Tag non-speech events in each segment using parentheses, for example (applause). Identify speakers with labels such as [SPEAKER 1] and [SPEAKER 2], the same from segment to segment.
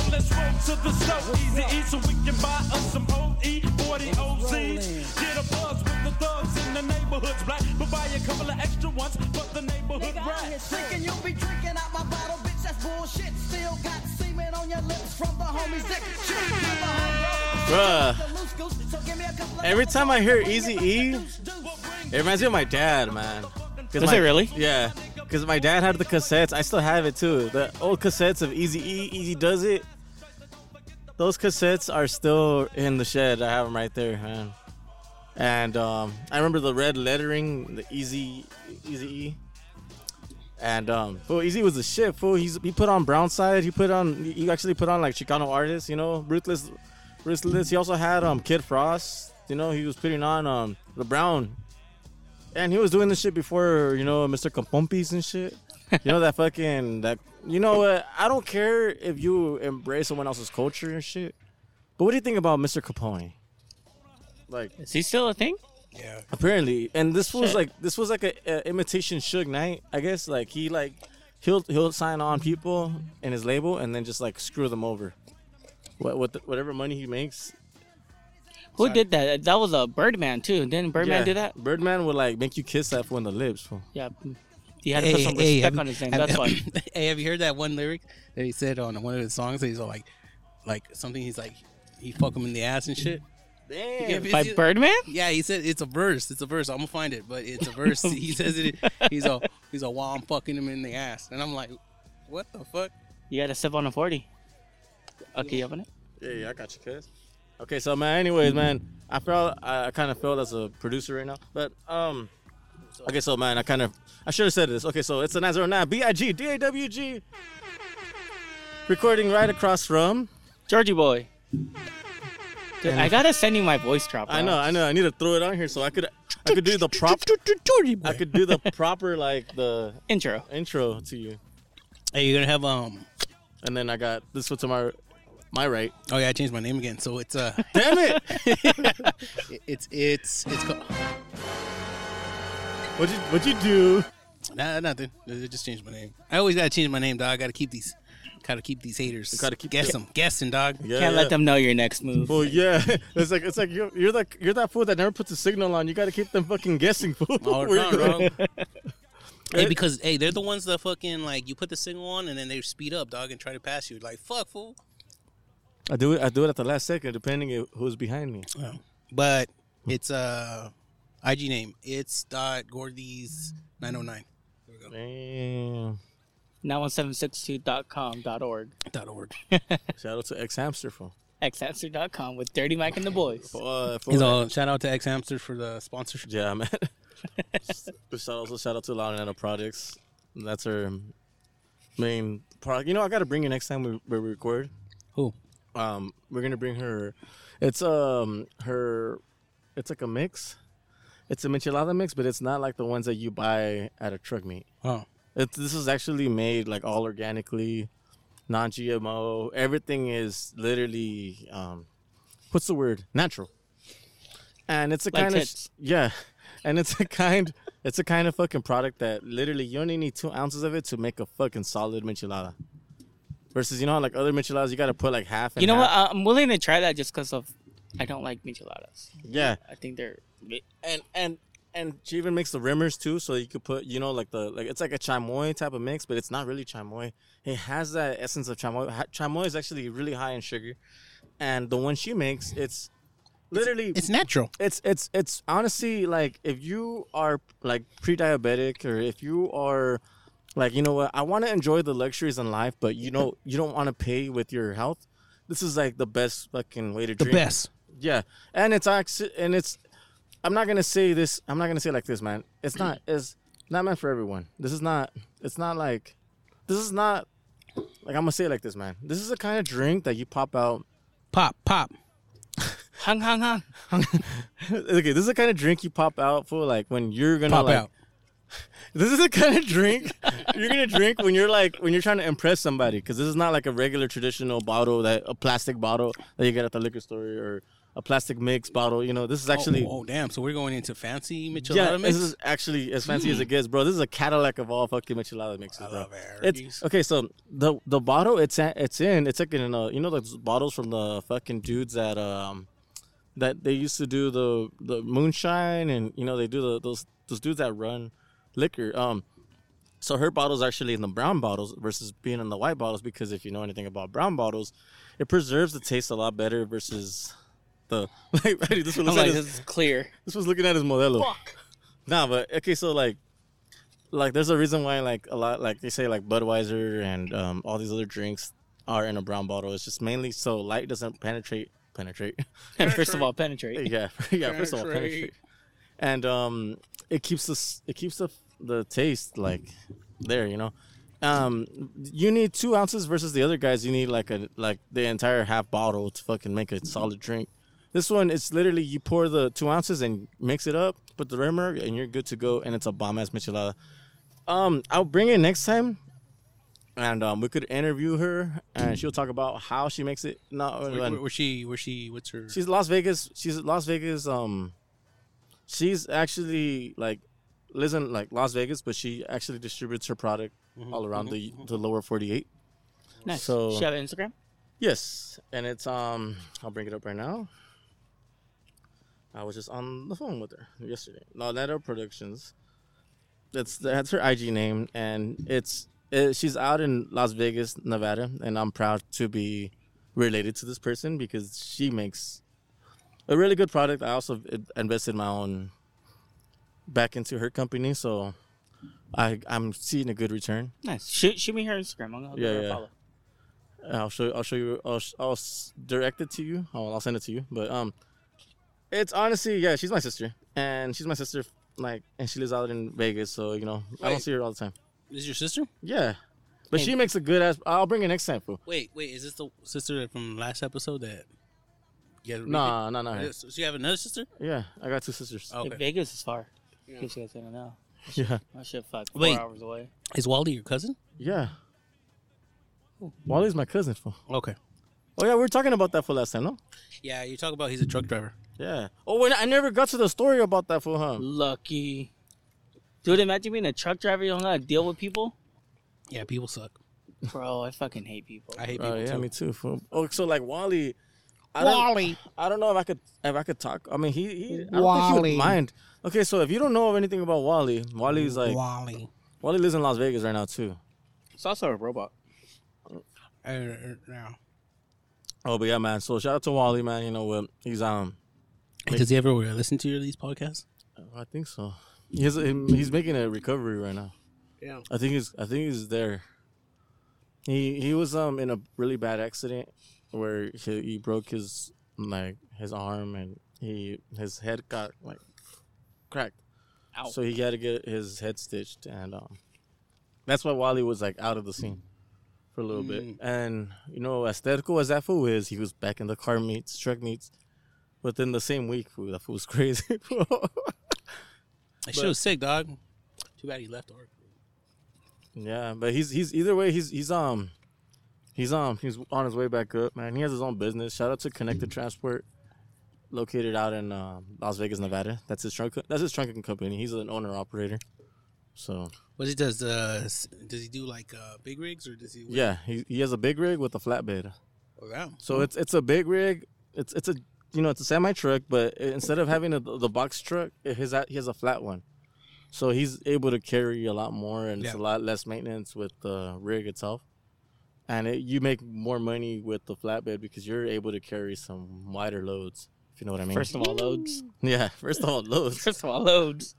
[SPEAKER 1] to the stove, easy eat, so we can buy us some E OE, 40 OZs. Get a buzz with the thugs in the neighborhoods, black, but buy a couple of extra ones for the neighborhood
[SPEAKER 2] Nigga, I'm here
[SPEAKER 1] rats.
[SPEAKER 2] drinking, you be drinking out my bottle, bitch. That's bullshit. Still got semen on your lips from the homie's dick. Shit, mother homie.
[SPEAKER 3] Bruh.
[SPEAKER 2] The loose goose, so give me a couple of
[SPEAKER 3] Every time I hear Easy E,
[SPEAKER 2] Deuce.
[SPEAKER 3] It reminds me of my dad, man. 'Cause
[SPEAKER 4] Is
[SPEAKER 3] my-
[SPEAKER 4] it really?
[SPEAKER 3] Yeah. Because my dad had the cassettes. I still have it too. The old cassettes of Easy E, Easy Does It. Those cassettes are still in the shed. I have them right there, man. And um, I remember the red lettering, the Easy Easy E. And um, fool, Easy was the shit. Fool, he's he put on Brown Side. He put on he actually put on like Chicano artists, you know, ruthless, ruthless. He also had um Kid Frost. You know, he was putting on um the Brown and he was doing this shit before, you know, Mr. Compompis and shit. You know that
[SPEAKER 4] (laughs)
[SPEAKER 3] fucking that. You know what? I don't care if you embrace someone else's culture and shit. But what do you think about Mr. Capone? Like
[SPEAKER 4] Is he still a thing?
[SPEAKER 5] Yeah.
[SPEAKER 3] apparently, and this was
[SPEAKER 4] Shit.
[SPEAKER 3] like this was like a, a imitation Suge Knight, I guess. Like he like he'll he'll sign on people in his label and then just like screw them over. What what whatever money he makes,
[SPEAKER 4] Who did that? That was a Birdman too. Didn't Birdman
[SPEAKER 3] Yeah.
[SPEAKER 4] do that?
[SPEAKER 3] Birdman would like make you kiss that fool in the lips. Fool.
[SPEAKER 4] Yeah. He had to put some respect on his name.
[SPEAKER 3] (coughs)
[SPEAKER 5] have-
[SPEAKER 1] (laughs)
[SPEAKER 4] That's why.
[SPEAKER 5] hey, have you heard that one lyric that he said on one of his songs? He's all like, like something. He's like, he fuck him in the ass and shit.
[SPEAKER 3] Damn.
[SPEAKER 5] If
[SPEAKER 4] By
[SPEAKER 5] it's-
[SPEAKER 4] Birdman?
[SPEAKER 5] Yeah, he said it's a verse. It's a verse. I'm gonna find it, but it's a (laughs) verse. he says it. He's a he's a while I'm fucking him in the ass, and I'm like, what the fuck?
[SPEAKER 4] You gotta step on a forty. Okay, you open it?
[SPEAKER 3] Yeah, yeah, I got you, cuz. Okay, so man, anyways, man, I felt I, I kind of felt as a producer right now, but um, okay, so man, I kind of I should have said this. Okay, so it's a 909 B I G D A W G recording right across from.
[SPEAKER 4] Georgie boy. Dude, I gotta send you my voice drop.
[SPEAKER 3] I know,
[SPEAKER 4] bro.
[SPEAKER 3] I know, I need to throw it on here so I could I could do the prop I could do the proper like the
[SPEAKER 4] Intro.
[SPEAKER 3] intro to you,
[SPEAKER 5] Hey, you're gonna have um.
[SPEAKER 3] and then I got this one to my my right.
[SPEAKER 5] Oh yeah, I changed my name again. So it's uh, (laughs)
[SPEAKER 3] Damn it! (laughs)
[SPEAKER 5] it's it's it's called
[SPEAKER 3] What you what you do?
[SPEAKER 5] nah, nothing. I just changed my name. I always gotta change my name, dog. I gotta keep these, gotta keep these haters.
[SPEAKER 3] Gotta keep-
[SPEAKER 5] guess them, guessing, dog.
[SPEAKER 3] Yeah,
[SPEAKER 4] Can't
[SPEAKER 3] yeah.
[SPEAKER 4] let them know your next move.
[SPEAKER 3] Well, yeah, (laughs) it's like it's like you're you're like you're that fool that never puts a signal on. You got to keep them fucking guessing, fool.
[SPEAKER 5] (laughs)
[SPEAKER 3] (laughs)
[SPEAKER 5] All
[SPEAKER 3] Where you
[SPEAKER 5] around,
[SPEAKER 3] going.
[SPEAKER 5] bro. hey,
[SPEAKER 3] Right?
[SPEAKER 5] because hey, they're the ones that fucking like you put the signal on and then they speed up, dog, and try to pass you. Like fuck, fool.
[SPEAKER 3] I do it. I do it at the last second, depending on who's behind me.
[SPEAKER 5] But it's uh, IG name. It's dot Gordy's nine oh nine
[SPEAKER 3] Damn.
[SPEAKER 4] 91762.com.org.
[SPEAKER 5] dot (laughs) org.
[SPEAKER 3] Shout out to X Hamster fool.
[SPEAKER 4] Xanswer.com with Dirty Mike and the Boys.
[SPEAKER 3] Uh, fool.
[SPEAKER 5] He's all shout out to X Hamster for the sponsorship.
[SPEAKER 3] yeah, man. (laughs) But shout also shout out to Loud Nano Products. That's our main product. You know, I got to bring you next time we, we record.
[SPEAKER 5] Who?
[SPEAKER 3] Um, we're gonna bring her. It's um her. It's like a mix. It's a michelada mix, but it's not like the ones that you buy at a truck meet.
[SPEAKER 5] Oh,
[SPEAKER 3] It's, this is actually made like all organically, non-GMO. Everything is literally, um, what's the word? Natural. And it's a
[SPEAKER 4] Like
[SPEAKER 3] kind
[SPEAKER 4] tits.
[SPEAKER 3] of yeah, (laughs) and it's a kind it's a kind of fucking product that literally you only need two ounces of it to make a fucking solid michelada. Versus you know how, like other micheladas you got to put like half. And
[SPEAKER 4] You know what?
[SPEAKER 3] half.
[SPEAKER 4] I- I'm willing to try that just because of I don't like micheladas.
[SPEAKER 3] Yeah,
[SPEAKER 4] I think they're
[SPEAKER 3] and and and she even makes the rimmers too, so you could put you know like the like it's like a chamoy type of mix, but it's not really chamoy. It has that essence of chamoy. Ha- Chamoy is actually really high in sugar, and the one she makes, it's literally
[SPEAKER 5] it's natural.
[SPEAKER 3] it's it's it's honestly like if you are like pre-diabetic or if you are like you know what I want to enjoy the luxuries in life, but you know you don't want to pay with your health. This is like the best fucking way to
[SPEAKER 5] The
[SPEAKER 3] drink.
[SPEAKER 5] best.
[SPEAKER 3] Yeah, and it's oxi- and it's. I'm not gonna say this. I'm not gonna say it like this, man. It's
[SPEAKER 5] (clears throat)
[SPEAKER 3] not. It's not meant for everyone. This is not. It's not like. This is not. Like I'm gonna say it like this, man. This is the kind of drink that you pop out. (laughs)
[SPEAKER 5] Pop, pop.
[SPEAKER 4] hung, hung, hung.
[SPEAKER 3] okay, this is the kind of drink you pop out for, like when you're gonna
[SPEAKER 5] Pop
[SPEAKER 3] like,
[SPEAKER 5] out.
[SPEAKER 3] (laughs)
[SPEAKER 5] Oh,
[SPEAKER 3] This is the kind of drink (laughs) you're gonna drink when you're like when you're trying to impress somebody, because this is not like a regular traditional bottle that a plastic bottle that you get at the liquor store or a plastic mix bottle. You know, this is actually
[SPEAKER 5] oh, oh, damn! So we're going into fancy Michelada
[SPEAKER 3] yeah,
[SPEAKER 5] mix.
[SPEAKER 3] this is actually as fancy
[SPEAKER 4] Hmm.
[SPEAKER 3] as it gets, bro. This is a Cadillac of all fucking michelada mixes, bro.
[SPEAKER 5] love it.
[SPEAKER 3] It's okay. So the the bottle it's at, it's in it's like in a you know those bottles from the fucking dudes that um that they used to do the the moonshine and you know they do the those those dudes that run liquor. Um, so her bottle's actually in the brown bottles versus being in the white bottles because if you know anything about brown bottles, it preserves the taste a lot better versus the (laughs) like. This one
[SPEAKER 4] I'm
[SPEAKER 3] looks
[SPEAKER 4] like,
[SPEAKER 3] like
[SPEAKER 4] this is clear. (laughs)
[SPEAKER 3] this was looking at his modelo. Nah, but okay, so like, like there's a reason why like a lot like they say like Budweiser and um, all these other drinks are in a brown bottle. It's just mainly so light doesn't penetrate penetrate.
[SPEAKER 4] First of all, (laughs) penetrate.
[SPEAKER 3] yeah, (laughs) yeah. First of all, penetrate,
[SPEAKER 5] Penetrate.
[SPEAKER 3] and um, it keeps this it keeps the the taste like there, you know. Um, you need two ounces versus the other guys. You need like a like the entire half bottle to fucking make a solid drink. This one, it's literally you pour the two ounces and mix it up, put the rimmer, and you're good to go. And it's a bomb ass michelada. Um, I'll bring it next time, and um, we could interview her, and she'll talk about how she makes it. Not
[SPEAKER 5] Where, where- where she? Where she? What's her?
[SPEAKER 3] She's Las Vegas. She's Las Vegas. Um, she's actually like lives in like Las Vegas, but she actually distributes her product all around the the lower forty eight.
[SPEAKER 4] Nice.
[SPEAKER 3] So-
[SPEAKER 4] Shout out Instagram.
[SPEAKER 3] Yes, and it's um, I'll bring it up right now. I was just on the phone with her yesterday. Laudetto Productions. That's that's her IG name, and it's uh she's out in Las Vegas, Nevada, and I'm proud to be related to this person because she makes a really good product. I also in- invested my own back into her company, so I I'm seeing a good return.
[SPEAKER 4] Nice. Shoot, shoot me her Instagram. I'm gonna give
[SPEAKER 3] Yeah,
[SPEAKER 4] her a
[SPEAKER 3] yeah.
[SPEAKER 4] follow.
[SPEAKER 3] I'll show. I'll show you. I'll, sh- I'll s- direct it to you. I'll, I'll send it to you. But um, it's honestly, yeah, she's my sister, and she's my sister. Like, and she lives out in Vegas, so you know, I don't
[SPEAKER 5] Wait.
[SPEAKER 3] see her all the time.
[SPEAKER 5] This is your sister?
[SPEAKER 3] Yeah, but she
[SPEAKER 4] Hey.
[SPEAKER 3] makes a good ass. I'll bring her next time, fool.
[SPEAKER 5] Wait, wait. Is this the sister from last episode that? Yeah.
[SPEAKER 3] Nah, nah, nah.
[SPEAKER 5] So so you have another sister?
[SPEAKER 3] Yeah, I got two sisters.
[SPEAKER 5] Oh,
[SPEAKER 4] Hey,
[SPEAKER 5] okay.
[SPEAKER 4] Vegas is far. In case you guys didn't know.
[SPEAKER 3] (laughs) Yeah,
[SPEAKER 4] That shit fuck four
[SPEAKER 5] Wait.
[SPEAKER 4] hours away.
[SPEAKER 5] Is Wally your cousin?
[SPEAKER 3] yeah. Wally's my cousin, fool.
[SPEAKER 5] Okay.
[SPEAKER 3] Oh yeah, we were talking about that for last time, no?
[SPEAKER 5] Yeah, you talk about he's a truck driver.
[SPEAKER 3] Yeah. Oh, wait, I never got to the story about that fool, huh?
[SPEAKER 4] Lucky. Dude, imagine being a truck driver. You don't gotta deal with people.
[SPEAKER 5] Yeah, people suck.
[SPEAKER 4] Bro, I fucking hate people.
[SPEAKER 5] I hate people
[SPEAKER 3] Oh yeah,
[SPEAKER 5] too.
[SPEAKER 3] me too, fool. Oh, so like Wally. I don't- I don't know if I could if I could talk. I mean, he, he I don't think he
[SPEAKER 5] Wally.
[SPEAKER 3] would mind. Okay, so if you don't know of anything about Wally, Wally's like
[SPEAKER 5] Wally.
[SPEAKER 3] Wally lives in Las Vegas right now too.
[SPEAKER 4] It's also a robot.
[SPEAKER 5] Uh, uh, now.
[SPEAKER 3] Oh, but yeah, man. So shout out to Wally, man. You know what? He's um,
[SPEAKER 5] Does he ever uh, listen to your these podcasts?
[SPEAKER 3] I think so. He's he's making a recovery right now.
[SPEAKER 5] Yeah.
[SPEAKER 3] I think he's I think he's there. He he was um in a really bad accident where he, he broke his like his arm and he his head got like cracked.
[SPEAKER 4] Ow.
[SPEAKER 3] So he had to get his head stitched, and um, that's why Wally was like out of the scene for a little bit. And you know, as terrible as that fool is, he was back in the car meets, truck meets, within the same week. Fool, that fool was (laughs) crazy. fool.
[SPEAKER 5] That shit was sick, dog. Too bad he left Ark.
[SPEAKER 3] yeah, but he's he's either way, he's he's um, he's um, he's on his way back up, man. He has his own business. Shout out to Connected Transport. Located out in uh, Las Vegas, Nevada. That's his trunk. That's his trunking company. He's an owner operator. So
[SPEAKER 5] What he does? Uh, s- does he do like uh, big rigs or does he?
[SPEAKER 3] yeah, he, he has a big rig with a flatbed.
[SPEAKER 5] Oh, yeah.
[SPEAKER 4] Mm.
[SPEAKER 3] So it's it's a big rig. It's it's a you know it's a semi truck, but i- instead of having a, the box truck, it has a- he has a flat one. So he's able to carry a lot more, and it's a
[SPEAKER 5] Yeah.
[SPEAKER 3] lot less maintenance with the rig itself. And it, you make more money with the flatbed because you're able to carry some wider loads. If you know what I mean.
[SPEAKER 4] First of all, loads.
[SPEAKER 3] yeah. (laughs) First of all, loads.
[SPEAKER 4] First of all, loads.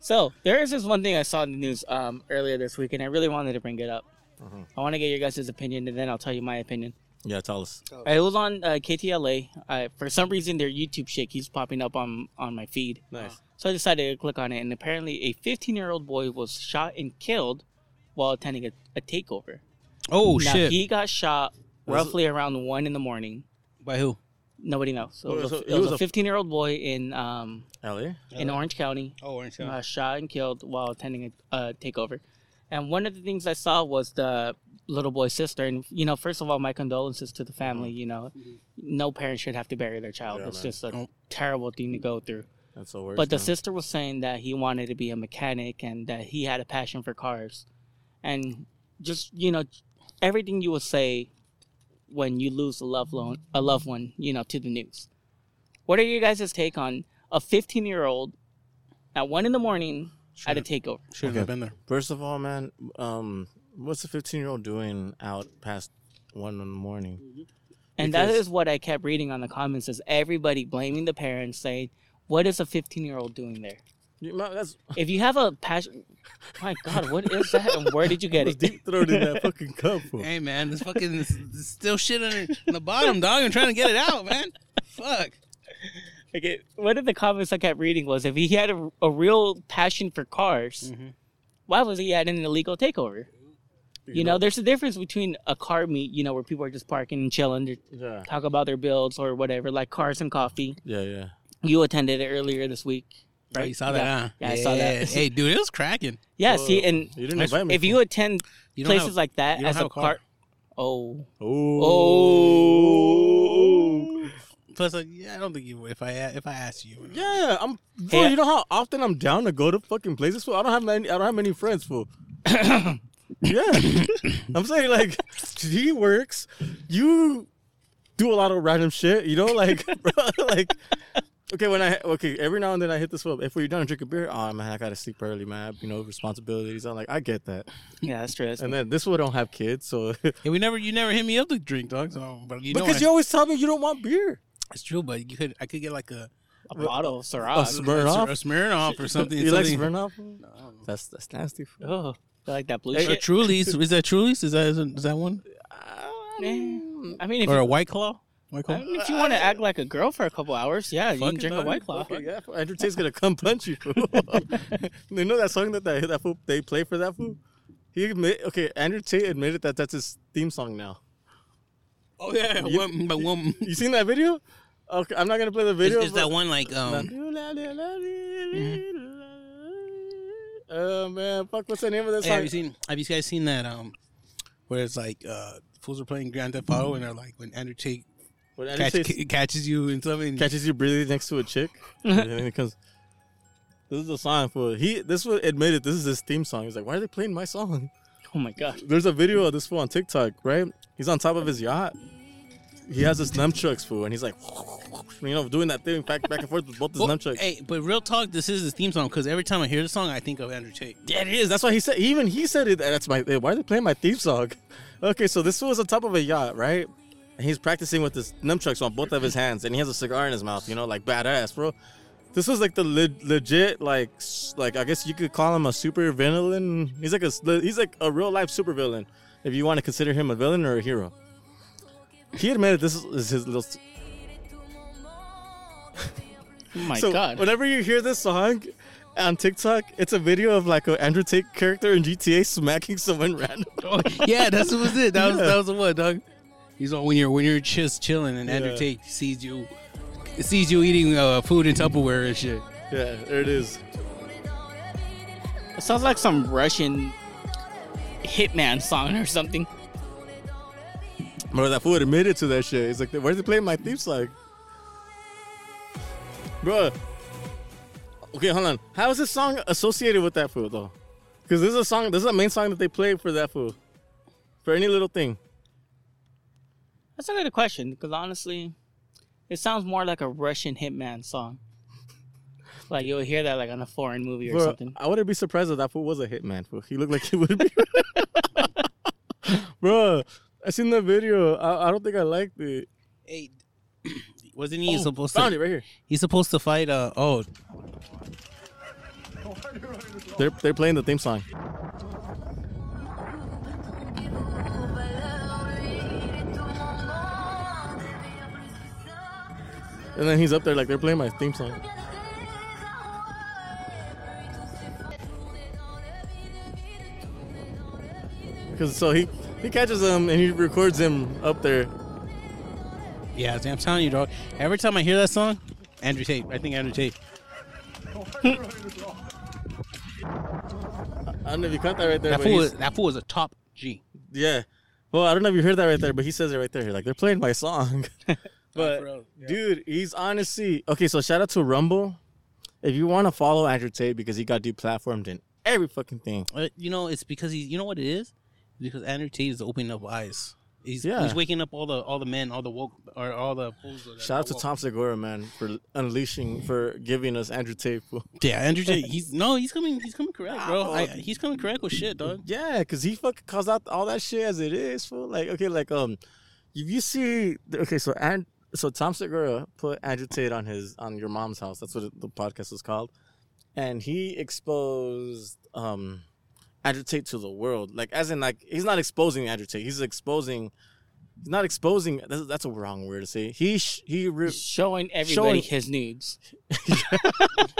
[SPEAKER 4] So there is this one thing I saw in the news um, earlier this week, and I really wanted to bring it up. I want to get your guys' opinion, and then I'll tell you my opinion.
[SPEAKER 3] Yeah, tell us.
[SPEAKER 4] It was on uh, KTLA. Uh, for some reason, their YouTube shit keeps popping up on on my feed.
[SPEAKER 3] Nice.
[SPEAKER 4] So I decided to click on it, and apparently, a 15 year old boy was shot and killed while attending a, a takeover.
[SPEAKER 5] Oh
[SPEAKER 4] now
[SPEAKER 5] shit!
[SPEAKER 4] he got shot
[SPEAKER 3] Was it-
[SPEAKER 4] roughly around one in the morning.
[SPEAKER 5] By who?
[SPEAKER 4] Nobody knows. So it was,
[SPEAKER 3] So
[SPEAKER 4] a,
[SPEAKER 3] it
[SPEAKER 4] it was
[SPEAKER 3] was a-
[SPEAKER 4] a 15 year old boy in um,
[SPEAKER 3] Ellie.
[SPEAKER 4] in Orange County
[SPEAKER 5] Oh, Orange
[SPEAKER 4] uh, shot and killed while attending a uh, takeover. And one of the things I saw was the little boy's sister. And you know, first of all, my condolences to the family. You know, no parent should have to bury their child.
[SPEAKER 3] Uh-huh. Yeah,
[SPEAKER 4] it's
[SPEAKER 3] man.
[SPEAKER 4] just a
[SPEAKER 5] Mm.
[SPEAKER 4] terrible thing to go through.
[SPEAKER 3] That's the worst.
[SPEAKER 4] But the
[SPEAKER 3] man.
[SPEAKER 4] sister was saying that he wanted to be a mechanic and that he had a passion for cars. And just, you know, everything you would say when you lose a loved one, a loved one, you know, to the news. What are your guys' take on a 15-year-old at 1 in the morning at a takeover?
[SPEAKER 5] Shouldn't
[SPEAKER 3] Okay.
[SPEAKER 5] have been there.
[SPEAKER 3] First of all, man, um, what's a 15 year old doing out past one in the morning?
[SPEAKER 4] And that
[SPEAKER 3] Because-
[SPEAKER 4] is what I kept reading on the comments is everybody blaming the parents saying, what is a 15-year-old doing there?
[SPEAKER 3] You might- That's
[SPEAKER 4] If you have a passion, my God, what is that? And where did you get it?
[SPEAKER 3] deep throating that fucking cup. fool.
[SPEAKER 5] Hey man, this fucking there's- there's still shit under in the bottom, dog. I'm trying to get it out, man. Fuck.
[SPEAKER 4] Okay, one of the comments I kept reading was if he had a, a real passion for cars,
[SPEAKER 5] Mm-hmm.
[SPEAKER 4] why was he at an illegal takeover? You, know, there's a difference between a car meet, you know, where people are just parking and chilling, they
[SPEAKER 3] Yeah.
[SPEAKER 4] talk about their bills or whatever, like cars and coffee.
[SPEAKER 3] Yeah, yeah.
[SPEAKER 4] You attended it earlier this week.
[SPEAKER 5] Oh, you saw that,
[SPEAKER 4] Yeah.
[SPEAKER 5] huh?
[SPEAKER 4] Yeah, I saw that.
[SPEAKER 5] hey, dude, it was cracking.
[SPEAKER 4] Yeah, see, and
[SPEAKER 3] You didn't invite me.
[SPEAKER 4] if you attend
[SPEAKER 5] You don't
[SPEAKER 4] places
[SPEAKER 5] have-
[SPEAKER 4] like that
[SPEAKER 5] you don't
[SPEAKER 4] as
[SPEAKER 5] have
[SPEAKER 4] a
[SPEAKER 5] a car.
[SPEAKER 4] car, oh,
[SPEAKER 3] Oh.
[SPEAKER 5] Plus, like, yeah, I don't think you would if I if I asked you.
[SPEAKER 3] Yeah, I'm. Fool,
[SPEAKER 4] Hey, I-
[SPEAKER 3] you know how often I'm down to go to fucking places for. I don't have many. I don't have many friends
[SPEAKER 4] (coughs)
[SPEAKER 3] for. yeah, I'm saying like (laughs) he works. You do a lot of random shit. You know, like (laughs) bro, like. Okay, when I okay every now and then I hit this up. If we're done and drink a beer, oh man, I gotta sleep early, man. You know responsibilities. I'm like, I get that.
[SPEAKER 4] yeah, that's true. That's
[SPEAKER 3] And then this one don't have kids, so (laughs)
[SPEAKER 5] Hey, we never you never hit me up to drink, dog. So, but you know,
[SPEAKER 3] because
[SPEAKER 5] I-
[SPEAKER 3] you always tell me you don't want beer.
[SPEAKER 5] it's true. But you could I could get like a
[SPEAKER 4] a bottle of
[SPEAKER 5] Oh,
[SPEAKER 3] A
[SPEAKER 4] Syrah.
[SPEAKER 5] a
[SPEAKER 3] Smirnoff.
[SPEAKER 5] Smirnoff or something.
[SPEAKER 3] You like
[SPEAKER 5] something.
[SPEAKER 3] Smirnoff? That's that's nasty. fool.
[SPEAKER 4] Oh, I like that blue
[SPEAKER 5] Or
[SPEAKER 4] shit.
[SPEAKER 5] Truly's is that Truly's? Is that is that one
[SPEAKER 4] Eh, I mean, if
[SPEAKER 5] or
[SPEAKER 4] you
[SPEAKER 5] a White Claw? White
[SPEAKER 4] I
[SPEAKER 5] Claw.
[SPEAKER 4] mean, if you want to act like a girl for a couple hours, yeah, you
[SPEAKER 5] Fuck
[SPEAKER 4] can
[SPEAKER 5] it,
[SPEAKER 4] drink a
[SPEAKER 5] dog.
[SPEAKER 4] white claw.
[SPEAKER 3] Okay, yeah, fool. Andrew Tate's gonna come punch you. (laughs) fool. you know that song that that, that fool, they play for that fool. He admit, okay, Andrew Tate admitted that that's his theme song now.
[SPEAKER 5] Oh yeah, one, but one
[SPEAKER 3] You seen that video? Okay, I'm not gonna play the video.
[SPEAKER 5] is that
[SPEAKER 3] but-
[SPEAKER 5] one like um
[SPEAKER 3] Mm-hmm. Oh man, fuck! What's the name of that
[SPEAKER 5] Hey,
[SPEAKER 3] song?
[SPEAKER 5] have you seen? Have you guys seen that? Um, where it's like uh, fools are playing Grand Theft Auto, and they're like, when Andrew Tate
[SPEAKER 3] when Andrew
[SPEAKER 5] catch,
[SPEAKER 3] Tate
[SPEAKER 5] ca- catches you and something.
[SPEAKER 3] catches you breathing next to a chick, and then it comes. This is the song for he. This was admitted. This is his theme song. He's like, why are they playing my song? (laughs)
[SPEAKER 4] Oh my god.
[SPEAKER 3] there's a video of this fool on TikTok, right? He's on top of his yacht. He has his nunchucks fool, and he's like, (laughs) you know, doing that thing back back and forth with both his
[SPEAKER 5] Well,
[SPEAKER 3] nunchucks.
[SPEAKER 5] hey, but real talk, this is his theme song because every time I hear the song, I think of Andrew Tate.
[SPEAKER 3] Yeah, it is. That's why he said. Even he said it. That's my. Why are they playing my theme song? (laughs) Okay, so this fool was on top of a yacht, right? And he's practicing with his nunchucks on both of his hands, and he has a cigar in his mouth. You know, like badass, bro. This was like the le- legit, like, s- like I guess you could call him a super villain. He's like a s- he's like a real life super villain, if you want to consider him a villain or a hero. He admitted this is his little
[SPEAKER 4] Oh my
[SPEAKER 3] so
[SPEAKER 4] god.
[SPEAKER 3] whenever you hear this song on TikTok, it's a video of like an Andrew Tate character in GTA smacking someone (laughs) random.
[SPEAKER 4] (laughs) Oh,
[SPEAKER 5] yeah, that's what was it. That was
[SPEAKER 3] Yeah.
[SPEAKER 5] that was the one, dog. He's on when you're when you're just chilling, and Andrew
[SPEAKER 3] Yeah.
[SPEAKER 5] Tate sees you, sees you eating uh, food in Tupperware and shit.
[SPEAKER 3] Yeah, there it is.
[SPEAKER 4] It sounds like some Russian hitman song or something.
[SPEAKER 3] Bro, that fool admitted to that shit. He's like, where's he playing my theme song? Bro. Okay, hold on. How is this song associated with that fool though? Because this is a song, this is the main song that they play for that fool. For any little thing.
[SPEAKER 4] That's a good question because honestly, it sounds more like a Russian hitman song. Like you'll hear that like on a foreign movie or
[SPEAKER 3] Bro,
[SPEAKER 4] something.
[SPEAKER 3] I wouldn't be surprised if that fool was a hitman. Fool. He looked like he would be. (laughs) Bro, I seen the video. I, I don't think I liked it.
[SPEAKER 5] Hey, (clears throat) wasn't he supposed
[SPEAKER 3] Found
[SPEAKER 5] to?
[SPEAKER 3] it right here.
[SPEAKER 5] He's supposed to fight. Uh, oh,
[SPEAKER 3] They're they're playing the theme song. And then he's up there like they're playing my theme song. Cause so he he catches him and he records him up there.
[SPEAKER 5] yeah. I'm telling you, dog. Every time I hear that song, Andrew Tate. I think Andrew Tate.
[SPEAKER 3] I don't know if you caught that right there.
[SPEAKER 5] That
[SPEAKER 3] but
[SPEAKER 5] fool.
[SPEAKER 3] he's-
[SPEAKER 5] Is, that fool is a top G.
[SPEAKER 3] Yeah. Well, I don't know if you heard that right there, but he says it right there. Like they're playing my song. (laughs) but
[SPEAKER 5] real, yeah.
[SPEAKER 3] dude, he's honestly okay. So shout out to Rumble. If you want to follow Andrew Tate because he got deplatformed in every fucking thing.
[SPEAKER 5] Uh, You know, it's because he's. You know what it is? Because Andrew Tate is opening up eyes. He's,
[SPEAKER 3] Yeah.
[SPEAKER 5] he's waking up all the all the men, all the woke, or all the fools that
[SPEAKER 3] Shout out
[SPEAKER 5] are
[SPEAKER 3] to
[SPEAKER 5] woke.
[SPEAKER 3] Tom Segura, man, for unleashing, for giving us Andrew Tate. fool. (laughs)
[SPEAKER 5] Yeah, Andrew Tate. He's no, he's coming. He's coming correct, bro. I, he's coming correct with shit, dog.
[SPEAKER 3] Yeah, cause he fucking calls out all that shit as it is, fool. Like, okay, like um, if you see, okay, so and so Tom Segura put Andrew Tate on his on your mom's house. That's what it- the podcast was called, and he exposed um Andrew Tate to the world. Like, as in, like he's not exposing Andrew Tate. He's exposing. He's not exposing. That's, that's a wrong word to say. He sh- he. Re-
[SPEAKER 4] showing everybody
[SPEAKER 3] Showing-
[SPEAKER 4] his nudes.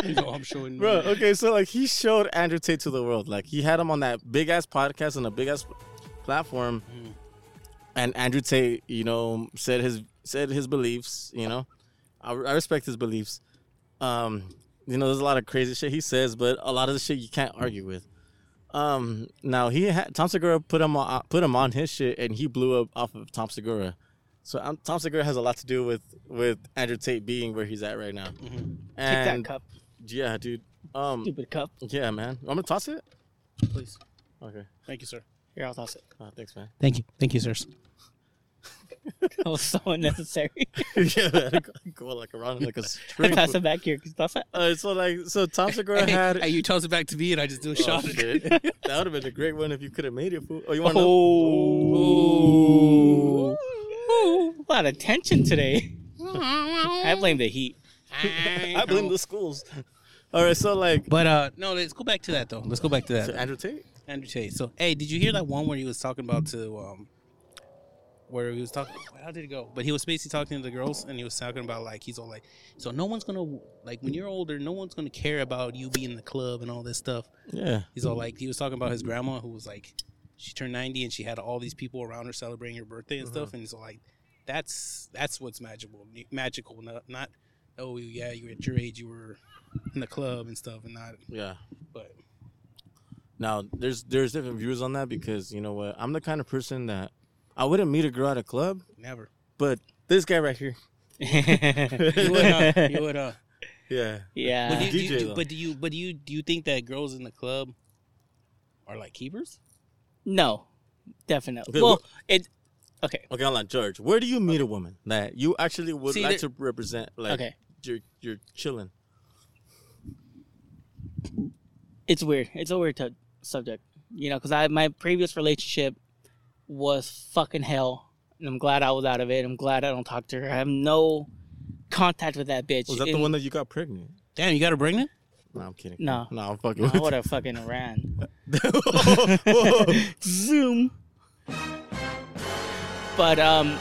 [SPEAKER 5] You know, I'm (laughs) showing.
[SPEAKER 3] Bro, okay, so like he showed Andrew Tate to the world. Like he had him on that big ass podcast on a big ass platform, and Andrew Tate, you know, said his said his beliefs. You know, I, I respect his beliefs. Um, you know, there's a lot of crazy shit he says, but a lot of the shit you can't argue with. Um, now he had Tom Segura put him on put him on his shit, and he blew up off of Tom Segura. So um, Tom Segura has a lot to do with with Andrew Tate being where he's at right now.
[SPEAKER 4] Take
[SPEAKER 3] And
[SPEAKER 4] that cup,
[SPEAKER 3] yeah, dude. Um,
[SPEAKER 4] stupid cup. Oh,
[SPEAKER 3] yeah, man. I'm gonna toss it.
[SPEAKER 5] please.
[SPEAKER 3] Okay.
[SPEAKER 5] Thank you, sir.
[SPEAKER 4] Here, I'll
[SPEAKER 3] (laughs)
[SPEAKER 4] toss it.
[SPEAKER 3] Ah, thanks, man.
[SPEAKER 5] Thank you, thank you, sir.
[SPEAKER 4] That was so unnecessary.
[SPEAKER 3] yeah, man. Go like around like a string.
[SPEAKER 4] Pass it back here. 'cause (laughs) Toss it.
[SPEAKER 3] Uh, so like, so Tom Segura
[SPEAKER 5] (laughs) Hey,
[SPEAKER 3] had.
[SPEAKER 5] hey, you toss it back to me, and I just do a
[SPEAKER 3] Oh,
[SPEAKER 5] shot.
[SPEAKER 3] shit. that would have been a great one if you could have made it. Fool. Oh, you want to? know?
[SPEAKER 4] Oh. a lot of tension today. (laughs) I blame the heat. (laughs)
[SPEAKER 3] I blame the schools. (laughs) All right, so like
[SPEAKER 5] But uh, no, let's go back to that though. Let's go back to
[SPEAKER 3] so
[SPEAKER 5] that.
[SPEAKER 3] Andrew Tate.
[SPEAKER 5] Andrew Tate. So, hey, did you hear that one where he was talking about to um, where he was talking? How did it go? But he was basically talking to the girls, and he was talking about like he's all like, so no one's gonna like when you're older, no one's gonna care about you being in the club and all this stuff.
[SPEAKER 3] Yeah.
[SPEAKER 5] He's all like, he was talking about his grandma who was like, she turned 90 and she had all these people around her celebrating her birthday and
[SPEAKER 4] Mm-hmm.
[SPEAKER 5] stuff. And he's all like, that's that's what's magical, magical, not, not oh yeah, you were at your age, you were in the club and stuff, and not.
[SPEAKER 3] Yeah.
[SPEAKER 5] But
[SPEAKER 3] Now there's there's different views on that because you know what? I'm the kind of person that I wouldn't meet a girl at a club,
[SPEAKER 5] never, (laughs)
[SPEAKER 3] but this guy right here.
[SPEAKER 5] you would, uh, you would, uh,
[SPEAKER 3] (laughs) Yeah.
[SPEAKER 5] but, do
[SPEAKER 4] yeah.
[SPEAKER 5] you, do you-
[SPEAKER 3] DJ
[SPEAKER 5] do-
[SPEAKER 3] though.
[SPEAKER 5] but do you, but do you, do you think that girls in the club are like keepers?
[SPEAKER 4] No, definitely.
[SPEAKER 3] Okay,
[SPEAKER 4] well,
[SPEAKER 3] what-
[SPEAKER 4] it. Okay.
[SPEAKER 3] Okay, I'm like George. Where do you meet a woman that you actually would
[SPEAKER 5] See,
[SPEAKER 3] like
[SPEAKER 5] there-
[SPEAKER 3] to represent? Like,
[SPEAKER 4] Okay.
[SPEAKER 3] you're you're chilling.
[SPEAKER 4] It's weird. It's a weird t- subject, you know, because I my previous relationship was fucking hell, and I'm glad I was out of it. I'm glad I don't talk to her. I have no contact with that bitch.
[SPEAKER 3] Was that the
[SPEAKER 4] And-
[SPEAKER 3] one that you got pregnant?
[SPEAKER 5] Damn, you got a pregnant?
[SPEAKER 3] No, I'm kidding.
[SPEAKER 4] No.
[SPEAKER 3] no, I'm fucking. (laughs)
[SPEAKER 4] I would have fucking ran.
[SPEAKER 3] whoa, whoa.
[SPEAKER 4] Zoom. But um,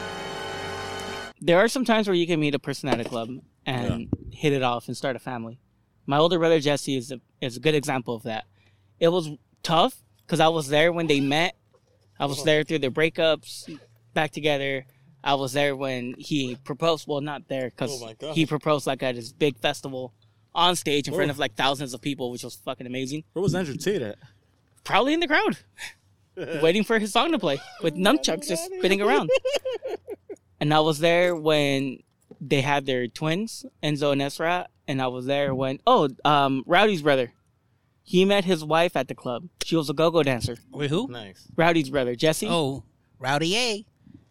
[SPEAKER 4] there are some times where you can meet a person at a club and hit it off and start a family. My older brother Jesse is a, is a good example of that. It was tough because I was there when they met. I was there through their breakups, back together. I was there when he proposed. Well, not there because
[SPEAKER 3] Oh my God.
[SPEAKER 4] he proposed like at his big festival on stage in front
[SPEAKER 3] Oh.
[SPEAKER 4] of like thousands of people, which was fucking amazing
[SPEAKER 3] Where was Andrew Tate at?
[SPEAKER 4] probably in the
[SPEAKER 5] (laughs)
[SPEAKER 4] crowd, waiting for his song to play with nunchucks just spinning
[SPEAKER 5] (laughs)
[SPEAKER 4] around. And I was there when they had their twins, Enzo and Esra, and I was there when oh, um, Rowdy's brother. He met his wife at the club. She was a go-go dancer.
[SPEAKER 5] Wait, who?
[SPEAKER 3] Nice.
[SPEAKER 4] Rowdy's brother, Jesse.
[SPEAKER 5] Oh, Rowdy A.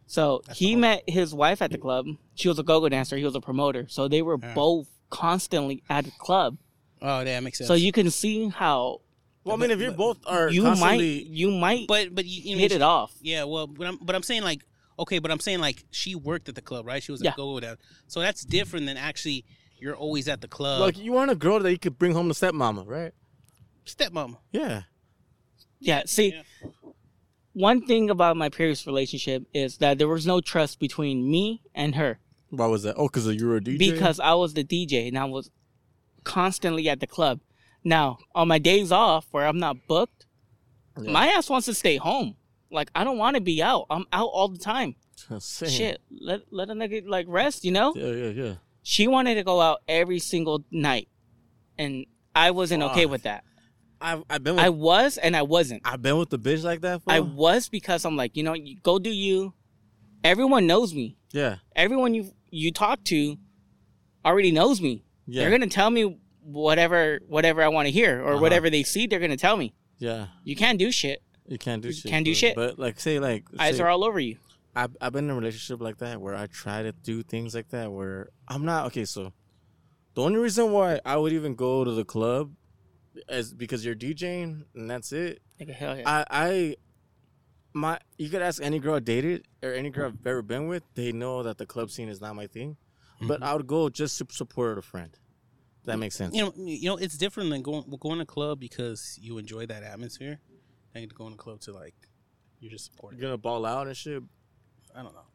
[SPEAKER 4] So he met his wife at the club. She was a go-go dancer. He was a promoter. So they were both constantly at the club.
[SPEAKER 5] Oh, yeah, makes sense.
[SPEAKER 4] So you can see how
[SPEAKER 3] Well, I mean, if you both are
[SPEAKER 4] you might
[SPEAKER 3] constantly,
[SPEAKER 4] you might
[SPEAKER 5] but but you, you
[SPEAKER 4] hit it off.
[SPEAKER 5] Yeah, well, but I'm but I'm saying like okay, but I'm saying like she worked at the club, right? She was
[SPEAKER 4] Yeah.
[SPEAKER 5] a go-go down, so that's different than actually you're always at the
[SPEAKER 4] uh
[SPEAKER 5] club.
[SPEAKER 3] like, you want a girl that you could bring home to stepmama, right?
[SPEAKER 5] stepmom.
[SPEAKER 3] Yeah.
[SPEAKER 4] Yeah, see,
[SPEAKER 5] Yeah.
[SPEAKER 4] one thing about my previous relationship is that there was no trust between me and her
[SPEAKER 3] Why was that? Oh, because you were a DJ.
[SPEAKER 4] because I was the DJ and I was constantly at the club. Now, on my days off where I'm not booked,
[SPEAKER 3] Yeah.
[SPEAKER 4] my ass wants to stay home. Like, I don't want to be out. I'm out all the time.
[SPEAKER 3] Just saying.
[SPEAKER 4] Shit, let, let a nigga, like, rest, you know?
[SPEAKER 3] Oh, Yeah, yeah, yeah.
[SPEAKER 4] She wanted to go out every single night, and I wasn't okay
[SPEAKER 3] Fuck.
[SPEAKER 4] with that.
[SPEAKER 3] I've, I've been with,
[SPEAKER 4] I was and I wasn't.
[SPEAKER 3] I, have been with the bitch like that. Fool.
[SPEAKER 4] I was because I'm like, you know, you go do you. Everyone knows me.
[SPEAKER 3] yeah,
[SPEAKER 4] Everyone you you talk to already knows me.
[SPEAKER 3] yeah,
[SPEAKER 4] They're gonna tell me whatever whatever I want to hear or
[SPEAKER 3] Uh-huh.
[SPEAKER 4] whatever they see. They're gonna tell me.
[SPEAKER 3] yeah.
[SPEAKER 4] You can't do shit.
[SPEAKER 3] You can't do
[SPEAKER 4] You
[SPEAKER 3] shit.
[SPEAKER 4] can't do
[SPEAKER 3] fool.
[SPEAKER 4] shit.
[SPEAKER 3] But like, say like,
[SPEAKER 4] Eyes
[SPEAKER 3] say-
[SPEAKER 4] are all over you.
[SPEAKER 3] I've, I've been in a relationship like that where I try to do things like that where I'm not okay. So the only reason why I would even go to the club is because you're DJing and that's it.
[SPEAKER 4] Like hell yeah.
[SPEAKER 3] I, I, my, you could ask any girl I dated or any girl I've ever been with, they know that the club scene is not my thing. But I would go just to support a friend. That makes sense.
[SPEAKER 5] Mm-hmm. you know, you know, it's different than going going to a club because you enjoy that atmosphere, than going to a club to like you're just
[SPEAKER 3] You're
[SPEAKER 5] supporting.
[SPEAKER 3] gonna ball out and shit.
[SPEAKER 5] I don't know.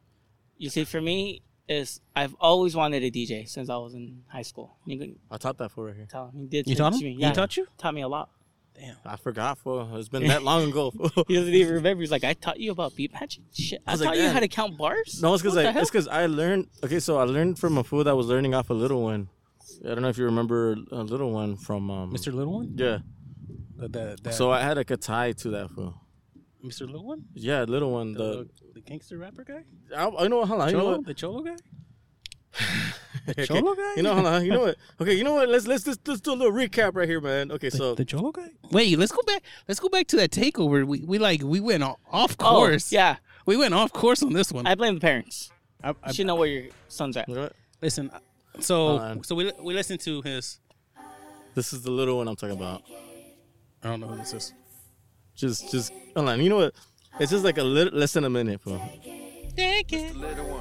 [SPEAKER 4] you see, for me is I've always wanted a DJ since I was in high school. You can
[SPEAKER 3] I'll top that for right here.
[SPEAKER 4] tell him he did.
[SPEAKER 5] You
[SPEAKER 4] teach
[SPEAKER 5] taught him?
[SPEAKER 4] Me.
[SPEAKER 5] He
[SPEAKER 4] Yeah,
[SPEAKER 5] taught you?
[SPEAKER 4] Taught me a lot.
[SPEAKER 5] Damn.
[SPEAKER 3] I forgot, fool. It's been that long
[SPEAKER 5] (laughs)
[SPEAKER 3] ago. fool.
[SPEAKER 4] He doesn't even remember. He's like, I taught you about beat matching. Shit, I,
[SPEAKER 3] was
[SPEAKER 4] taught
[SPEAKER 3] like,
[SPEAKER 4] you
[SPEAKER 3] "Damn."
[SPEAKER 4] how to count bars.
[SPEAKER 3] No, it's because
[SPEAKER 4] What the
[SPEAKER 3] I
[SPEAKER 4] hell?
[SPEAKER 3] it's because I learned. Okay, so I learned from a fool that was learning off a little one. I don't know if you remember a little one from um,
[SPEAKER 5] Mr. Little One?
[SPEAKER 3] Yeah.
[SPEAKER 5] The, the, the,
[SPEAKER 3] So I had like a tie to that fool.
[SPEAKER 5] Mr. Little One?
[SPEAKER 3] Yeah, little one.
[SPEAKER 4] uh,
[SPEAKER 5] The,
[SPEAKER 3] The
[SPEAKER 5] the gangster rapper guy?
[SPEAKER 3] I, I know. Hold on. You know
[SPEAKER 5] Cholo?
[SPEAKER 3] what?
[SPEAKER 5] The Cholo guy?
[SPEAKER 3] Okay,
[SPEAKER 5] Cholo guy?
[SPEAKER 3] You know. Hold on. You know what? Okay. You know what? Let's let's just let's do a little recap right here, man. Okay. So
[SPEAKER 5] the Cholo guy? Wait, let's go back. Let's go back to that takeover. We we like we went o- off
[SPEAKER 4] Oh,
[SPEAKER 5] course.
[SPEAKER 4] yeah,
[SPEAKER 5] we went off course on this one.
[SPEAKER 4] I blame the parents.
[SPEAKER 5] I- I-
[SPEAKER 4] You should know where your son's at.
[SPEAKER 3] You know what?
[SPEAKER 5] listen, uh, so
[SPEAKER 3] on.
[SPEAKER 5] so we we listened to his.
[SPEAKER 3] this is the little one I'm talking about.
[SPEAKER 5] I don't know who this is.
[SPEAKER 3] Just just hold on. You know what? It's just like a little less than a minute, fool.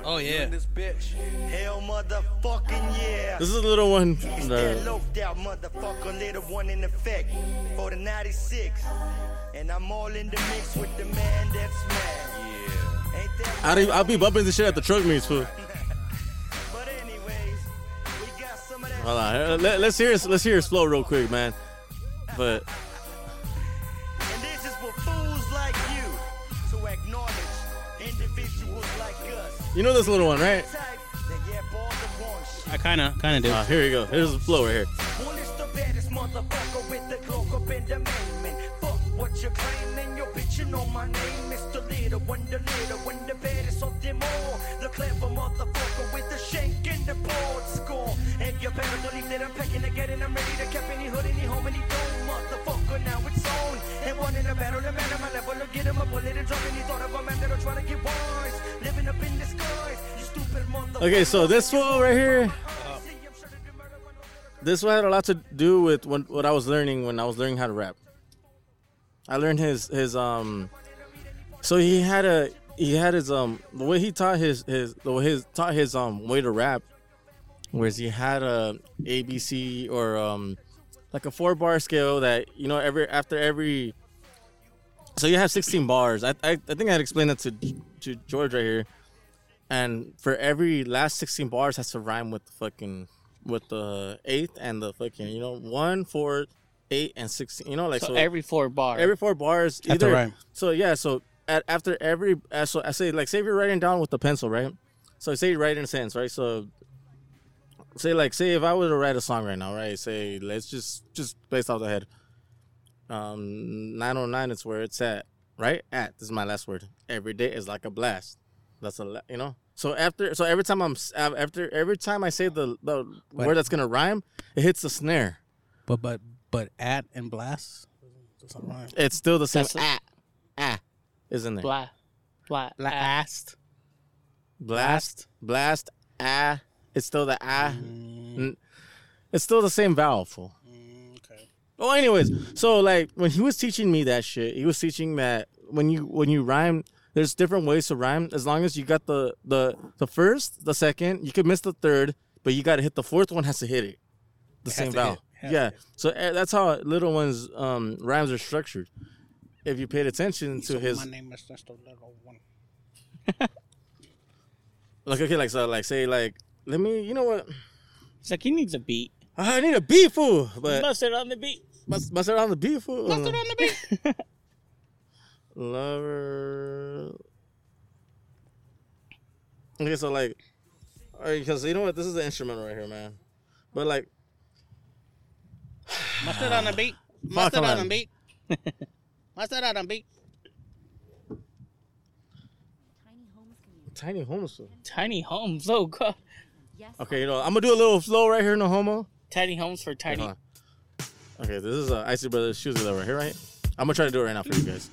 [SPEAKER 5] Oh yeah,
[SPEAKER 6] this bitch. Hell motherfucking yeah.
[SPEAKER 3] This is the little one.
[SPEAKER 6] He's
[SPEAKER 3] uh,
[SPEAKER 6] still loped out, motherfucker, little one in effect for the 96. And I'm all in the mix with the man that's mad. Yeah. Ain't that
[SPEAKER 3] I will e, be bumping this shit at the truck meets, fool.
[SPEAKER 6] But anyways, we got some of that
[SPEAKER 3] Hold on. uh, Let, let's hear his, let's hear his flow real quick, man. But
[SPEAKER 6] And this is for fools like you to acknowledge individuals like us.
[SPEAKER 3] you know this little one, right?
[SPEAKER 6] Type that yeah, ball the one shit.
[SPEAKER 5] I kind of kind of
[SPEAKER 3] Uh, here we go. Here's the flow right here.
[SPEAKER 6] Well, it's the baddest motherfucker with the cloak up in the main Fuck what you're claiming, yo bitch, you know my name is the leader, one the leader, one the baddest of them all. The clever motherfucker with the shake and the board score. And you better believe that I'm packing again and I'm ready to cap any hood, any home, any dome. Motherfucker, now it's on. And one in a battle, the man on my level, look, get him a bullet and drop any thought of a man that'll try to get wise. Living up in disguise, you stupid motherfucker.
[SPEAKER 3] Okay, so this flow right here, this one had a lot to do with when, what I was learning when I was learning how to rap. I learned his his um. So he had a he had his um the way he taught his his the way his taught his um way to rap, whereas he had a ABC or um like a four bar scale that you know every after every. So you have sixteen bars. I I, I think I had explained that to to George right here. and for every last 16 bars has to rhyme with the fucking with the eighth and the fucking you know one four eight and 16 you know like so,
[SPEAKER 4] So, every four bar.
[SPEAKER 3] every four bars
[SPEAKER 5] Have to
[SPEAKER 3] either
[SPEAKER 5] rhyme.
[SPEAKER 3] so yeah so at, after every uh, so i say like say if you're writing down with the pencil right so say you write in a sentence right so say like say if i were to write a song right now right say let's just just based off the head um 909 is where it's at right at this is my last word every day is like a blast that's a la- you know so after so every time i'm s- av- after every time i say the the
[SPEAKER 5] But-
[SPEAKER 3] word that's gonna rhyme it hits the snare
[SPEAKER 5] but but but at and blast. That's not right.
[SPEAKER 3] it's still the same
[SPEAKER 4] That's
[SPEAKER 3] ah ah isn't there
[SPEAKER 4] blah, blah, blah.
[SPEAKER 5] Blast.
[SPEAKER 3] Blast, blast, ah. It's still the ah.
[SPEAKER 5] Mm.
[SPEAKER 3] N- It's still the same vowel. Fool.
[SPEAKER 5] okay.
[SPEAKER 3] Oh, anyways, so like when he was teaching me that shit, he was teaching that when you when you rhyme, there's different ways to rhyme. As long as you got the the the first, the second, you could miss the third, but you got to hit the fourth one. Has to hit it, the same
[SPEAKER 5] to hit
[SPEAKER 3] vowel.
[SPEAKER 5] it. Has to
[SPEAKER 3] Yeah.
[SPEAKER 5] hit
[SPEAKER 3] So eh, that's how little ones um rhymes are structured. If you paid attention to his
[SPEAKER 5] My name is Mr. Little One.
[SPEAKER 3] like okay like so like say like let me you know what
[SPEAKER 4] It's like he needs a beat.
[SPEAKER 3] Uh, I need a beef fool but
[SPEAKER 4] Must it on the beat.
[SPEAKER 3] Must must around the beef. fool.
[SPEAKER 4] the beat.
[SPEAKER 3] (laughs) Lover. Okay, so like, because you know what, this is the instrumental right here, man. But like,
[SPEAKER 5] Mustard on the beat. Más
[SPEAKER 3] Fuck
[SPEAKER 5] that
[SPEAKER 3] 'em.
[SPEAKER 5] on beat. (laughs) Más that on beat.
[SPEAKER 7] Tiny homes community.
[SPEAKER 3] Tiny homes.
[SPEAKER 4] Tiny homes. Oh god.
[SPEAKER 7] Yes.
[SPEAKER 3] Okay, you know, I'm gonna do a little flow right here, no homo.
[SPEAKER 4] Tiny homes for tiny.
[SPEAKER 3] Hold on. Okay, this is uh, Icy Brothers Shoes Love right here, right? I'm gonna try to do it right now for you guys.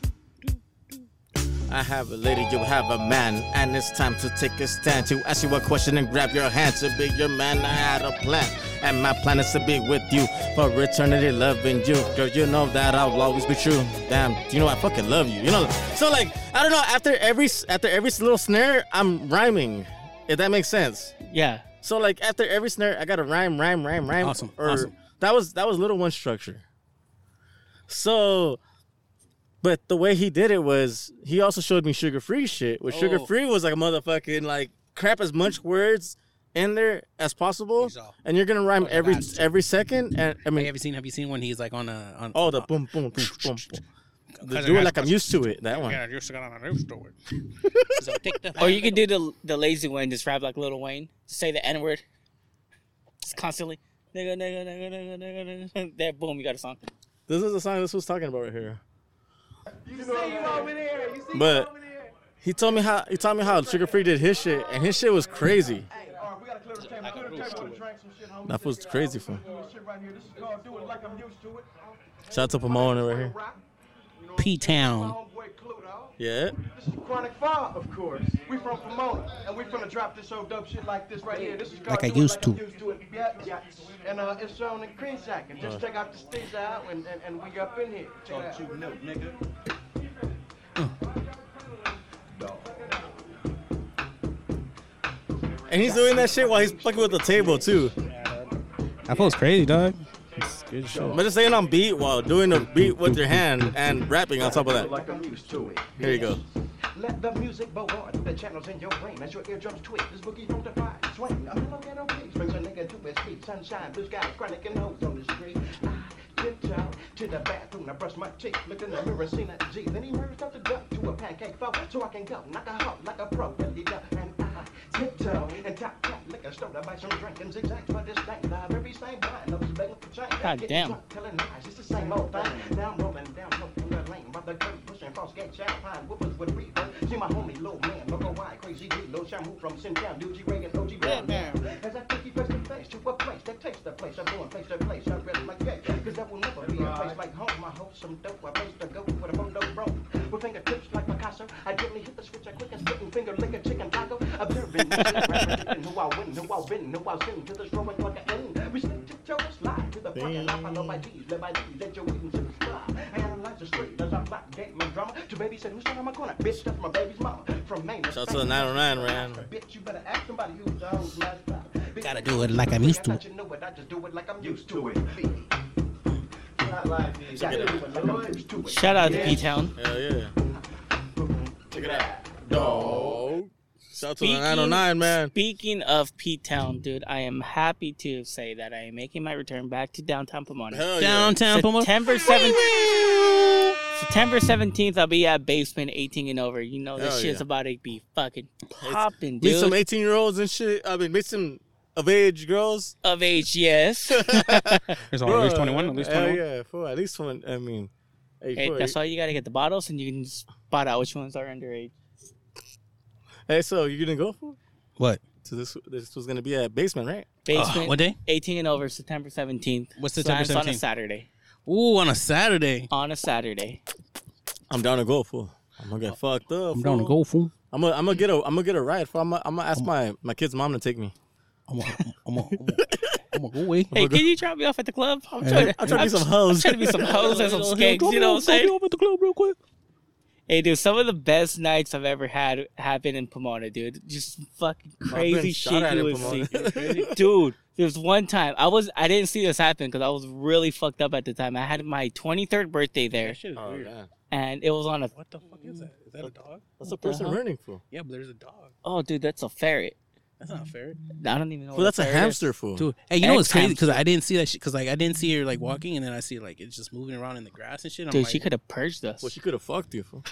[SPEAKER 3] I have a lady, you have a man, and it's time to take a stand. To ask you a question and grab your hand. To be your man, I had a plan, and my plan is to be with you for eternity, loving you. Girl, you know that I will always be true. Damn, you know I fucking love you. You know, so like I don't know. After every after every little snare, I'm rhyming. If that makes sense.
[SPEAKER 4] Yeah.
[SPEAKER 3] So like after every snare, I got to rhyme, rhyme, rhyme, rhyme.
[SPEAKER 5] Awesome,
[SPEAKER 3] Or
[SPEAKER 5] awesome.
[SPEAKER 3] that was that was little one structure. So, but the way he did it was he also showed me sugar free shit. Where sugar
[SPEAKER 5] Oh.
[SPEAKER 3] free was like a motherfucking like crap as much words in there as possible,
[SPEAKER 5] Exact.
[SPEAKER 3] and you're gonna rhyme every
[SPEAKER 5] that's-
[SPEAKER 3] every second. And I
[SPEAKER 5] Hey, uh,
[SPEAKER 3] mean,
[SPEAKER 5] have you seen? Have you seen when he's like on a on?
[SPEAKER 3] oh the
[SPEAKER 5] on-
[SPEAKER 3] boom, boom, boom, boom,
[SPEAKER 5] (laughs)
[SPEAKER 3] boom. They
[SPEAKER 5] Cousin
[SPEAKER 3] do it
[SPEAKER 5] has
[SPEAKER 3] like I'm
[SPEAKER 5] questions.
[SPEAKER 3] used to it. That one.
[SPEAKER 5] Yeah, you just got on a new story. so take the.
[SPEAKER 4] Or you could do the the lazy Wayne, just rap like Little Wayne. Just say the N word. Just constantly. Nigga, nigga, nigga, nigga, nigga, nigga. There, boom, you got a song.
[SPEAKER 3] This is the song this was talking about right here. But he told me how he taught me how Sugar Free did his shit, and his shit was crazy. That was crazy for. him. Shout out to Pomona right here.
[SPEAKER 5] P Town.
[SPEAKER 3] Yeah.
[SPEAKER 8] This is Chronic Five, of course. We from Pomona, and we finna drop this old dope shit like this right here. This is
[SPEAKER 5] Like I
[SPEAKER 8] Do It
[SPEAKER 5] used
[SPEAKER 8] like
[SPEAKER 5] to.
[SPEAKER 8] I used to. it. Yeah, yeah. And uh, it's on in Creamsack, and just check out the stage out, and, and, and we up in here. Don't you know, nigga?
[SPEAKER 3] And he's doing that shit while he's fucking with the table too.
[SPEAKER 5] That feels crazy, dog. It's good shit.
[SPEAKER 3] But just saying on beat while doing the beat with your hand and rapping on top of that.
[SPEAKER 8] Like I'm used to it.
[SPEAKER 3] Here you go.
[SPEAKER 8] Let the music go on. The channels in your brain as your eardrums twitch. This boogie don't defy. Swing a mellow ghetto piece. Brings a nigga to his feet. Sunshine, blue sky, chronic and hoes on the street. I dipped out to the bathroom. I brushed my teeth. Looked in the mirror, seen that G. Then he merged out the duck to a pancake foe. So I can go knock a hoe like a pro. Belly duck. And I tiptoe and top cat liquor. Stole to buy some drink and zigzag for this thing. Now every same blind. I was begging for change.
[SPEAKER 4] God
[SPEAKER 8] Getting
[SPEAKER 4] damn.
[SPEAKER 8] drunk telling lies, it's the same old thing. Now I'm rolling down Northumberland Lane, by the curb, pushing false gate, champagne, whoopers with reverb. See my homie, low man, local wide, crazy dude, low shamu from Sintown, New G Reagan, OG Brown. As I take you face to face to a place that takes the place, I'm going place to place, I'm ready like yeah, cause that will never be a place like home. I hope some dope, I place to go with a mondo bro. With fingertips like Picasso, I gently hit the switch, I quick as spitting finger, lick a chicken taco, observing, predicting who I win, who I win, who I sin, to this rolling like an end. We stick to toe and slide to the fucking life. I know my G's, let my D's, let your even sit fly. I analyze the street, does I block game and drama? To baby said, who's on my corner? Bitch, that's my baby's mama. From Maine,
[SPEAKER 3] Shout out to the 909 Ran.
[SPEAKER 8] Bitch, you better ask somebody who's the hoes last time. Bitch,
[SPEAKER 5] Gotta do it like I'm used to.
[SPEAKER 8] I thought you know it, I just do it like I'm used to it. Not like this. Gotta do it like I'm used to it.
[SPEAKER 4] Shout out to P Town.
[SPEAKER 3] Hell yeah. Check it out. Dog. Shout out to the 909 man.
[SPEAKER 4] Speaking of P Town, dude, I am happy to say that I am making my return back to downtown Pomona.
[SPEAKER 3] Hell yeah.
[SPEAKER 5] Oh, Downtown Pomona.
[SPEAKER 4] September seventeenth. September seventeenth, I'll be at Basement eighteen and over. You know this
[SPEAKER 3] Hell
[SPEAKER 4] shit's
[SPEAKER 3] yeah.
[SPEAKER 4] about to be fucking popping,
[SPEAKER 3] Meet
[SPEAKER 4] dude.
[SPEAKER 3] some 18 year olds and shit. I mean, meet some of age girls.
[SPEAKER 4] of age,
[SPEAKER 5] (laughs)
[SPEAKER 4] yes.
[SPEAKER 5] There's all, there's 21, Oh, at least
[SPEAKER 3] Hell
[SPEAKER 5] 21.
[SPEAKER 3] yeah, fool. At least one. I mean, hey,
[SPEAKER 4] Hey,
[SPEAKER 3] fool,
[SPEAKER 4] that's why you gotta get the bottles, and you can just spot out which ones are underage.
[SPEAKER 3] hey, so you gonna go fool?
[SPEAKER 5] What?
[SPEAKER 3] So this this was gonna be at basement, right?
[SPEAKER 4] Basement.
[SPEAKER 5] what day?
[SPEAKER 4] 18 and over, September 17th.
[SPEAKER 5] What's
[SPEAKER 4] So
[SPEAKER 5] September
[SPEAKER 4] that's On a
[SPEAKER 5] 17th?
[SPEAKER 4] Saturday.
[SPEAKER 5] Ooh, on
[SPEAKER 4] (laughs)
[SPEAKER 5] a Saturday.
[SPEAKER 4] On a
[SPEAKER 5] (laughs)
[SPEAKER 4] Saturday.
[SPEAKER 3] I'm down to go fool. I'm gonna get fucked up.
[SPEAKER 5] Uh, I'm down to go, fool.
[SPEAKER 3] I'm gonna I'm gonna get a I'm gonna get a ride. Fool. I'm gonna, I'm gonna ask my my kid's mom to take me.
[SPEAKER 5] I'm gonna I'm gonna- I'm gonna- I'm gonna go away.
[SPEAKER 4] Hey, can you drop me off at the club? I'm
[SPEAKER 5] Hey.
[SPEAKER 4] trying to,
[SPEAKER 3] I'm trying to be some hoes.
[SPEAKER 4] trying to
[SPEAKER 3] (laughs)
[SPEAKER 4] be
[SPEAKER 5] (laughs)
[SPEAKER 4] some hoes and some skanks. You know what I'm saying?
[SPEAKER 5] at the club real quick.
[SPEAKER 4] Hey, dude, some of the best nights I've ever had happen in Pomona, dude. Just fucking crazy
[SPEAKER 3] shot
[SPEAKER 4] shit
[SPEAKER 3] at
[SPEAKER 4] you
[SPEAKER 3] in
[SPEAKER 4] would see,
[SPEAKER 3] Pomona. (laughs)
[SPEAKER 4] dude. There was one time I was I didn't see this happen because I was really fucked up at the time. I had my 23rd birthday there,
[SPEAKER 5] That shit is
[SPEAKER 3] Oh
[SPEAKER 5] weird.
[SPEAKER 3] god,
[SPEAKER 4] and it was on a
[SPEAKER 5] What the fuck is that? Is that a dog?
[SPEAKER 3] that's a
[SPEAKER 4] the
[SPEAKER 3] person
[SPEAKER 4] hell?
[SPEAKER 3] running fool.
[SPEAKER 5] Yeah, but there's a dog.
[SPEAKER 4] oh, dude, that's a ferret.
[SPEAKER 5] That's not fair.
[SPEAKER 4] I don't even know.
[SPEAKER 3] Well,
[SPEAKER 4] what
[SPEAKER 3] that's a
[SPEAKER 4] ferret is.
[SPEAKER 3] hamster fool.
[SPEAKER 5] Dude, hey, you know what's
[SPEAKER 4] Egg
[SPEAKER 5] crazy? Because I didn't see that shit. Because like I didn't see her like walking, and then I see like it's just moving around in the grass and shit. I'm
[SPEAKER 4] Dude,
[SPEAKER 5] like,
[SPEAKER 4] she could have purged us.
[SPEAKER 3] Well, she could have fucked you fool.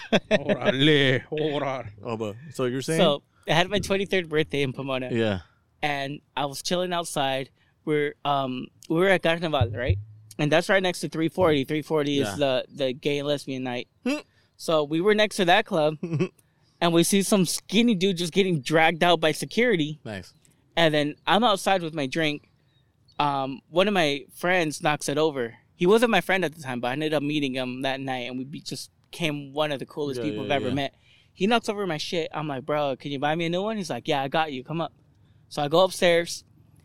[SPEAKER 5] Orale, ora.
[SPEAKER 3] Oh, but so you're saying?
[SPEAKER 4] So I had my 23rd birthday in Pomona,
[SPEAKER 3] yeah.
[SPEAKER 4] and I was chilling outside. We're um we were at Carnaval, right? and that's right next to 340. 340
[SPEAKER 3] Yeah.
[SPEAKER 4] is the the gay and lesbian night. so we were next to that club, and we see some skinny dude just getting dragged out by security.
[SPEAKER 3] Nice.
[SPEAKER 4] And then I'm outside with my drink. Um, one of my friends knocks it over. He wasn't my friend at the time, but I ended up meeting him that night, and we be, just became one of the coolest
[SPEAKER 3] Yeah,
[SPEAKER 4] people
[SPEAKER 3] yeah,
[SPEAKER 4] I've ever
[SPEAKER 3] yeah.
[SPEAKER 4] met. He knocks over my shit. I'm like, bro, can you buy me a new one? He's like, yeah, I got you. Come up. So I go upstairs,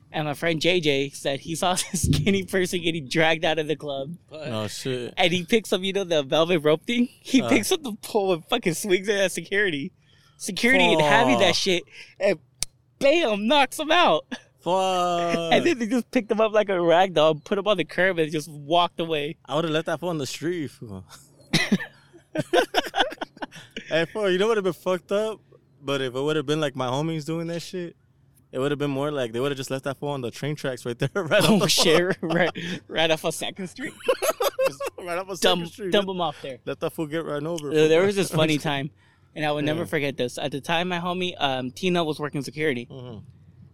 [SPEAKER 4] and my friend JJ said he saw (laughs) this skinny person getting dragged out of the club,
[SPEAKER 3] Oh shit.
[SPEAKER 4] and he picks up, you know, the velvet rope thing. He
[SPEAKER 3] Uh.
[SPEAKER 4] picks up the pole and fucking swings it at security. Security and having
[SPEAKER 3] Fuck.
[SPEAKER 4] that shit, and bam, knocks him out.
[SPEAKER 3] Fuck.
[SPEAKER 4] And then they just picked him up like a rag doll, put him on the curb, and just
[SPEAKER 3] (laughs)
[SPEAKER 4] walked away.
[SPEAKER 3] I would have left that fool on the street. fool. (laughs) hey, fool, you know what would have been fucked up? But if it would have been like my homies doing that shit, it would have been more like they would have just left that fool on the train tracks right there, (laughs) right off
[SPEAKER 4] Oh
[SPEAKER 3] the
[SPEAKER 4] shit! (laughs) Right, right off of Second Street,
[SPEAKER 3] right off of
[SPEAKER 4] dump,
[SPEAKER 3] (laughs) Second Street.
[SPEAKER 4] dump him off there.
[SPEAKER 3] Let that fool get run over.
[SPEAKER 4] Uh, There
[SPEAKER 3] fool.
[SPEAKER 4] there
[SPEAKER 3] (laughs)
[SPEAKER 4] was this funny time, and I would never
[SPEAKER 3] Yeah.
[SPEAKER 4] forget this. At the time, my homie um, Tina was working security,
[SPEAKER 3] Mhm.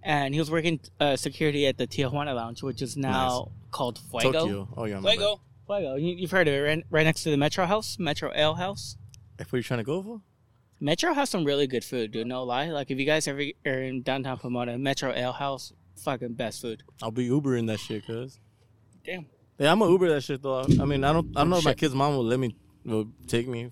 [SPEAKER 4] and he was working uh, security at the Tijuana Lounge, which is now called Fuego.
[SPEAKER 3] Tokyo. Oh yeah, my bad.
[SPEAKER 5] Fuego.
[SPEAKER 4] Fuego, you, you've heard of it, right, right next to the Metro House, Metro Ale House.
[SPEAKER 3] Hey, fool, you trying to go for?
[SPEAKER 4] Metro has some really good food, dude. No lie. Like if you guys ever are in downtown Pomona, Metro Ale House, fucking best food.
[SPEAKER 3] I'll be Ubering that shit, cuz.
[SPEAKER 4] Damn.
[SPEAKER 3] Yeah, I'm gonna Uber that shit though. I mean, I don't, I don't know if my
[SPEAKER 4] Shit.
[SPEAKER 3] kid's mom will let me, will take me.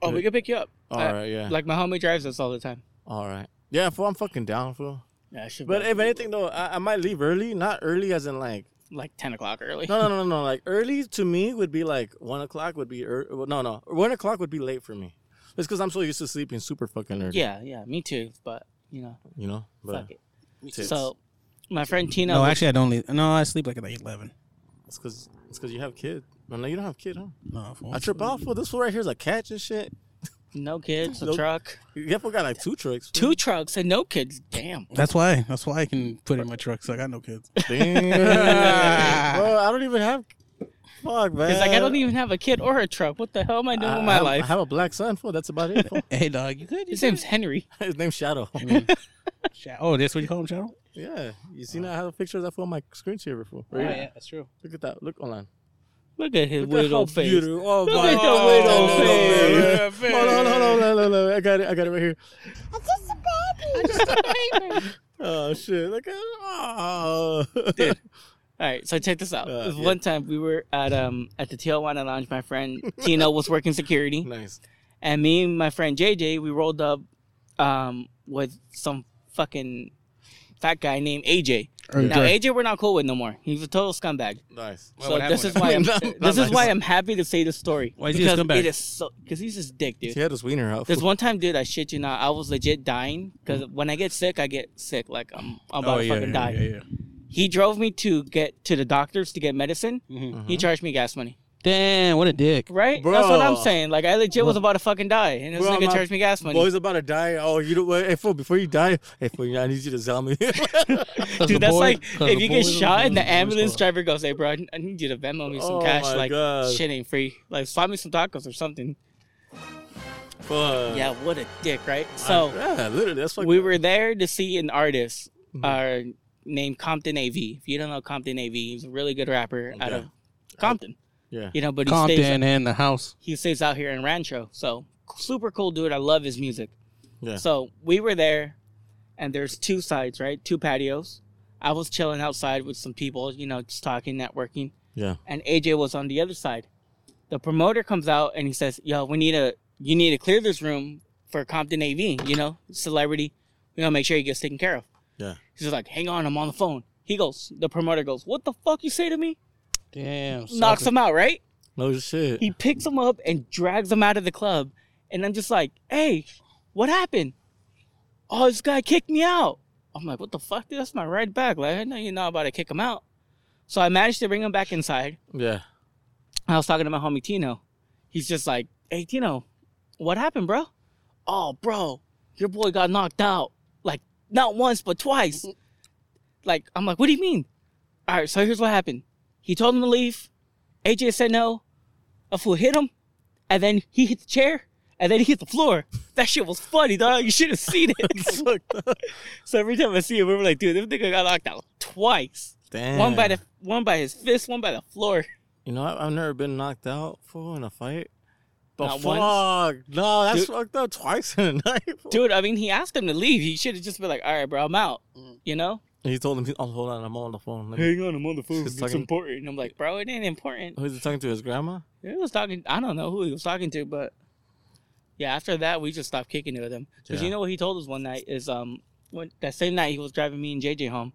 [SPEAKER 4] Oh, we can pick you up.
[SPEAKER 3] All
[SPEAKER 4] Uh,
[SPEAKER 3] right, yeah.
[SPEAKER 4] Like my homie drives us all the time.
[SPEAKER 3] All right. Yeah, fool, I'm fucking down, fool.
[SPEAKER 4] Yeah, should
[SPEAKER 3] But
[SPEAKER 4] but
[SPEAKER 3] if anything though, I, I might leave early. Not early as in like
[SPEAKER 4] like ten o'clock early.
[SPEAKER 3] no no no no no like early to me would be like one o'clock would be ear- well, no no one o'clock would be late for me. It's because I'm so used to sleeping super fucking early.
[SPEAKER 4] Yeah, yeah, me too. But you know,
[SPEAKER 3] You know. But
[SPEAKER 4] fuck it.
[SPEAKER 3] tits.
[SPEAKER 4] So my friend Tina.
[SPEAKER 5] (laughs) No,
[SPEAKER 4] was-
[SPEAKER 5] Oh, actually, I don't. Leave. No, I sleep like at like eleven.
[SPEAKER 3] it's because it's because you have kid. No, no, you don't have kid, huh?
[SPEAKER 5] No,
[SPEAKER 3] I trip out for this one right here is a catch and shit.
[SPEAKER 4] no kids, a
[SPEAKER 3] Nope.
[SPEAKER 4] truck,
[SPEAKER 3] Yeah, fool got like two trucks. fool.
[SPEAKER 4] two trucks, and no kids. Damn.
[SPEAKER 5] That's why. That's why I can put it in my truck. So I got no kids.
[SPEAKER 3] Damn. (laughs) Bro, I don't even have. Fuck man.
[SPEAKER 4] It's like I don't even have a kid or a truck. What the hell am I doing with my
[SPEAKER 3] have-
[SPEAKER 4] life?
[SPEAKER 3] Uh, I have a black son. Fool. That's about it. fool.
[SPEAKER 5] (laughs)
[SPEAKER 3] (laughs)
[SPEAKER 5] hey, dog, you good? You
[SPEAKER 4] His name's Henry.
[SPEAKER 3] His name's Shadow.
[SPEAKER 4] Mm-hmm.
[SPEAKER 5] good? Sha- Oh, that's what you call him, Shadow?
[SPEAKER 3] (laughs) yeah, you seen I have a picture of that fool on my screen saver fool. Right here.
[SPEAKER 5] that's true.
[SPEAKER 3] Look at that. Look online.
[SPEAKER 4] Look at his
[SPEAKER 3] Look at
[SPEAKER 4] weird
[SPEAKER 3] how
[SPEAKER 4] old face.
[SPEAKER 3] beautiful- Oh my
[SPEAKER 4] at that
[SPEAKER 3] God.
[SPEAKER 4] weird
[SPEAKER 3] Oh,
[SPEAKER 4] old
[SPEAKER 3] no,
[SPEAKER 4] face.
[SPEAKER 3] no, no, no. Hold on, hold on, hold on, hold on. I got it. I got it right here. (laughs) I'm just a baby. I'm just a baby. oh shit! Look at oh.
[SPEAKER 4] All right, so check this out.
[SPEAKER 3] Uh,
[SPEAKER 4] This
[SPEAKER 3] yeah.
[SPEAKER 4] One time we were at um at the Tijuana Lounge. My friend Tina was working security.
[SPEAKER 3] (laughs) nice.
[SPEAKER 4] And me and my friend JJ, we rolled up um, with some fucking fat guy named AJ. Now AJ, we're not cool with no more. He's a total scumbag.
[SPEAKER 3] Nice.
[SPEAKER 4] so
[SPEAKER 5] what
[SPEAKER 4] this
[SPEAKER 5] happened
[SPEAKER 4] is
[SPEAKER 3] (laughs)
[SPEAKER 4] why I'm
[SPEAKER 3] No, not
[SPEAKER 4] (laughs) this is why
[SPEAKER 3] nice.
[SPEAKER 4] I'm happy to say this story.
[SPEAKER 5] Why is he a
[SPEAKER 4] because
[SPEAKER 5] scumbag?
[SPEAKER 4] It is so because he's just dick,
[SPEAKER 3] He
[SPEAKER 4] dude.
[SPEAKER 3] had his wiener out.
[SPEAKER 4] This one time, dude, I shit you not, I was legit dying because when I get sick, I get sick like I'm, I'm
[SPEAKER 3] Oh,
[SPEAKER 4] about to fucking die. He drove me to get to the doctors to get medicine.
[SPEAKER 3] Mm-hmm.
[SPEAKER 4] He charged me gas money.
[SPEAKER 5] Damn, what a dick.
[SPEAKER 4] Right? That's what I'm
[SPEAKER 3] Bro.
[SPEAKER 4] saying. Like I legit was about to fucking die, and this
[SPEAKER 3] Bro,
[SPEAKER 4] nigga
[SPEAKER 3] my
[SPEAKER 4] charged me gas money.
[SPEAKER 3] Boy's about to die. Oh, you know what? Hey, fool, before you die, hey, fool, I need you to sell
[SPEAKER 4] (laughs)
[SPEAKER 3] me. (laughs)
[SPEAKER 4] Dude, that's like if you get shot and the ambulance driver goes, "Hey, bro, I I need you to Venmo me some
[SPEAKER 3] Oh
[SPEAKER 4] cash.
[SPEAKER 3] my
[SPEAKER 4] Like,
[SPEAKER 3] God.
[SPEAKER 4] shit ain't free. Like, swap me some tacos or something."
[SPEAKER 3] Fuck.
[SPEAKER 4] yeah, what a dick, right?
[SPEAKER 3] I-
[SPEAKER 4] So
[SPEAKER 3] yeah, literally, that's fucking.
[SPEAKER 4] we were there to see an artist uh, named Compton AV. If you don't know Compton AV, he's a really good rapper out
[SPEAKER 3] Yeah.
[SPEAKER 4] of Compton.
[SPEAKER 3] Yeah.
[SPEAKER 4] You know, but he stays
[SPEAKER 5] Compton and the house.
[SPEAKER 4] he stays out here in Rancho. So super cool dude. I love his music.
[SPEAKER 3] Yeah.
[SPEAKER 4] So we were there, and there's two sides, right? Two patios. I was chilling outside with some people, you know, just talking, networking,
[SPEAKER 3] Yeah.
[SPEAKER 4] and AJ was on the other side. The promoter comes out and he says, "Yo, we need a you need to clear this room for Compton AV, you know, celebrity. You know, make sure he gets taken care of."
[SPEAKER 3] Yeah.
[SPEAKER 4] He's just like, "Hang on, I'm on the phone." He goes, the promoter goes, "What the fuck you say to me?"
[SPEAKER 5] Damn.
[SPEAKER 4] Knocks him out, right?
[SPEAKER 3] No shit.
[SPEAKER 4] he picks him up and drags him out of the club. And I'm just like, hey, what happened? Oh, this guy kicked me out. I'm like, what the fuck, dude? That's my right back. Like, I know you're not about to kick him out. So I managed to bring him back inside.
[SPEAKER 3] yeah.
[SPEAKER 4] I was talking to my homie Tino. He's just like, hey, Tino, what happened, bro? Oh, bro, your boy got knocked out. Like, not once, but twice. Like, I'm like, what do you mean? All right, so here's what happened. He told him to leave. AJ said no. A fool hit him. And then he hit the chair. And then he hit the floor. That shit was funny, dog. You should (laughs) have seen it. so every time I see him, we were like, dude, this nigga got knocked out twice.
[SPEAKER 3] Damn.
[SPEAKER 4] One by the one by his fist, one by the floor.
[SPEAKER 3] You know, I- I've never been knocked out fool in a fight.
[SPEAKER 4] Not
[SPEAKER 3] But fuck,
[SPEAKER 4] once?
[SPEAKER 3] no, that's
[SPEAKER 4] Dude-
[SPEAKER 3] fucked up twice in a (laughs) night. fool.
[SPEAKER 4] Dude, I mean, he asked him to leave. He should have just been like, "All right, bro, I'm out."
[SPEAKER 3] Mm.
[SPEAKER 4] You know?
[SPEAKER 3] He told him, "Oh, hold on, I'm on the phone." Let me-
[SPEAKER 4] Hang on, I'm on the phone.
[SPEAKER 3] Just
[SPEAKER 4] It's
[SPEAKER 3] talking-
[SPEAKER 4] important. I'm like, bro, it ain't important.
[SPEAKER 3] Who's he talking to? His grandma?
[SPEAKER 4] He was talking. I don't know who he was talking to, but yeah. After that, we just stopped kicking it with him. Cause you
[SPEAKER 3] Yeah.
[SPEAKER 4] know what he told us one night is um when that same night he was driving me and JJ home.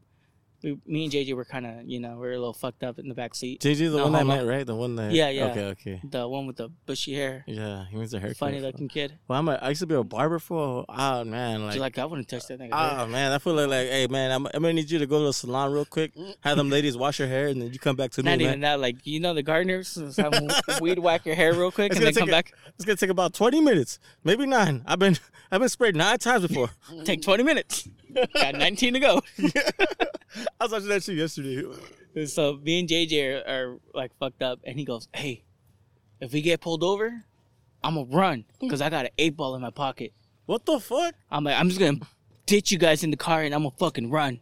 [SPEAKER 4] We, me and JJ were kind of you know we were a little fucked up in the back seat.
[SPEAKER 3] JJ, the
[SPEAKER 4] No
[SPEAKER 3] one I
[SPEAKER 4] homo.
[SPEAKER 3] met, right? The one that.
[SPEAKER 4] Yeah, yeah.
[SPEAKER 3] Okay, okay.
[SPEAKER 4] The one with the bushy hair,
[SPEAKER 3] Yeah, he needs a haircut.
[SPEAKER 4] funny
[SPEAKER 3] fool.
[SPEAKER 4] looking kid.
[SPEAKER 3] Well, I'm a, I used to be a barber for. Oh man, like.
[SPEAKER 4] She's like, I wouldn't touch that nigga. hair."
[SPEAKER 3] Oh man, I feel like, like hey man, I'm, I'm gonna need you to go to the salon real quick, have them ladies wash your hair, and then you come back to me.
[SPEAKER 4] Not even
[SPEAKER 3] Man.
[SPEAKER 4] that. Like you know the gardeners (laughs) just
[SPEAKER 3] (laughs)
[SPEAKER 4] have them weed whack your hair real quick
[SPEAKER 3] It's
[SPEAKER 4] and
[SPEAKER 3] gonna
[SPEAKER 4] then
[SPEAKER 3] take
[SPEAKER 4] come
[SPEAKER 3] a-
[SPEAKER 4] back.
[SPEAKER 3] It's gonna take about 20 minutes, maybe nine. I've been I've been sprayed nine times before.
[SPEAKER 4] Take 20 minutes. (laughs) Got 19 to go. (laughs)
[SPEAKER 3] I was watching that shit yesterday.
[SPEAKER 4] So me and JJ are, are like fucked up, and he goes, "Hey, if we get pulled over, I'm gonna run because I got an eight ball in my pocket.
[SPEAKER 3] What the fuck?
[SPEAKER 4] I'm like, I'm just gonna ditch you guys in the car, and I'm gonna fucking run,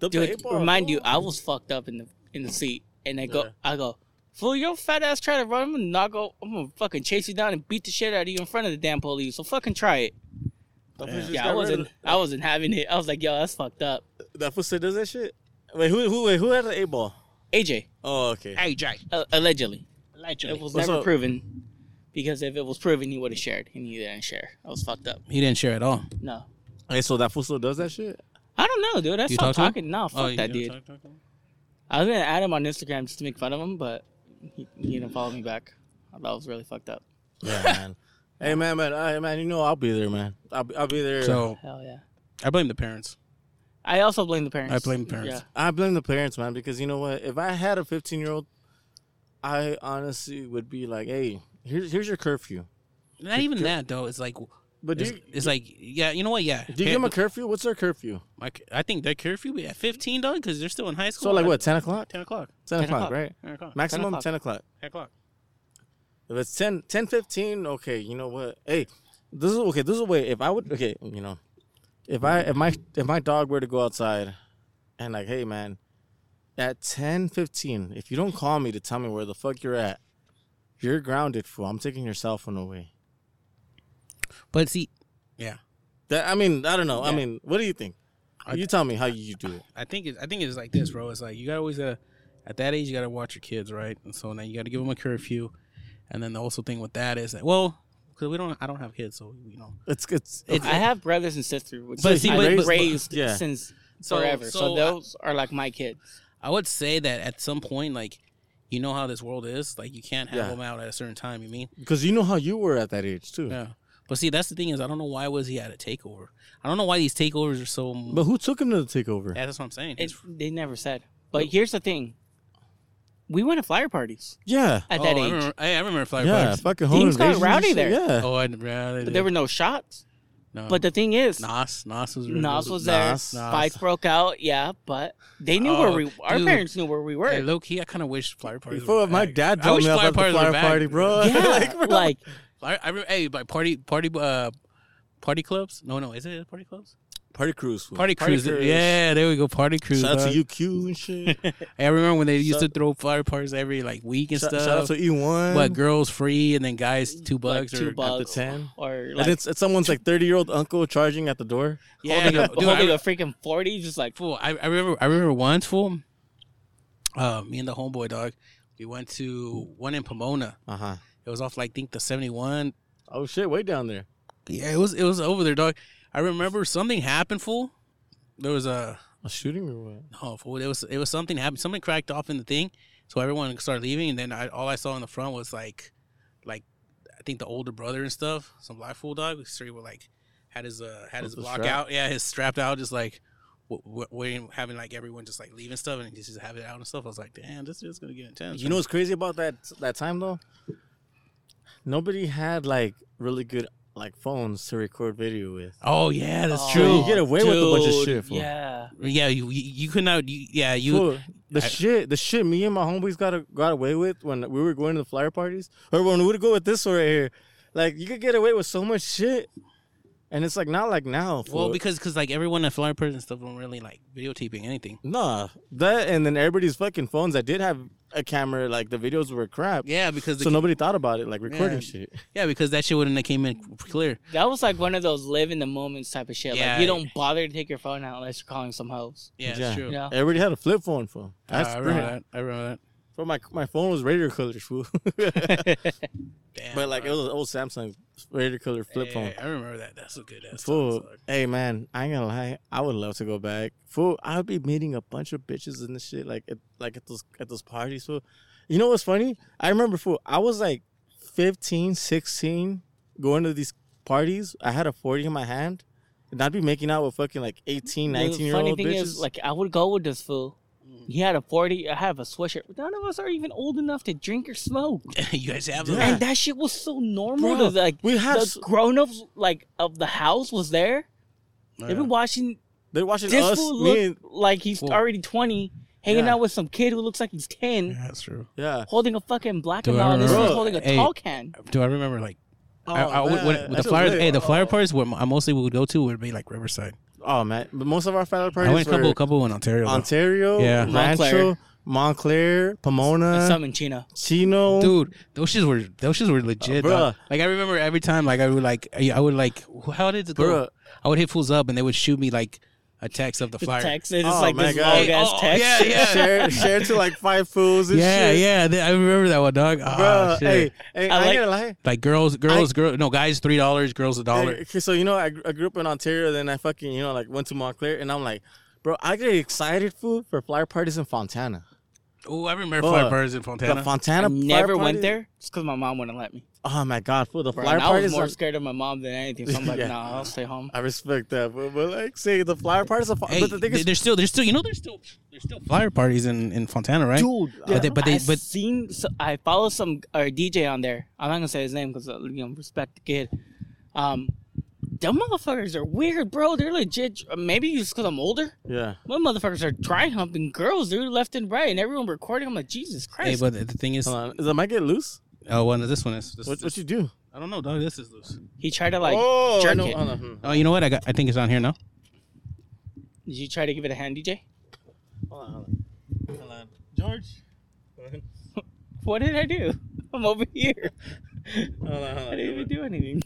[SPEAKER 3] The
[SPEAKER 4] dude.
[SPEAKER 3] eight ball,
[SPEAKER 4] Remind you, uh,
[SPEAKER 3] fool.
[SPEAKER 4] I was fucked up in the in the seat, and I go, I go, fool, your fat ass try to run, I'm gonna knock o- I'm gonna fucking chase you down and beat the shit out of you in front of the damn police. So fucking try it.
[SPEAKER 3] That fool just
[SPEAKER 4] Yeah,
[SPEAKER 3] got
[SPEAKER 4] I
[SPEAKER 3] rid
[SPEAKER 4] wasn't,
[SPEAKER 3] of-
[SPEAKER 4] I wasn't having it. I was like, yo, that's fucked up.
[SPEAKER 3] That fool said does that shit. Wait, who who wait, who had the eight ball?
[SPEAKER 4] AJ,
[SPEAKER 3] Oh okay.
[SPEAKER 5] AJ.
[SPEAKER 4] uh, allegedly. It
[SPEAKER 5] Allegedly.
[SPEAKER 4] was
[SPEAKER 3] What's
[SPEAKER 4] never
[SPEAKER 3] up?
[SPEAKER 4] proven because if it was proven, he would have shared, and he didn't share. I was fucked up.
[SPEAKER 5] He didn't share at all.
[SPEAKER 4] No,
[SPEAKER 3] Hey, so that fool still does that shit?
[SPEAKER 4] I don't know, dude. I
[SPEAKER 5] You
[SPEAKER 4] stopped
[SPEAKER 5] talked to Oh,
[SPEAKER 4] talking. No, fuck
[SPEAKER 5] you
[SPEAKER 4] that
[SPEAKER 5] didn't
[SPEAKER 4] dude.
[SPEAKER 5] talk- talk to him?
[SPEAKER 4] I was gonna add him on Instagram just to make fun of him, but he, he didn't follow me back. I thought it was really fucked up.
[SPEAKER 3] Yeah, man. (laughs) Hey, man, man, hey, man. You know I'll be there, man. I'll be, I'll be there.
[SPEAKER 5] So
[SPEAKER 4] Hell yeah.
[SPEAKER 5] I blame the parents.
[SPEAKER 4] I also blame the parents.
[SPEAKER 5] I blame the parents.
[SPEAKER 3] I blame the parents, man, because you know what? If I had a 15 year old, I honestly would be like, "Hey, here's here's your curfew."
[SPEAKER 5] Not even that though. It's like
[SPEAKER 3] But do
[SPEAKER 5] it's,
[SPEAKER 3] you,
[SPEAKER 5] it's like yeah, you know what? Yeah,
[SPEAKER 3] do you
[SPEAKER 5] Par-
[SPEAKER 3] give them a curfew? What's their curfew?
[SPEAKER 5] my, I think their curfew be at fifteen, dog, because they're still in high school.
[SPEAKER 3] So like
[SPEAKER 5] I-
[SPEAKER 3] what? 10 o'clock?
[SPEAKER 5] 10 o'clock.
[SPEAKER 3] 10, o'clock, right?
[SPEAKER 5] 10 o'clock.
[SPEAKER 3] Maximum 10
[SPEAKER 4] o'clock.
[SPEAKER 3] o'clock.
[SPEAKER 5] Ten o'clock.
[SPEAKER 3] If it's 10, 10 15, okay. You know what? Hey, this is okay. This is the way. If I would, okay, you know, if I if my if my dog were to go outside, and like, hey man, at 10 15, if you don't call me to tell me where the fuck you're at, you're grounded, fool. I'm taking your cell phone away.
[SPEAKER 5] But see, yeah,
[SPEAKER 3] That I mean, I don't know. I
[SPEAKER 5] Yeah.
[SPEAKER 3] mean, what do you think?
[SPEAKER 5] I-
[SPEAKER 3] you tell me how you do it.
[SPEAKER 5] I think it, I think it's like this, bro. It's like you gotta always gotta at that age you gotta watch your kids, right? And so now you gotta give them a curfew, and then the also thing with that is that well, because we don't I don't have kids, so you know.
[SPEAKER 3] It's it's.
[SPEAKER 4] Yeah. I have brothers and sisters, which
[SPEAKER 5] But see,
[SPEAKER 4] I've
[SPEAKER 5] but-
[SPEAKER 4] been
[SPEAKER 5] but-
[SPEAKER 4] raised
[SPEAKER 3] yeah.
[SPEAKER 4] since
[SPEAKER 5] So-
[SPEAKER 4] forever. So,
[SPEAKER 5] so I-
[SPEAKER 4] those are like my kids.
[SPEAKER 5] I would say that at some point, like you know how this world is, like you can't have
[SPEAKER 3] Yeah.
[SPEAKER 5] them out at a certain time. You mean?
[SPEAKER 3] because you know how you were at that age too.
[SPEAKER 5] Yeah. But see, that's the thing is I don't know why was he at a takeover. I don't know why these takeovers are so.
[SPEAKER 3] But who took him to the takeover?
[SPEAKER 5] yeah, that's what I'm saying.
[SPEAKER 4] It, they never said. But here's the thing. We went to flyer parties
[SPEAKER 3] Yeah,
[SPEAKER 4] at
[SPEAKER 5] Oh,
[SPEAKER 4] that
[SPEAKER 5] I
[SPEAKER 4] age.
[SPEAKER 5] remember, I, I remember Flyer
[SPEAKER 3] yeah.
[SPEAKER 5] Parks.
[SPEAKER 3] Fucking home
[SPEAKER 4] Things got
[SPEAKER 3] invasions and
[SPEAKER 4] rowdy
[SPEAKER 3] shit,
[SPEAKER 4] there.
[SPEAKER 3] Yeah.
[SPEAKER 5] Oh, I rather.
[SPEAKER 4] But there were no shots.
[SPEAKER 5] no.
[SPEAKER 4] But the thing is,
[SPEAKER 5] Nas, Nas was really
[SPEAKER 4] Nas
[SPEAKER 5] good.
[SPEAKER 4] was there.
[SPEAKER 3] Nas.
[SPEAKER 5] Nas.
[SPEAKER 4] Fights broke out. Yeah, but they knew
[SPEAKER 5] Oh,
[SPEAKER 4] where we. Our
[SPEAKER 5] dude.
[SPEAKER 4] parents knew where we were.
[SPEAKER 5] (laughs) Hey, low key, I kind of wish flyer parties.
[SPEAKER 3] Before
[SPEAKER 5] were
[SPEAKER 3] my
[SPEAKER 5] back.
[SPEAKER 3] dad
[SPEAKER 5] I
[SPEAKER 3] dropped
[SPEAKER 5] wish
[SPEAKER 3] me off at the
[SPEAKER 5] parties were
[SPEAKER 3] flower
[SPEAKER 5] back.
[SPEAKER 3] party, bro. (laughs)
[SPEAKER 4] yeah,
[SPEAKER 3] like, bro.
[SPEAKER 4] like,
[SPEAKER 5] Flyer, I remember, hey, by party, party, uh, party clubs. No, no, is it party clubs?
[SPEAKER 3] party cruise. fool.
[SPEAKER 5] Party, cruise. Yeah, there we go. Party cruise.
[SPEAKER 3] Shout out to
[SPEAKER 5] dog.
[SPEAKER 3] UQ and
[SPEAKER 5] (laughs)
[SPEAKER 3] shit.
[SPEAKER 5] Hey, I remember when they used
[SPEAKER 3] Shout-
[SPEAKER 5] to throw flyer parties every like week and
[SPEAKER 3] shout,
[SPEAKER 5] stuff.
[SPEAKER 3] shout out to E E1.
[SPEAKER 5] but girls free and then guys two bucks
[SPEAKER 4] two
[SPEAKER 5] or
[SPEAKER 3] the
[SPEAKER 4] bucks.
[SPEAKER 3] ten.
[SPEAKER 4] or
[SPEAKER 3] and
[SPEAKER 4] like
[SPEAKER 3] it's, it's someone's like 30 year old uncle charging at the door.
[SPEAKER 5] yeah,
[SPEAKER 4] holding, a,
[SPEAKER 5] dude, I-
[SPEAKER 4] holding a freaking forty, just like
[SPEAKER 5] fool. I, I remember. I remember once, fool. Uh, me and the homeboy dog, we went to one in Pomona.
[SPEAKER 3] Uh huh.
[SPEAKER 5] It was off like think the seventy one.
[SPEAKER 3] Oh shit, way down there.
[SPEAKER 5] Yeah, it was it was over there, dog. I remember something happened, fool. There was a
[SPEAKER 3] A shooting or what?
[SPEAKER 5] oh, fool. It was it was something happened. Something cracked off in the thing, so everyone started leaving, and then I, all I saw in the front was like, like I think the older brother and stuff, some black fool dog. Straight were like had his uh
[SPEAKER 3] With
[SPEAKER 5] had his
[SPEAKER 3] the
[SPEAKER 5] block
[SPEAKER 3] strap.
[SPEAKER 5] out, yeah, his strapped out, just like w- w- waiting, having like everyone just like leaving stuff, and he just have it out and stuff. I was like, damn, this is gonna get intense.
[SPEAKER 3] You know what's crazy about that that time though? Nobody had like really good like phones to record video with.
[SPEAKER 5] Oh yeah, that's
[SPEAKER 4] Oh,
[SPEAKER 5] true.
[SPEAKER 3] You get away with a bunch of
[SPEAKER 4] dude,
[SPEAKER 3] shit, fool.
[SPEAKER 4] Yeah,
[SPEAKER 5] Yeah, you you, you could not. You, yeah, you.
[SPEAKER 3] Fool, the
[SPEAKER 5] I-
[SPEAKER 3] shit, the shit me and my homies got a, got away with when we were going to the flyer parties, or when we would go with this one right here. Like you could get away with so much shit. And it's like not like now. Fool.
[SPEAKER 5] Well, because cause like everyone at Flyer Prison stuff don't really like videotaping anything.
[SPEAKER 3] nah, that and then everybody's fucking phones that did have a camera, like the videos were crap.
[SPEAKER 5] Yeah, because the,
[SPEAKER 3] So nobody thought about it, like recording
[SPEAKER 5] Yeah.
[SPEAKER 3] shit.
[SPEAKER 5] yeah, because that shit wouldn't have came in clear.
[SPEAKER 4] That was like one of those live in the moments type of shit.
[SPEAKER 5] Yeah.
[SPEAKER 4] Like you don't bother to take your phone out unless you're calling some hoes.
[SPEAKER 5] Yeah, that's
[SPEAKER 3] Yeah.
[SPEAKER 5] true.
[SPEAKER 4] Yeah.
[SPEAKER 3] Everybody had a flip phone, fool.
[SPEAKER 5] Uh,
[SPEAKER 3] That's
[SPEAKER 5] I
[SPEAKER 3] great.
[SPEAKER 5] remember that. I remember that.
[SPEAKER 3] But my my phone was radio colors, fool. (laughs)
[SPEAKER 5] Damn,
[SPEAKER 3] but like it
[SPEAKER 5] bro.
[SPEAKER 3] was an old Samsung radio color flip
[SPEAKER 5] Yeah,
[SPEAKER 3] phone.
[SPEAKER 5] I remember that. That's a good ass.
[SPEAKER 3] Fool,
[SPEAKER 5] song.
[SPEAKER 3] hey man, I ain't gonna lie, I would love to go back. Fool, I would be meeting a bunch of bitches and this shit, like at like at those at those parties. Fool, you know what's funny? I remember, fool, I was like 15, 16, going to these parties. I had a forty in my hand, and I'd be making out with fucking like 18, 19
[SPEAKER 4] the
[SPEAKER 3] year
[SPEAKER 4] funny
[SPEAKER 3] old
[SPEAKER 4] thing
[SPEAKER 3] bitches.
[SPEAKER 4] is, like I would go with this fool. He had a forty. I have a sweatshirt. None of us are even old enough to drink or smoke,
[SPEAKER 5] (laughs) you guys have
[SPEAKER 3] Yeah.
[SPEAKER 5] them.
[SPEAKER 4] and that shit was so normal.
[SPEAKER 3] Bro,
[SPEAKER 4] to, like
[SPEAKER 3] Ah. we had
[SPEAKER 4] the
[SPEAKER 3] s-
[SPEAKER 4] grown-ups like of the house was there. They've been watching
[SPEAKER 3] they're watching
[SPEAKER 4] this
[SPEAKER 3] us,
[SPEAKER 4] fool
[SPEAKER 3] me,
[SPEAKER 4] look
[SPEAKER 3] and,
[SPEAKER 4] like he's
[SPEAKER 5] Fool.
[SPEAKER 4] already twenty, hanging
[SPEAKER 3] Yeah.
[SPEAKER 4] out with some kid who looks like he's ten,
[SPEAKER 5] That's true.
[SPEAKER 3] yeah.
[SPEAKER 4] holding a fucking black
[SPEAKER 5] Do I
[SPEAKER 4] and all. This
[SPEAKER 5] remember-
[SPEAKER 4] fool's holding a
[SPEAKER 5] Hey.
[SPEAKER 4] tall can.
[SPEAKER 5] Do I remember like Oh, I, I would,
[SPEAKER 3] man,
[SPEAKER 5] when, the
[SPEAKER 3] that's
[SPEAKER 5] flyer?
[SPEAKER 3] lit.
[SPEAKER 5] Hey, the flyer parties where I mostly would go to would be like Riverside.
[SPEAKER 3] Oh man, but most of our flower
[SPEAKER 5] I went
[SPEAKER 3] parties
[SPEAKER 5] a couple,
[SPEAKER 3] were
[SPEAKER 5] a couple in Ontario. though.
[SPEAKER 3] Ontario,
[SPEAKER 5] Yeah.
[SPEAKER 3] Rancho, Montclair, Pomona,
[SPEAKER 4] Some in China.
[SPEAKER 3] Chino.
[SPEAKER 5] Dude, those shits were those shits were legit.
[SPEAKER 3] Uh, bruh.
[SPEAKER 5] dog. Like I remember every time, like I would like I I would like how did it go?
[SPEAKER 3] Bruh.
[SPEAKER 5] I would hit fools up and they would shoot me like a text of the flyer.
[SPEAKER 4] Text. It's
[SPEAKER 3] Oh
[SPEAKER 4] like
[SPEAKER 3] my
[SPEAKER 4] this
[SPEAKER 3] God.
[SPEAKER 4] long ass
[SPEAKER 5] Oh,
[SPEAKER 4] text.
[SPEAKER 5] (laughs) yeah,
[SPEAKER 4] (laughs)
[SPEAKER 5] yeah.
[SPEAKER 3] share, share to like five fools and
[SPEAKER 5] Yeah,
[SPEAKER 3] shit.
[SPEAKER 5] yeah, they- I remember that one, dog. Ah,
[SPEAKER 3] Bruh,
[SPEAKER 5] shit.
[SPEAKER 3] hey, hey, I,
[SPEAKER 4] I
[SPEAKER 3] ain't
[SPEAKER 4] like-
[SPEAKER 3] gonna lie.
[SPEAKER 5] like girls, girls, girl, no guys, three dollars, girls a dollar.
[SPEAKER 3] Hey, okay, so you know, I, gr- I grew up in Ontario, then I fucking you know like went to Montclair, and I'm like, bro, I get excited food for flyer parties in Fontana.
[SPEAKER 5] oh, I remember flyer
[SPEAKER 3] bruh,
[SPEAKER 5] parties in
[SPEAKER 3] The
[SPEAKER 5] Fontana.
[SPEAKER 3] Fontana.
[SPEAKER 4] I
[SPEAKER 3] flyer
[SPEAKER 4] never
[SPEAKER 3] party-
[SPEAKER 4] went there. It's because my mom wouldn't let me.
[SPEAKER 3] Oh my god, fool, the
[SPEAKER 4] Bro,
[SPEAKER 3] flyer
[SPEAKER 4] and I was
[SPEAKER 3] parties.
[SPEAKER 4] more
[SPEAKER 3] Are,
[SPEAKER 4] scared of my mom than anything. So I'm
[SPEAKER 3] (laughs)
[SPEAKER 4] like,
[SPEAKER 3] Yeah.
[SPEAKER 4] nah, I'll stay home.
[SPEAKER 3] I respect that, but, but like, say the flyer parties. Are,
[SPEAKER 5] hey,
[SPEAKER 3] but the thing is,
[SPEAKER 5] there's still, there's still, you know, there's still, there's still flyer parties in in Fontana, right?
[SPEAKER 3] dude,
[SPEAKER 5] But they, but they,
[SPEAKER 4] I
[SPEAKER 5] but
[SPEAKER 4] seen so I follow some or DJ on there. I'm not gonna say his name because uh, you know respect the kid. Um, them motherfuckers are weird, bro. They're legit. Uh, Maybe it's because I'm older.
[SPEAKER 3] yeah,
[SPEAKER 4] My motherfuckers are dry humping girls, dude, left and right, and everyone recording. I'm like, Jesus
[SPEAKER 5] hey,
[SPEAKER 4] Christ.
[SPEAKER 5] but the thing is,
[SPEAKER 3] hold on, is the mic get loose?
[SPEAKER 5] oh, well, this one is. This,
[SPEAKER 3] What,
[SPEAKER 5] this-
[SPEAKER 3] what you do?
[SPEAKER 5] I don't know, dog. This is loose.
[SPEAKER 4] he tried to like jerk it.
[SPEAKER 3] hold on, hmm.
[SPEAKER 5] Oh, you know what? I got. I think it's on here now.
[SPEAKER 4] Did you try to give it a hand, DJ?
[SPEAKER 3] Hold on, hold on. George.
[SPEAKER 4] (laughs) What did I do? (laughs) I'm over here.
[SPEAKER 3] (laughs) Hold on, hold
[SPEAKER 4] I didn't even do anything.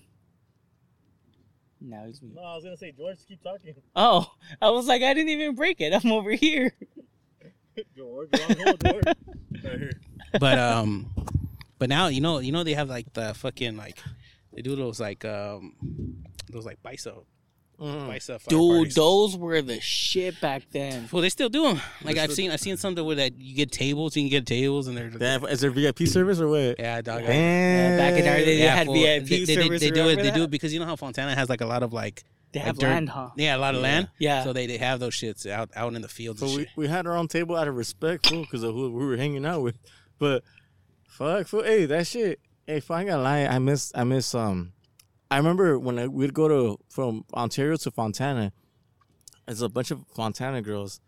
[SPEAKER 4] Now he's me.
[SPEAKER 3] I was gonna say George, keep talking.
[SPEAKER 4] Oh, I was like, I didn't even break it. (laughs) I'm over here.
[SPEAKER 3] George, hold George. (laughs)
[SPEAKER 5] But um, but now you know, you know they have like the fucking like they do those like um those like bicep
[SPEAKER 3] Mm.
[SPEAKER 5] bicep fire
[SPEAKER 4] Dude,
[SPEAKER 5] parties.
[SPEAKER 4] those were the shit back then.
[SPEAKER 5] Well, they still do them. Like I've seen, I've seen something where that you get tables, you can get tables, and they're
[SPEAKER 3] Damn, is there VIP service or what?
[SPEAKER 5] yeah, dog. (laughs)
[SPEAKER 3] Damn.
[SPEAKER 4] Yeah, back in our day, they
[SPEAKER 5] Yeah,
[SPEAKER 4] had
[SPEAKER 5] fool.
[SPEAKER 4] VIP
[SPEAKER 5] They- they,
[SPEAKER 4] service.
[SPEAKER 5] They, do it.
[SPEAKER 4] remember
[SPEAKER 5] They do
[SPEAKER 4] that?
[SPEAKER 5] it because you know how Fontana has like a lot of like
[SPEAKER 4] They
[SPEAKER 5] like
[SPEAKER 4] have
[SPEAKER 5] dirt-
[SPEAKER 4] land, huh?
[SPEAKER 5] Yeah, a lot of land.
[SPEAKER 4] Yeah.
[SPEAKER 5] So they, they have those shits out out in the fields.
[SPEAKER 3] So
[SPEAKER 5] and
[SPEAKER 3] we,
[SPEAKER 5] shit.
[SPEAKER 3] we had our own table out of respect, fool, because of who we were hanging out with. But fuck, fool, hey, that shit. Hey, if I ain't gonna lie, I miss, I miss. Um, I remember when I, we'd go to from Ontario to Fontana. There's a bunch of Fontana girls.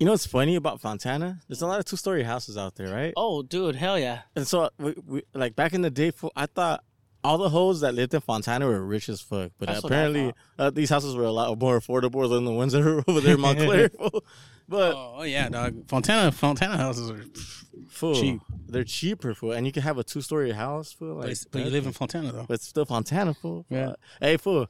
[SPEAKER 3] You know what's funny about Fontana? There's a lot of two story houses out there, right?
[SPEAKER 4] Oh, dude, hell yeah.
[SPEAKER 3] And so, we, we, like back in the day, fool, I thought all the hoes that lived in Fontana were rich as fuck. But
[SPEAKER 4] That's what I
[SPEAKER 3] apparently, uh, these houses were a lot more affordable than the ones that were (laughs) over there in
[SPEAKER 4] (laughs)
[SPEAKER 3] Montclair. fool. but
[SPEAKER 5] Oh, oh, yeah, dog. Fontana Fontana houses are.
[SPEAKER 3] fool,
[SPEAKER 5] Cheap.
[SPEAKER 3] they're cheaper, fool, and you can have a two-story house, fool.
[SPEAKER 5] But,
[SPEAKER 3] Like,
[SPEAKER 5] it's- but you live in Fontana though.
[SPEAKER 3] but it's still Fontana, fool.
[SPEAKER 5] Yeah.
[SPEAKER 3] hey, fool.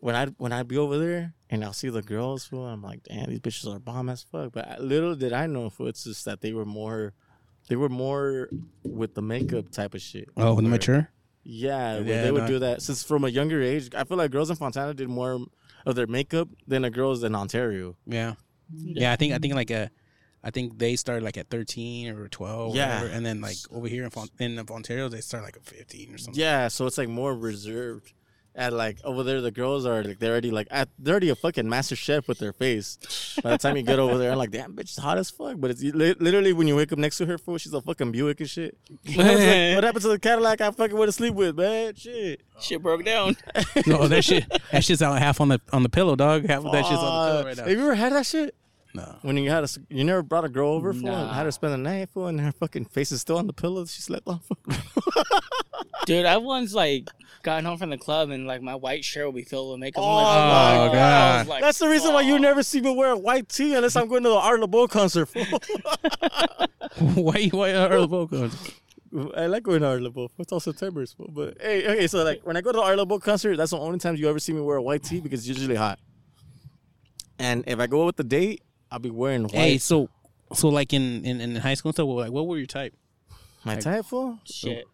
[SPEAKER 3] When I when I'd be over there and I'll see the girls, fool, I'm like, damn, these bitches are bomb as fuck. But I- little did I know, fool, it's just that they were more, they were more with the makeup type of shit.
[SPEAKER 5] Oh,
[SPEAKER 3] Where-
[SPEAKER 5] mature.
[SPEAKER 3] Yeah, where
[SPEAKER 5] Yeah,
[SPEAKER 3] they would
[SPEAKER 5] no.
[SPEAKER 3] do that since from a younger age. I feel like girls in Fontana did more of their makeup than the girls in Ontario.
[SPEAKER 5] Yeah. Yeah, I think I think like uh, I think they started like at thirteen or twelve.
[SPEAKER 3] Yeah.
[SPEAKER 5] Yeah, whatever, and then like over here in, Fon- in Ontario they start like at fifteen or something.
[SPEAKER 3] Yeah, so it's like more reserved. And like over there, the girls are like they're already like at, they're already a fucking master chef with their face. By the time you get over there, I'm like, damn, bitch, is hot as fuck. But it's you- li- literally when you wake up next to her, fool, she's a fucking Buick and shit. It's
[SPEAKER 5] (laughs)
[SPEAKER 3] like, what happened to the Cadillac I fucking went to sleep with, man? Shit.
[SPEAKER 4] Shit
[SPEAKER 3] (laughs)
[SPEAKER 4] broke down.
[SPEAKER 5] no, that shit that shit's out half on the on the pillow, dog. Half of that shit's on the
[SPEAKER 3] Uh,
[SPEAKER 5] pillow right now.
[SPEAKER 3] Have you ever had that shit?
[SPEAKER 5] No.
[SPEAKER 3] When you had a, s- you never brought a girl over for and
[SPEAKER 4] Nah.
[SPEAKER 3] had her spend the night for, and her fucking face is still on the pillow that she slept on. fool?
[SPEAKER 4] Dude, I once like gotten home from the club and like my white shirt would be filled with makeup. I'm
[SPEAKER 3] Oh,
[SPEAKER 4] like,
[SPEAKER 5] my
[SPEAKER 4] I was
[SPEAKER 5] God.
[SPEAKER 4] like,
[SPEAKER 3] That's the reason why you
[SPEAKER 4] fuck.
[SPEAKER 3] never see me wear a white tee unless I'm going to the Art LeBeau concert. fool.
[SPEAKER 5] (laughs) why why are Earl vocals?
[SPEAKER 3] I like going to Art LeBeau. It's all September's. fool, But hey, okay, so like when I go to the Art LeBeau concert, that's the only time you ever see me wear a white tee because it's usually hot. And if I go with the date, I'll be wearing white.
[SPEAKER 5] Hey, so so like in, in, in high school and stuff, like what were your type?
[SPEAKER 3] My type, fool?
[SPEAKER 4] Shit.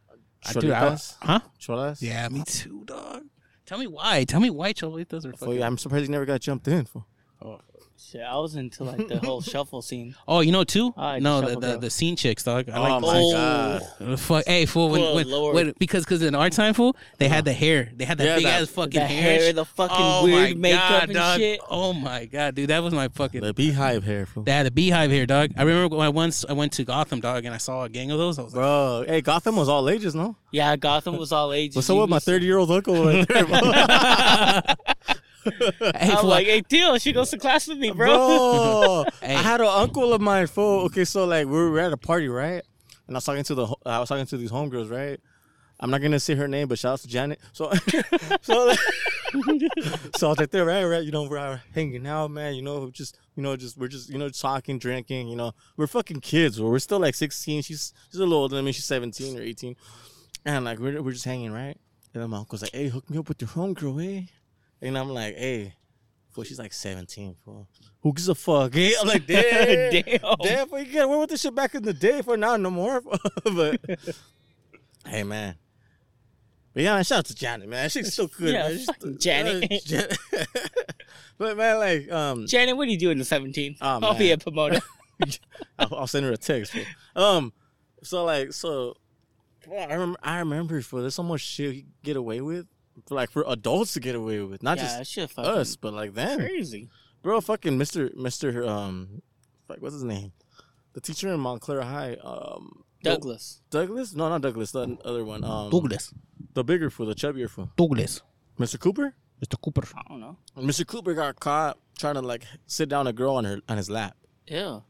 [SPEAKER 4] Oh,
[SPEAKER 5] Dude, I-
[SPEAKER 3] Cholitas?
[SPEAKER 5] huh?
[SPEAKER 3] Cholas?
[SPEAKER 5] Yeah, me too, dog. Tell me why. Tell me why cholitas are
[SPEAKER 3] Fool,
[SPEAKER 5] fucking.
[SPEAKER 3] I'm surprised you never got jumped in, fool.
[SPEAKER 4] Shit, I was into like
[SPEAKER 3] (laughs)
[SPEAKER 4] the whole shuffle scene.
[SPEAKER 5] Oh, you know too?
[SPEAKER 4] I like the
[SPEAKER 5] no, the,
[SPEAKER 4] shuffle
[SPEAKER 5] the,
[SPEAKER 4] girl.
[SPEAKER 5] the scene chicks, dog. I
[SPEAKER 3] Oh
[SPEAKER 5] like
[SPEAKER 3] my god.
[SPEAKER 5] Uh, Fuck, hey, fool, when,
[SPEAKER 4] Good
[SPEAKER 5] when,
[SPEAKER 4] lord.
[SPEAKER 5] when- because because in our time, fool, they had the hair, they had that
[SPEAKER 3] Uh-huh. Yeah,
[SPEAKER 5] big
[SPEAKER 3] that-
[SPEAKER 5] ass fucking Oh
[SPEAKER 4] the hair, the fucking weird makeup and
[SPEAKER 5] dog.
[SPEAKER 4] shit.
[SPEAKER 5] Oh my god, dude, that was my fucking.
[SPEAKER 3] The beehive hair, fool.
[SPEAKER 5] They had a beehive hair, dog. I remember when I once I went to Gotham, dog, and I saw a gang of those. I was like,
[SPEAKER 3] Bro, hey, Gotham was all ages, no?
[SPEAKER 4] Yeah, Gotham was all ages.
[SPEAKER 3] What's up with my
[SPEAKER 4] You-
[SPEAKER 3] 30 year old uncle (laughs) right there, bro?
[SPEAKER 5] hey,
[SPEAKER 4] I'm
[SPEAKER 5] fool,
[SPEAKER 4] like, hey, deal. She goes to class with me, bro. (laughs)
[SPEAKER 3] Bro,
[SPEAKER 5] Hey.
[SPEAKER 3] I had an uncle of mine, fool. Okay, so like we were at a party, right? And I was talking to the, ho- I was talking to these homegirls, right? I'm not gonna say her name, but shout out to Janet. So, (laughs) so, like, (laughs) so I was like there, right, right. You know, we're out hanging out, man. You know, just, you know, just we're just, you know, talking, drinking. You know, we're fucking kids. We're we're still like 16. She's she's a little older than me. She's 17 or 18, and like we're we're just hanging, right? And then my uncle's like, "Hey, hook me up with your homegirl, eh?" And I'm like, "Hey." Fool, she's like 17, fool. Who gives a fuck? eh? I'm
[SPEAKER 4] (laughs)
[SPEAKER 3] like, damn. damn.
[SPEAKER 4] Damn.
[SPEAKER 3] fool, you gotta wear with this shit back in the day for now, no more. fool. (laughs) but hey, man. But yeah, man, shout out to Janet, man. She's so good,
[SPEAKER 4] Yeah,
[SPEAKER 3] man. She's-
[SPEAKER 4] fucking Janet.
[SPEAKER 3] uh, (laughs) Janet. but man, like, um,
[SPEAKER 4] Janet, what are you doing in 17?
[SPEAKER 3] Oh,
[SPEAKER 4] I'll be
[SPEAKER 3] man.
[SPEAKER 4] at Pomona.
[SPEAKER 3] I'll, I'll send her a text. Fool. Um, so like, so well, I remember, I remember for there's so much shit you get away with, for like for adults to get away with, not (laughs)
[SPEAKER 4] yeah,
[SPEAKER 3] just
[SPEAKER 4] shit fucking
[SPEAKER 3] us, but like them.
[SPEAKER 4] crazy.
[SPEAKER 3] bro, fucking Mister Mister um, like what's his name? The teacher in Montclair High, um,
[SPEAKER 4] Douglas.
[SPEAKER 3] Douglas? No, not Douglas. The other one, um,
[SPEAKER 5] Douglas,
[SPEAKER 3] the bigger fool, the chubbier fool,
[SPEAKER 5] Douglas,
[SPEAKER 3] Mister Cooper.
[SPEAKER 5] Mr. Cooper.
[SPEAKER 4] I don't know.
[SPEAKER 3] Mister Cooper got caught trying to like sit down a girl on her on his lap.
[SPEAKER 4] Yeah.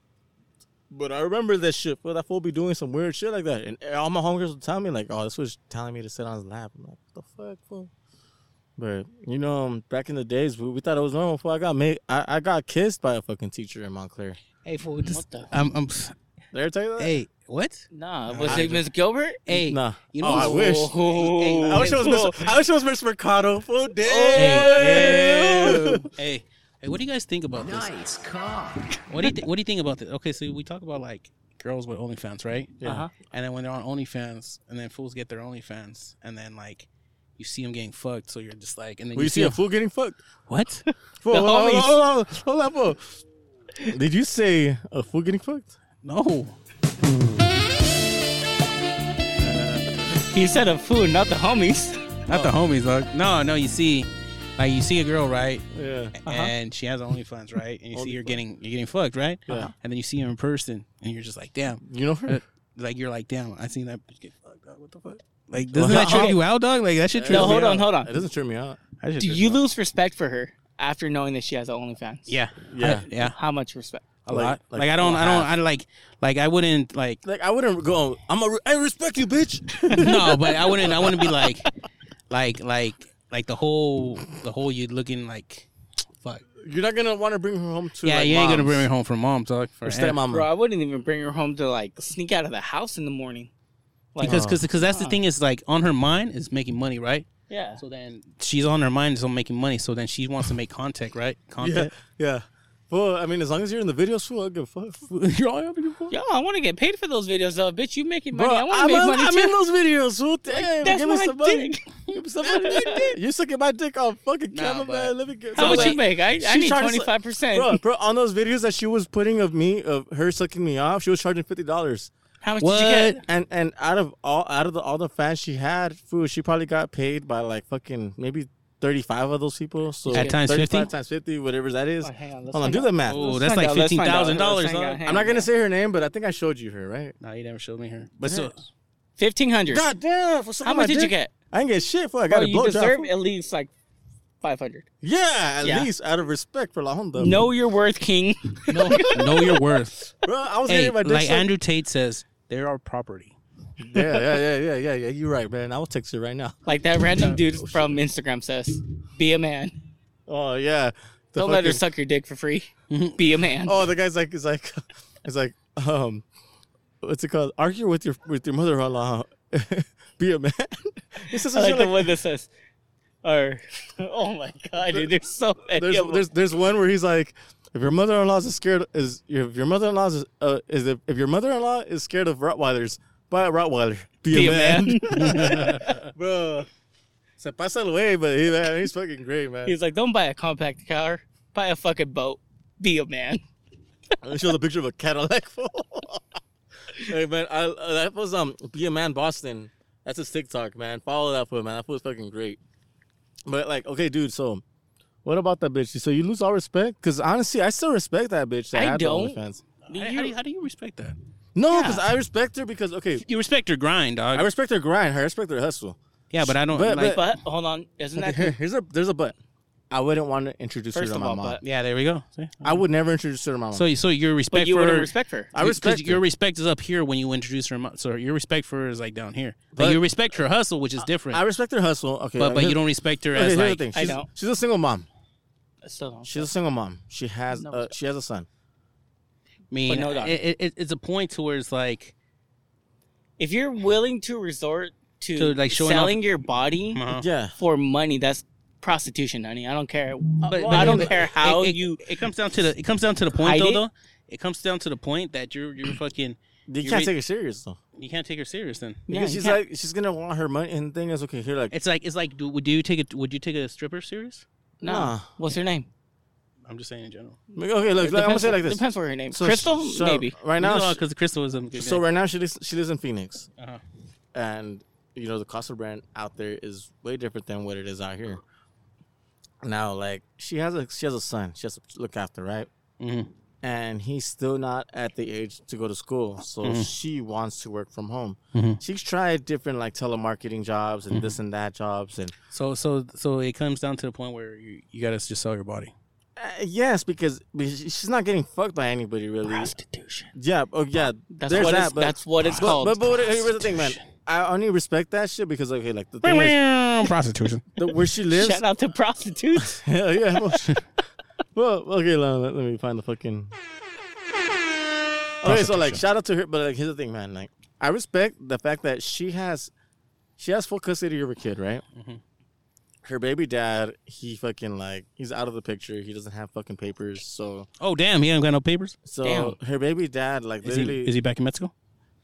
[SPEAKER 3] But I remember that shit. Fool, that fool be doing some weird shit like that, and all my homegirls would tell me like, "Oh, this was telling me to sit on his lap." I'm like, "What the fuck, fool?" But you know, um, back in the days, we, we thought it was normal. Fool, I got made, I, I got kissed by a fucking teacher in Montclair.
[SPEAKER 5] Hey, fool, just
[SPEAKER 4] What the-
[SPEAKER 5] I'm, I'm
[SPEAKER 3] Did I ever tell you that?
[SPEAKER 5] hey, what?
[SPEAKER 4] Nah, was it Miss Gilbert?
[SPEAKER 5] Hey,
[SPEAKER 3] Nah.
[SPEAKER 5] you know,
[SPEAKER 3] Oh, I
[SPEAKER 5] who's-
[SPEAKER 3] wish.
[SPEAKER 4] Oh,
[SPEAKER 3] I wish it was
[SPEAKER 4] cool.
[SPEAKER 3] Mr. I wish it was Mr. Mercado. Fool,
[SPEAKER 5] Hey,
[SPEAKER 3] damn.
[SPEAKER 5] hey, hey, what do you guys think about this? Nice car. What do you thi- What do you think about this? Okay, so we talk about like girls with OnlyFans, right?
[SPEAKER 3] Yeah.
[SPEAKER 4] Uh-huh.
[SPEAKER 5] And then when they're on OnlyFans, and then fools get their OnlyFans, and then like you see them getting fucked, so you're just like, and then
[SPEAKER 3] Well, you see a fool getting fucked. (laughs)
[SPEAKER 5] what?
[SPEAKER 3] Fool,
[SPEAKER 5] The
[SPEAKER 3] hold, on,
[SPEAKER 5] homies.
[SPEAKER 3] hold, on, hold on, hold on, fool. Did you say a fool getting fucked?
[SPEAKER 5] No,
[SPEAKER 4] He said a fool, not
[SPEAKER 3] (laughs)
[SPEAKER 4] the homies.
[SPEAKER 5] not the homies, dog. No, no, you see, like you see a girl, right?
[SPEAKER 3] Yeah.
[SPEAKER 4] Uh-huh.
[SPEAKER 5] And she has OnlyFans, right? And you see you're
[SPEAKER 3] OnlyFans.
[SPEAKER 5] getting you're getting fucked, right?
[SPEAKER 3] Yeah.
[SPEAKER 5] And then you see her in person, and you're just like, damn.
[SPEAKER 3] You know her?
[SPEAKER 5] Uh, like you're like, damn, I seen that bitch get fucked up. What the fuck? Like, doesn't
[SPEAKER 3] Well,
[SPEAKER 5] that trip
[SPEAKER 4] okay.
[SPEAKER 5] you out, dog? Like that shit.
[SPEAKER 4] uh-huh. No,
[SPEAKER 5] trips me
[SPEAKER 4] hold
[SPEAKER 5] out.
[SPEAKER 4] on, hold on.
[SPEAKER 3] It doesn't turn me out.
[SPEAKER 5] That shit
[SPEAKER 4] Do
[SPEAKER 5] trips
[SPEAKER 4] you
[SPEAKER 5] me out.
[SPEAKER 4] lose respect for her after knowing that she has OnlyFans?
[SPEAKER 5] Yeah,
[SPEAKER 3] Yeah.
[SPEAKER 5] I- yeah,
[SPEAKER 4] How much respect?
[SPEAKER 5] a
[SPEAKER 3] Like-
[SPEAKER 5] lot.
[SPEAKER 3] like
[SPEAKER 5] Like, I don't, I don't,
[SPEAKER 3] half.
[SPEAKER 5] I like, like I wouldn't like.
[SPEAKER 3] (laughs) Like I wouldn't go. I'm a. I respect you, bitch.
[SPEAKER 5] no, but I wouldn't. I wouldn't be like, like, like, like the whole, the whole you looking like, fuck.
[SPEAKER 3] (laughs) You're not gonna want to bring her home to.
[SPEAKER 5] Yeah,
[SPEAKER 3] like,
[SPEAKER 5] you ain't gonna
[SPEAKER 3] moms
[SPEAKER 5] bring me home from mom, dog. For
[SPEAKER 3] Or
[SPEAKER 5] mom.
[SPEAKER 3] stepmom.
[SPEAKER 4] Bro, I wouldn't even bring her home to like sneak out of the house in the morning. Like,
[SPEAKER 5] Because, because, because
[SPEAKER 4] Uh-huh.
[SPEAKER 5] that's the thing is like on her mind is making money, right?
[SPEAKER 4] yeah.
[SPEAKER 5] So then she's on her mind is on making money. So then she wants to make contact, (laughs) right?
[SPEAKER 3] Yeah.
[SPEAKER 5] Contact.
[SPEAKER 3] (laughs) Yeah. Well, I mean, as long as you're in the video, fool, I don't give a fuck. (laughs)
[SPEAKER 5] You're all having a
[SPEAKER 4] Yo, I want to get paid for those videos though. Bitch, you making money.
[SPEAKER 3] Bro,
[SPEAKER 4] I want
[SPEAKER 3] I'm
[SPEAKER 4] to make
[SPEAKER 3] on-
[SPEAKER 4] money
[SPEAKER 3] I'm
[SPEAKER 4] too.
[SPEAKER 3] in those videos. Fool. Damn,
[SPEAKER 4] that's
[SPEAKER 3] give me
[SPEAKER 4] my
[SPEAKER 3] some money.
[SPEAKER 4] dick.
[SPEAKER 3] (laughs) Give me some money.
[SPEAKER 4] (laughs)
[SPEAKER 3] you sucking my dick on fucking
[SPEAKER 5] Nah,
[SPEAKER 3] camera,
[SPEAKER 5] but-
[SPEAKER 3] man. Let me get.
[SPEAKER 4] How
[SPEAKER 3] So,
[SPEAKER 4] much
[SPEAKER 3] like,
[SPEAKER 4] you make? I, I
[SPEAKER 3] she
[SPEAKER 4] need
[SPEAKER 3] charges,
[SPEAKER 4] twenty five
[SPEAKER 3] Bro,
[SPEAKER 4] percent.
[SPEAKER 3] bro, on those videos that she was putting of me, of her sucking me off, she was charging fifty dollars.
[SPEAKER 4] How much did you
[SPEAKER 5] What?
[SPEAKER 4] get?
[SPEAKER 3] And and out of all out of the, all the fans she had, fool, she probably got paid by like fucking maybe thty five of those people. So
[SPEAKER 5] At times 50?
[SPEAKER 3] 35 times fifty, whatever that is.
[SPEAKER 4] Oh, hang on, let's
[SPEAKER 3] Hold on,
[SPEAKER 4] find
[SPEAKER 3] do
[SPEAKER 4] out.
[SPEAKER 3] the math.
[SPEAKER 5] Oh,
[SPEAKER 4] Let's
[SPEAKER 5] that's
[SPEAKER 4] find
[SPEAKER 5] like
[SPEAKER 4] out, let's
[SPEAKER 5] fifteen
[SPEAKER 4] find out,
[SPEAKER 5] thousand dollars.
[SPEAKER 4] let's find out, hang
[SPEAKER 3] I'm not gonna say her name, but I think I showed you her, right?
[SPEAKER 5] No, you never showed me her. But so
[SPEAKER 4] Fifteen hundred.
[SPEAKER 3] God damn! For
[SPEAKER 4] How much did you get?
[SPEAKER 3] I didn't get shit. Fool, I got
[SPEAKER 4] Bro,
[SPEAKER 3] a
[SPEAKER 4] you
[SPEAKER 3] blowjob.
[SPEAKER 4] deserve
[SPEAKER 3] fool.
[SPEAKER 4] at least like five hundred.
[SPEAKER 3] Yeah, at
[SPEAKER 4] Yeah.
[SPEAKER 3] least out of respect for La Honda.
[SPEAKER 4] Know your worth, King.
[SPEAKER 5] (laughs) know, know your worth.
[SPEAKER 3] (laughs) bro, I was
[SPEAKER 4] (laughs)
[SPEAKER 5] hey,
[SPEAKER 3] getting my dick
[SPEAKER 5] like
[SPEAKER 3] sucked.
[SPEAKER 5] Andrew Tate says, they are property.
[SPEAKER 3] yeah, yeah, yeah, yeah, yeah, yeah. You're right, man. I'll text you right now.
[SPEAKER 4] Like that random dude from Instagram says, "Be a man.
[SPEAKER 3] Oh yeah. The
[SPEAKER 4] Don't let her
[SPEAKER 3] fucking-
[SPEAKER 4] suck your dick for
[SPEAKER 3] (laughs)
[SPEAKER 4] free. Be a man."
[SPEAKER 3] Oh, the guy's like, is like, (laughs) it's like, um, what's it called? Argue with your with your mother-in-law. (laughs) Be a man. (laughs) This is
[SPEAKER 4] I like
[SPEAKER 3] like
[SPEAKER 4] the one that says, "Or (laughs) oh my god, dude, there's so many.
[SPEAKER 3] there's
[SPEAKER 4] of 'em.
[SPEAKER 3] there's there's one where he's like, if your mother-in-law is scared is if your mother-in-law is uh, is if, if your mother-in-law is scared of Rottweilers, buy a Rottweiler. Be,
[SPEAKER 4] Be
[SPEAKER 3] a,
[SPEAKER 4] a
[SPEAKER 3] man,
[SPEAKER 4] man.
[SPEAKER 3] (laughs)
[SPEAKER 4] (laughs)
[SPEAKER 3] bro. Se pasa el way, but he, man, he's fucking great, man.
[SPEAKER 4] He's like, "Don't buy a compact car. Buy a fucking boat. Be a
[SPEAKER 3] (laughs)
[SPEAKER 4] man."
[SPEAKER 3] It shows a picture of a Cadillac. (laughs) hey man, I, uh, that was um be a man Boston. That's his TikTok man. Follow that foot man. That foot's fucking great. But like, okay, dude. So, what about that bitch? So you lose all respect? Because honestly, I still respect that bitch. That
[SPEAKER 4] I
[SPEAKER 3] had the
[SPEAKER 4] don't.
[SPEAKER 3] OnlyFans.
[SPEAKER 5] How, how do you, how do you respect that?
[SPEAKER 3] No, because I respect her because okay,
[SPEAKER 5] You respect her grind, dog.
[SPEAKER 3] I respect her grind. I respect her hustle.
[SPEAKER 5] yeah, but I don't.
[SPEAKER 3] But-
[SPEAKER 5] like,
[SPEAKER 4] But hold on, isn't that
[SPEAKER 3] Here- here's a there's a but. I wouldn't want to introduce her
[SPEAKER 4] First
[SPEAKER 3] to
[SPEAKER 4] of
[SPEAKER 3] my
[SPEAKER 4] all,
[SPEAKER 3] mom.
[SPEAKER 4] but- Oh.
[SPEAKER 5] yeah, there we go. See?
[SPEAKER 3] I would never introduce her to my mom.
[SPEAKER 5] So, so your respect
[SPEAKER 4] but you
[SPEAKER 5] for
[SPEAKER 4] wouldn't
[SPEAKER 5] her,
[SPEAKER 4] respect her?
[SPEAKER 3] I
[SPEAKER 5] Because
[SPEAKER 3] respect
[SPEAKER 5] your
[SPEAKER 3] her.
[SPEAKER 5] respect is up here when you introduce her. mo- So your respect for her is like down here. But
[SPEAKER 3] But-
[SPEAKER 5] you respect her hustle, which is different.
[SPEAKER 3] I respect her hustle. Okay,
[SPEAKER 5] but but
[SPEAKER 3] here-
[SPEAKER 5] you don't respect her
[SPEAKER 3] Okay,
[SPEAKER 5] as
[SPEAKER 3] here's
[SPEAKER 5] like
[SPEAKER 3] the thing.
[SPEAKER 4] I
[SPEAKER 3] She's,
[SPEAKER 4] don't.
[SPEAKER 3] she's a single mom.
[SPEAKER 4] So
[SPEAKER 3] She's a single mom. She has
[SPEAKER 4] No.
[SPEAKER 3] uh, she has a son.
[SPEAKER 5] I mean,
[SPEAKER 4] But no, dog.
[SPEAKER 5] it, it, it's a point to where it's like,
[SPEAKER 4] if you're willing to resort to,
[SPEAKER 5] To, like, showing off-
[SPEAKER 4] selling your body
[SPEAKER 5] uh,
[SPEAKER 3] Yeah.
[SPEAKER 4] for money, that's prostitution, honey. I don't care.
[SPEAKER 5] but-
[SPEAKER 4] I
[SPEAKER 5] but-
[SPEAKER 4] don't
[SPEAKER 5] but
[SPEAKER 4] care how
[SPEAKER 5] it, it-
[SPEAKER 4] you.
[SPEAKER 5] It comes down to the. It comes down to the point
[SPEAKER 4] Hide
[SPEAKER 5] though.
[SPEAKER 4] it?
[SPEAKER 5] Though it comes down to the point that you're (clears throat) you're fucking.
[SPEAKER 3] You,
[SPEAKER 5] You
[SPEAKER 3] can't
[SPEAKER 5] read-
[SPEAKER 3] take it serious though.
[SPEAKER 5] You can't take her serious then.
[SPEAKER 4] Yeah,
[SPEAKER 3] Because
[SPEAKER 4] you
[SPEAKER 3] she's like
[SPEAKER 4] can't-
[SPEAKER 3] she's gonna want her money and the thing is okay, here like
[SPEAKER 5] It's like it's like do, would you take a would you take a stripper serious?
[SPEAKER 4] no.
[SPEAKER 3] nah.
[SPEAKER 4] What's her name?
[SPEAKER 5] I'm just saying in general.
[SPEAKER 3] like, okay, look, like, I'm gonna say it like this.
[SPEAKER 4] Depends what her name.
[SPEAKER 3] So-
[SPEAKER 4] Crystal,
[SPEAKER 3] so
[SPEAKER 4] maybe.
[SPEAKER 3] Right now she-
[SPEAKER 5] because Crystal is a good
[SPEAKER 3] so right now she lives she lives in Phoenix.
[SPEAKER 5] Uh-huh.
[SPEAKER 3] And you know, the cost of rent out there is way different than what it is out here. Now, like she has a she has a son she has to look after, right?
[SPEAKER 5] Mhm.
[SPEAKER 3] And he's still not at the age to go to school, so she wants to work from home. She's tried different like telemarketing jobs and this and that jobs, and
[SPEAKER 5] so so so it comes down to the point where you, you gotta just sell your body.
[SPEAKER 3] Uh, yes, because because she- she's not getting fucked by anybody really.
[SPEAKER 5] Prostitution.
[SPEAKER 3] Yeah, oh yeah,
[SPEAKER 4] That's
[SPEAKER 3] there's
[SPEAKER 4] what
[SPEAKER 3] that.
[SPEAKER 4] it's,
[SPEAKER 3] but,
[SPEAKER 4] that's what it's
[SPEAKER 3] but,
[SPEAKER 4] called.
[SPEAKER 3] But, but what- here's the thing, man. I only respect that shit because okay, like the thing is, (laughs)
[SPEAKER 5] Prostitution.
[SPEAKER 3] the, where she lives.
[SPEAKER 4] Shout out to (laughs) prostitutes.
[SPEAKER 3] Hell (laughs) yeah. Well, well, okay, let, let me find the fucking. Okay, so like, shout out to her, but like, here's the thing, man. Like, I respect the fact that she has, she has full custody of her kid, right?
[SPEAKER 4] Mm-hmm.
[SPEAKER 3] Her baby dad, he fucking like, he's out of the picture. He doesn't have fucking papers, so
[SPEAKER 5] Oh damn, he ain't got no papers.
[SPEAKER 3] so
[SPEAKER 4] Damn.
[SPEAKER 3] her baby dad, like,
[SPEAKER 5] Is
[SPEAKER 3] literally,
[SPEAKER 5] he is he back in Mexico?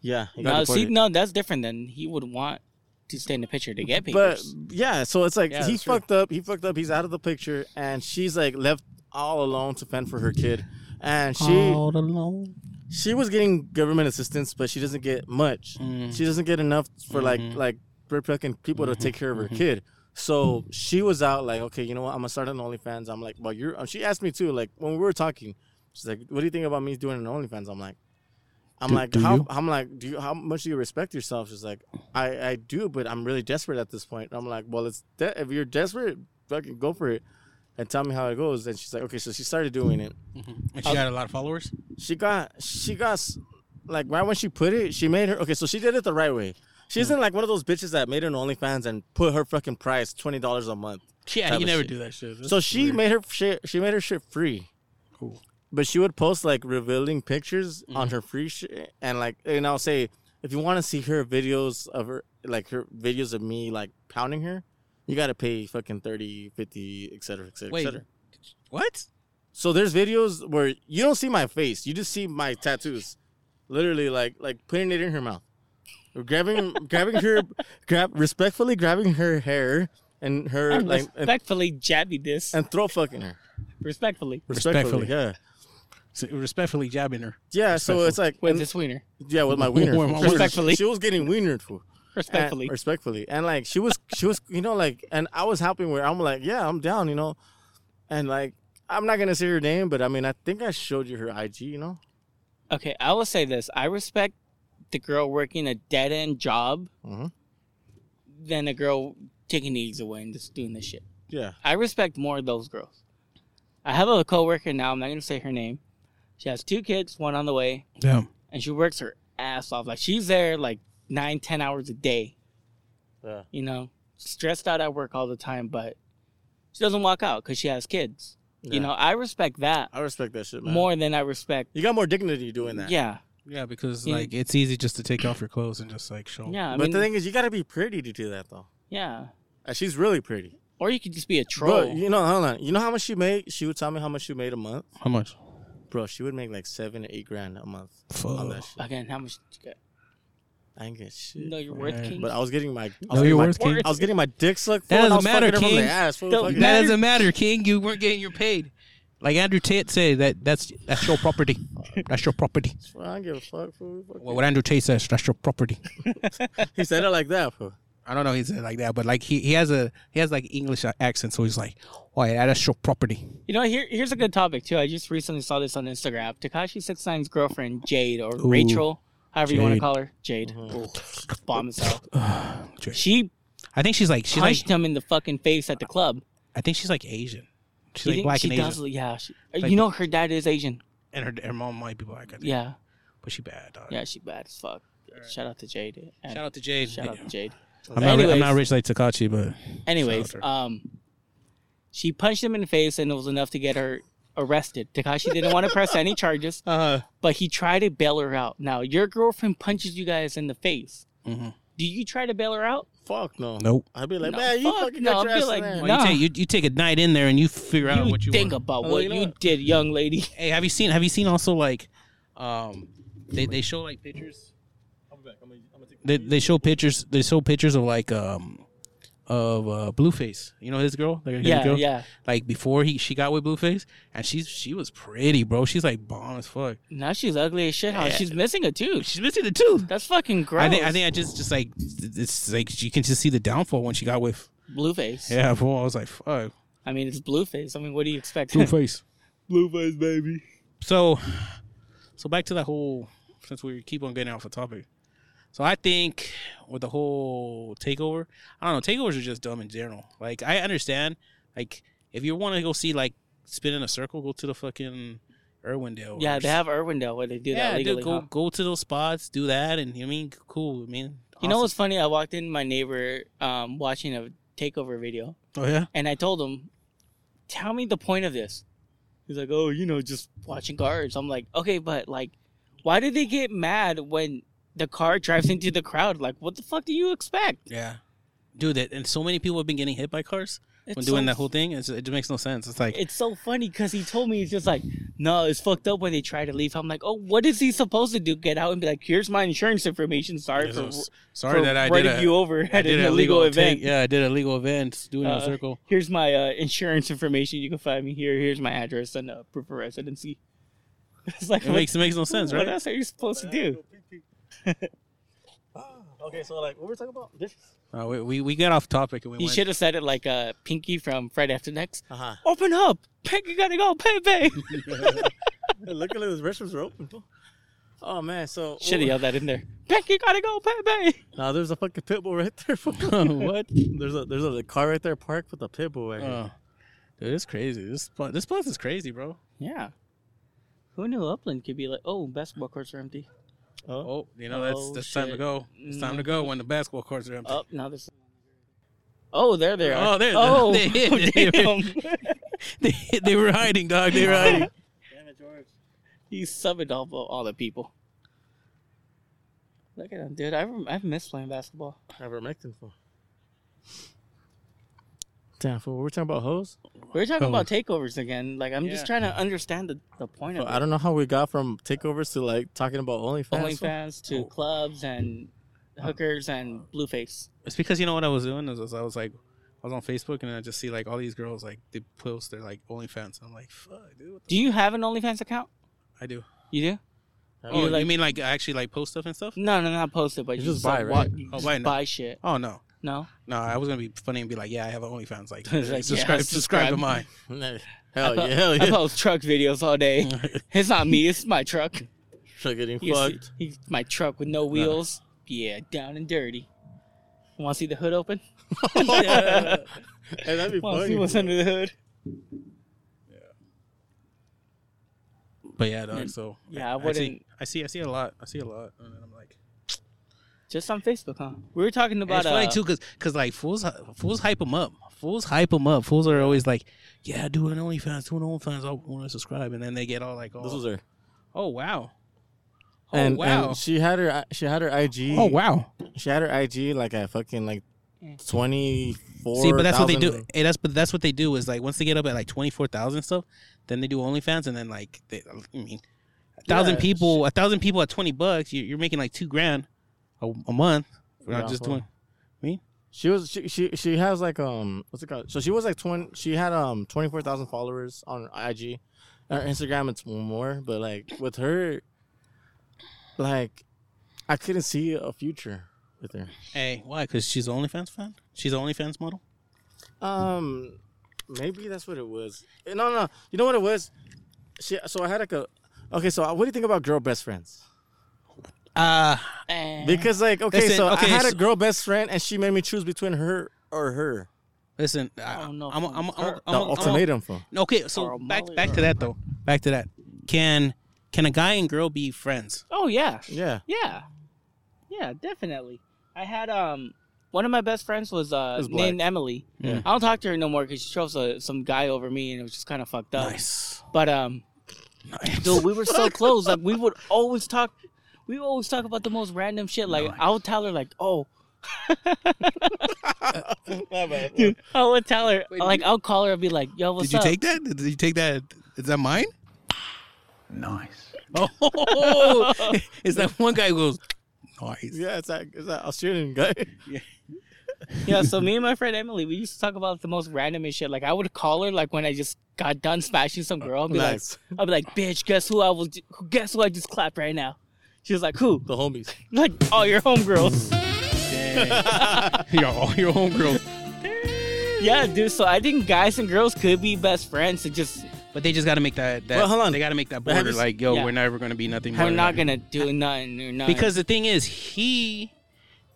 [SPEAKER 3] yeah, he got
[SPEAKER 4] no, see,
[SPEAKER 3] deported.
[SPEAKER 4] no, that's different than he would want to stay in the picture to get
[SPEAKER 3] But
[SPEAKER 4] papers.
[SPEAKER 3] yeah, so it's like
[SPEAKER 5] Yeah,
[SPEAKER 3] he
[SPEAKER 5] that's true.
[SPEAKER 3] fucked up. He fucked up. He's out of the picture, and she's like left all alone to fend for her kid. And she
[SPEAKER 5] Oh, alone.
[SPEAKER 3] she was getting government assistance, but she doesn't get much.
[SPEAKER 5] Mm.
[SPEAKER 3] She doesn't get enough for like
[SPEAKER 5] Mm-hmm.
[SPEAKER 3] like for fucking people to take care of her kid. So she was out like, okay, you know what? I'm gonna start an OnlyFans. I'm like, well, you're. uh, She asked me too. Like when we were talking, she's like, what do you think about me doing an OnlyFans? I'm like, I'm like,
[SPEAKER 5] do
[SPEAKER 3] how?
[SPEAKER 5] you?
[SPEAKER 3] I'm like, do you? How much do you respect yourself? She's like, I I do, but I'm really desperate at this point. I'm like, well, it's de- if you're desperate, fucking go for it, and tell me how it goes. And she's like, okay, so she started doing it
[SPEAKER 5] And she got a lot of followers.
[SPEAKER 3] she got she got s- like right when she put it, she made her okay. So she did it the right way. She isn't like one of those bitches that made an OnlyFans and put her fucking price twenty dollars a month.
[SPEAKER 5] Yeah,
[SPEAKER 3] Type
[SPEAKER 5] you
[SPEAKER 3] of
[SPEAKER 5] never
[SPEAKER 3] shit.
[SPEAKER 5] do that shit. That's
[SPEAKER 3] so she
[SPEAKER 5] weird.
[SPEAKER 3] made her shit. She made her shit free.
[SPEAKER 5] Cool. Mm-hmm.
[SPEAKER 3] But she would post like revealing pictures on her free shit, and like, and I'll say, if you want to see her videos of her, like her videos of me like pounding her, you gotta pay fucking 30, 50, et cetera, et cetera, et
[SPEAKER 5] Wait.
[SPEAKER 3] cetera.
[SPEAKER 5] what?
[SPEAKER 3] So there's videos where you don't see my face, you just see my tattoos, literally like like putting it in her mouth, grabbing grabbing her, grab respectfully grabbing her hair and her
[SPEAKER 4] And
[SPEAKER 3] like and,
[SPEAKER 4] respectfully jabby this.
[SPEAKER 3] and throw fucking her
[SPEAKER 4] respectfully.
[SPEAKER 3] respectfully,
[SPEAKER 5] Respectfully.
[SPEAKER 3] yeah
[SPEAKER 5] So, respectfully jabbing her.
[SPEAKER 3] yeah. So it's like
[SPEAKER 4] With
[SPEAKER 3] and-
[SPEAKER 4] this wiener.
[SPEAKER 3] yeah with my wiener
[SPEAKER 5] With my
[SPEAKER 3] She was-
[SPEAKER 4] Respectfully.
[SPEAKER 3] she was getting wienered for. And-
[SPEAKER 4] Respectfully.
[SPEAKER 3] respectfully, and like she was, she was, you know, like, and I was helping where I'm like, yeah, I'm down, you know, and like I'm not gonna say her name, but I mean, I think I showed you her IG, you know,
[SPEAKER 4] Okay, I will say this. I respect the girl working a dead end job
[SPEAKER 3] Mhm.
[SPEAKER 4] than a girl taking these away and just doing this shit.
[SPEAKER 3] yeah,
[SPEAKER 4] I respect more of those girls. I have a coworker now, I'm not gonna say her name. She has two kids, one on the way,
[SPEAKER 5] Damn.
[SPEAKER 4] and she works her ass off. Like she's there like nine, ten hours a day.
[SPEAKER 3] Yeah.
[SPEAKER 4] You know, stressed out at work all the time, but she doesn't walk out because she has kids.
[SPEAKER 3] Yeah.
[SPEAKER 4] You know, I respect that
[SPEAKER 3] I respect that shit, man.
[SPEAKER 4] more than I respect.
[SPEAKER 3] You got more dignity doing that.
[SPEAKER 4] Yeah,
[SPEAKER 5] Yeah, because
[SPEAKER 4] Yeah.
[SPEAKER 5] like it's easy just to take off your clothes and just like show.
[SPEAKER 4] yeah. I
[SPEAKER 3] but
[SPEAKER 4] mean,
[SPEAKER 3] the thing is, you gotta be pretty to do that, though.
[SPEAKER 4] yeah.
[SPEAKER 3] Uh, She's really pretty.
[SPEAKER 4] Or you could just be a
[SPEAKER 3] Bro,
[SPEAKER 4] troll.
[SPEAKER 3] you know, hold on. You know how much she made? She would tell me how much she made a month.
[SPEAKER 5] How much?
[SPEAKER 3] Bro, she would make like seven or eight grand a month on that
[SPEAKER 5] Fuck.
[SPEAKER 3] shit.
[SPEAKER 4] Again, how much? You got?
[SPEAKER 3] I didn't get shit.
[SPEAKER 4] Know your worth,
[SPEAKER 5] Yeah.
[SPEAKER 4] king.
[SPEAKER 3] But I was getting my, I was,
[SPEAKER 5] Know
[SPEAKER 3] getting
[SPEAKER 5] your
[SPEAKER 3] my
[SPEAKER 5] worth, king.
[SPEAKER 3] I was getting my dick sucked. full,
[SPEAKER 5] That
[SPEAKER 3] and
[SPEAKER 5] doesn't
[SPEAKER 3] I was
[SPEAKER 5] matter,
[SPEAKER 3] fucking her
[SPEAKER 5] king.
[SPEAKER 3] From the ass, fool.
[SPEAKER 4] Don't
[SPEAKER 3] Fuck it.
[SPEAKER 5] That
[SPEAKER 4] matter.
[SPEAKER 5] doesn't matter, King. You weren't getting your paid. Like Andrew Tate said, that that's that's your property. That's your property.
[SPEAKER 3] Bro, I don't give a fuck, fool. Fuck
[SPEAKER 5] Well, what Andrew Tate says, that's your
[SPEAKER 4] (laughs)
[SPEAKER 5] property.
[SPEAKER 3] it. He said it like that, fool.
[SPEAKER 5] I don't know he said it like that, but like he, he has a he has like English accent, so he's like, oh yeah, that's your property.
[SPEAKER 4] You know, here here's a good topic too. I just recently saw this on Instagram. Takashi 69's girlfriend Jade or Rachel, however you want to
[SPEAKER 5] Jade. Mm-hmm.
[SPEAKER 4] call her, Jade. Ooh, Bomb as hell.
[SPEAKER 5] Jade.
[SPEAKER 4] She
[SPEAKER 5] I think she's like she's like
[SPEAKER 4] punched him in the fucking face at the club.
[SPEAKER 5] I think she's like Asian. She's
[SPEAKER 4] You
[SPEAKER 5] like
[SPEAKER 4] think
[SPEAKER 5] black
[SPEAKER 4] she
[SPEAKER 5] and
[SPEAKER 4] does
[SPEAKER 5] Asian,
[SPEAKER 4] look- yeah. She,
[SPEAKER 5] Like-
[SPEAKER 4] you know her dad is Asian.
[SPEAKER 5] and her, her mom might be black. I think.
[SPEAKER 4] Yeah,
[SPEAKER 5] but she bad. Dog.
[SPEAKER 4] yeah. She bad as fuck. Shout out to Jade. And
[SPEAKER 5] Shout out to Jade.
[SPEAKER 4] shout out to Jade.
[SPEAKER 5] I'm not, ri- I'm
[SPEAKER 4] Anyways.
[SPEAKER 5] not rich like Takachi, but
[SPEAKER 4] Anyways,
[SPEAKER 5] Shout out to
[SPEAKER 4] um, she punched him in the face, and it was enough to get her arrested. Takashi didn't want to press any charges,
[SPEAKER 3] Uh-huh.
[SPEAKER 5] uh,
[SPEAKER 4] but he tried to bail her out. Now, your girlfriend punches you guys in the face. Do you try to bail her out?
[SPEAKER 3] Fuck no.
[SPEAKER 5] nope.
[SPEAKER 3] I'd be like,
[SPEAKER 4] No,
[SPEAKER 3] man, you
[SPEAKER 4] fuck
[SPEAKER 3] fucking
[SPEAKER 4] no.
[SPEAKER 3] got
[SPEAKER 4] I'd
[SPEAKER 3] your
[SPEAKER 4] be
[SPEAKER 3] ass
[SPEAKER 4] like,
[SPEAKER 3] in
[SPEAKER 4] no.
[SPEAKER 3] there.
[SPEAKER 5] You, take, you, you take a night in there and you figure out
[SPEAKER 4] you
[SPEAKER 5] what you
[SPEAKER 4] think
[SPEAKER 5] want.
[SPEAKER 4] about
[SPEAKER 3] Oh,
[SPEAKER 4] what
[SPEAKER 3] you
[SPEAKER 4] you,
[SPEAKER 3] know what?
[SPEAKER 4] did, young lady. (laughs)
[SPEAKER 5] Hey, have you seen? Have you seen also like, um, they, they show like pictures. They they show pictures. They show pictures of like um, of uh, Blueface. You know his girl, like his
[SPEAKER 4] Yeah,
[SPEAKER 5] girl?
[SPEAKER 4] yeah.
[SPEAKER 5] Like before he she got with Blueface, and she's she was pretty, bro. She's like bomb as fuck.
[SPEAKER 4] Now she's ugly as shit. Huh? She's missing a tooth.
[SPEAKER 5] She's missing the tooth.
[SPEAKER 4] That's fucking gross.
[SPEAKER 5] I think I think I just just like it's like you can just see the downfall when she got with
[SPEAKER 4] Blueface.
[SPEAKER 5] yeah. Bro, I was like fuck.
[SPEAKER 4] I mean, it's Blueface. I mean, what do you expect? (laughs)
[SPEAKER 5] Blueface. Blueface, baby. So, so back to that whole since we keep on getting off the topic. So I think with the whole takeover, I don't know. Takeovers are just dumb in general. Like I understand, like if you want to go see like spin in a circle, go to the fucking Irwindale.
[SPEAKER 4] yeah,
[SPEAKER 5] or
[SPEAKER 4] they have Irwindale where they do
[SPEAKER 5] yeah,
[SPEAKER 4] that legally.
[SPEAKER 5] dude, go
[SPEAKER 4] huh?
[SPEAKER 5] go to those spots, do that, and you know what I mean cool. I mean,
[SPEAKER 4] You know what's
[SPEAKER 5] awesome.
[SPEAKER 4] funny? I walked in my neighbor um, watching a takeover video,
[SPEAKER 5] Oh yeah,
[SPEAKER 4] and I told him, "Tell me the point of this." He's like, "Oh, you know, just watching cars." I'm like, "Okay, but like, why do they get mad when the car drives into the crowd? Like, what the fuck do you expect?"
[SPEAKER 5] yeah, dude. That and so many people have been getting hit by cars
[SPEAKER 4] It's
[SPEAKER 5] when doing
[SPEAKER 4] so
[SPEAKER 5] that whole thing. It's, it just makes no sense. It's like
[SPEAKER 4] it's so funny because he told me he's just like, no, it's fucked up when they try to leave. I'm like, oh, what is he supposed to do? Get out and be like, here's my insurance information. Sorry
[SPEAKER 5] Yeah,
[SPEAKER 4] for,
[SPEAKER 5] so s- sorry
[SPEAKER 4] for
[SPEAKER 5] that I did
[SPEAKER 4] running
[SPEAKER 5] a,
[SPEAKER 4] you over
[SPEAKER 5] I
[SPEAKER 4] at
[SPEAKER 5] did
[SPEAKER 4] an
[SPEAKER 5] a
[SPEAKER 4] illegal
[SPEAKER 5] take-
[SPEAKER 4] event.
[SPEAKER 5] yeah, I did a legal event, doing a
[SPEAKER 4] Uh,
[SPEAKER 5] circle.
[SPEAKER 4] Here's my uh, insurance information. You can find me here. Here's my address and uh, proof of residency. (laughs) It's like
[SPEAKER 5] It makes it makes no sense,
[SPEAKER 4] what
[SPEAKER 5] right?
[SPEAKER 4] else are you supposed
[SPEAKER 3] (laughs)
[SPEAKER 4] to do?
[SPEAKER 3] Ah, Okay, so like, what were we talking about? This?
[SPEAKER 5] Uh, we, we we got off topic and we
[SPEAKER 4] He
[SPEAKER 5] went.
[SPEAKER 4] should have said it like uh, Pinky from Fred After Next.
[SPEAKER 3] Uh-huh.
[SPEAKER 4] Open up, Pinky gotta go, (laughs) Pepe.
[SPEAKER 3] Luckily, those restrooms were open. fool. Oh man, so
[SPEAKER 4] should have yelled that in there. Pinky gotta go, Pepe.
[SPEAKER 3] Now there's a fucking pit bull right there. fool.
[SPEAKER 5] (laughs) what?
[SPEAKER 3] (laughs) There's a there's a car right there parked with a pit bull right here.
[SPEAKER 5] Uh, dude, it's crazy. This spot, this place is crazy, bro.
[SPEAKER 4] Yeah. Who knew Upland could be like, oh, basketball courts are empty.
[SPEAKER 5] Oh, you know that's
[SPEAKER 4] Oh,
[SPEAKER 5] that's time to
[SPEAKER 4] shit.
[SPEAKER 5] go. It's time to go when the basketball courts are empty.
[SPEAKER 4] Oh, now there's. Oh, there they are.
[SPEAKER 5] Oh, there-
[SPEAKER 4] Oh,
[SPEAKER 5] (laughs) they hid. They
[SPEAKER 4] damn.
[SPEAKER 5] (laughs)
[SPEAKER 4] Uh,
[SPEAKER 5] they, they were hiding, dog. They were hiding.
[SPEAKER 4] he subbed all, all the people. Look at him, dude. I rem- I've missed playing basketball.
[SPEAKER 3] Ivermectin for. Damn, fool. We're talking about hoes.
[SPEAKER 4] We were talking
[SPEAKER 5] Oh.
[SPEAKER 4] about takeovers again. Like, I'm just trying to understand the, the point
[SPEAKER 3] Well,
[SPEAKER 4] of
[SPEAKER 3] I
[SPEAKER 4] it.
[SPEAKER 3] don't know how we got from takeovers to like talking about OnlyFans. fool.
[SPEAKER 4] OnlyFans to clubs and hookers and Blueface.
[SPEAKER 5] It's because you know what I was doing is, is I was like, I was on Facebook and I just see like all these girls like they post their like OnlyFans. I'm like, fuck, dude. What the
[SPEAKER 4] Do you have an OnlyFans account?
[SPEAKER 5] I do.
[SPEAKER 4] You do?
[SPEAKER 5] Oh,
[SPEAKER 4] You
[SPEAKER 5] you,
[SPEAKER 4] like-
[SPEAKER 5] mean like actually like post stuff and stuff?
[SPEAKER 4] No, no, not post it, but you, just buy,
[SPEAKER 3] right?
[SPEAKER 4] you
[SPEAKER 5] Oh,
[SPEAKER 4] just
[SPEAKER 5] why not?
[SPEAKER 4] buy shit.
[SPEAKER 5] Oh no.
[SPEAKER 4] No?
[SPEAKER 5] No, I was gonna be funny and be like, "Yeah, I have an OnlyFans." Like,
[SPEAKER 4] It's like,
[SPEAKER 5] subscribe,
[SPEAKER 4] yeah,
[SPEAKER 5] subscribe
[SPEAKER 4] subscribe.
[SPEAKER 5] to mine.
[SPEAKER 3] (laughs) hell
[SPEAKER 4] I po-
[SPEAKER 3] yeah, hell
[SPEAKER 4] I
[SPEAKER 3] yeah.
[SPEAKER 4] post truck videos all day. It's not me. It's my truck.
[SPEAKER 3] (laughs) Try getting
[SPEAKER 4] You see-
[SPEAKER 3] fucked.
[SPEAKER 4] you- my truck with no wheels. Yeah, down and dirty. Want to see the hood open? (laughs)
[SPEAKER 3] Hey, that'd be
[SPEAKER 4] Want to
[SPEAKER 3] funny.
[SPEAKER 4] see what's
[SPEAKER 3] fool.
[SPEAKER 4] under the hood?
[SPEAKER 5] But yeah, dog. So
[SPEAKER 4] yeah, I
[SPEAKER 5] see-
[SPEAKER 4] wouldn't-
[SPEAKER 5] I see, I see a lot. I see a lot, and then I'm like,
[SPEAKER 4] Just on Facebook, huh? We were talking
[SPEAKER 5] And
[SPEAKER 4] about
[SPEAKER 5] it's funny
[SPEAKER 4] uh,
[SPEAKER 5] too, cause, cause like fools, fools hype them up. Fools hype them up. Fools are always like, "Yeah, do an OnlyFans, do an OnlyFans. I want to subscribe," and then they get all like, "Oh,
[SPEAKER 3] This was her.
[SPEAKER 5] oh wow, oh
[SPEAKER 3] And,
[SPEAKER 5] wow,
[SPEAKER 3] and she had her she had her IG.
[SPEAKER 5] oh wow." Mm.
[SPEAKER 3] She had her IG like at fucking like twenty four.
[SPEAKER 5] See, but that's what they do. Hey, that's but that's what they do is like once they get up at like twenty four thousand stuff, then they do OnlyFans, and then like they, I mean, a thousand
[SPEAKER 3] Yeah,
[SPEAKER 5] people, a thousand people at twenty bucks, you- you're making like two grand a, a month. We're not
[SPEAKER 3] Yeah,
[SPEAKER 5] just
[SPEAKER 3] fool.
[SPEAKER 5] doing.
[SPEAKER 3] She was she, she she has like um what's it called? So she was like twenty. She had um twenty four thousand followers on IG, or Instagram. It's more, but like with her, like I couldn't see a future with her.
[SPEAKER 5] Hey, why? Because she's an OnlyFans fan. She's an OnlyFans model.
[SPEAKER 3] Um, maybe that's what it was. Eh, No, no, no. you know what it was. She, so I had like a. Okay, so what do you think about girl best friends?
[SPEAKER 5] Uh
[SPEAKER 4] eh,
[SPEAKER 3] Because like, okay,
[SPEAKER 5] Listen,
[SPEAKER 3] so
[SPEAKER 5] okay,
[SPEAKER 3] I had a
[SPEAKER 5] so-
[SPEAKER 3] girl best friend, and she made me choose between her or her.
[SPEAKER 5] listen, I,
[SPEAKER 4] don't
[SPEAKER 5] I'm,
[SPEAKER 4] know if
[SPEAKER 5] I'm,
[SPEAKER 4] I'm
[SPEAKER 5] I'm, I'm,
[SPEAKER 4] her.
[SPEAKER 5] I'm,
[SPEAKER 3] The
[SPEAKER 5] I'm-
[SPEAKER 3] ultimatum for
[SPEAKER 5] Okay, so
[SPEAKER 4] Or
[SPEAKER 5] back
[SPEAKER 4] Molly
[SPEAKER 5] back to
[SPEAKER 4] or-
[SPEAKER 5] that though. Back to that. Can can a guy and girl be friends?
[SPEAKER 4] oh yeah,
[SPEAKER 3] yeah.
[SPEAKER 4] yeah, yeah, definitely. I had um one of my best friends was uh
[SPEAKER 3] Was black.
[SPEAKER 4] named Emily.
[SPEAKER 3] Yeah.
[SPEAKER 4] I don't talk to her no more because she chose a, some guy over me, and it was just kind of fucked up.
[SPEAKER 5] Nice.
[SPEAKER 4] But um,
[SPEAKER 5] Nice.
[SPEAKER 4] dude, we were so close. Like we would always talk. We would always talk about the most random shit. Like I would tell her, like, oh, (laughs) I would tell her, like, I'll call her and be like, yo, what's
[SPEAKER 5] Did you
[SPEAKER 4] up?
[SPEAKER 5] take that? Did you take that? Is that mine? Nice. (laughs) Oh, it's that one guy who goes nice.
[SPEAKER 3] Yeah, it's that it's that Australian guy. (laughs)
[SPEAKER 4] Yeah, so me and my friend Emily, we used to talk about the most randomest shit. Like I would call her like when I just got done smashing some girl. I'd be
[SPEAKER 3] Nice.
[SPEAKER 4] like, I'd be like, bitch, guess who I was? Guess who I just clapped right now? She was like, who?
[SPEAKER 3] The homies.
[SPEAKER 4] Like, oh, your homegirls. (laughs)
[SPEAKER 5] (laughs) You're all your homegirls,
[SPEAKER 4] yeah, dude. So I think guys and girls could be best friends. It just
[SPEAKER 5] but they just got to make that. that
[SPEAKER 3] Well, hold on.
[SPEAKER 5] They got to make that
[SPEAKER 3] But have
[SPEAKER 5] border.
[SPEAKER 3] you-
[SPEAKER 5] Like, yo,
[SPEAKER 4] Yeah.
[SPEAKER 5] we're never going to be nothing.
[SPEAKER 4] we're
[SPEAKER 5] more
[SPEAKER 4] not
[SPEAKER 5] than-
[SPEAKER 4] gonna do nothing or nothing.
[SPEAKER 5] Because the thing is, he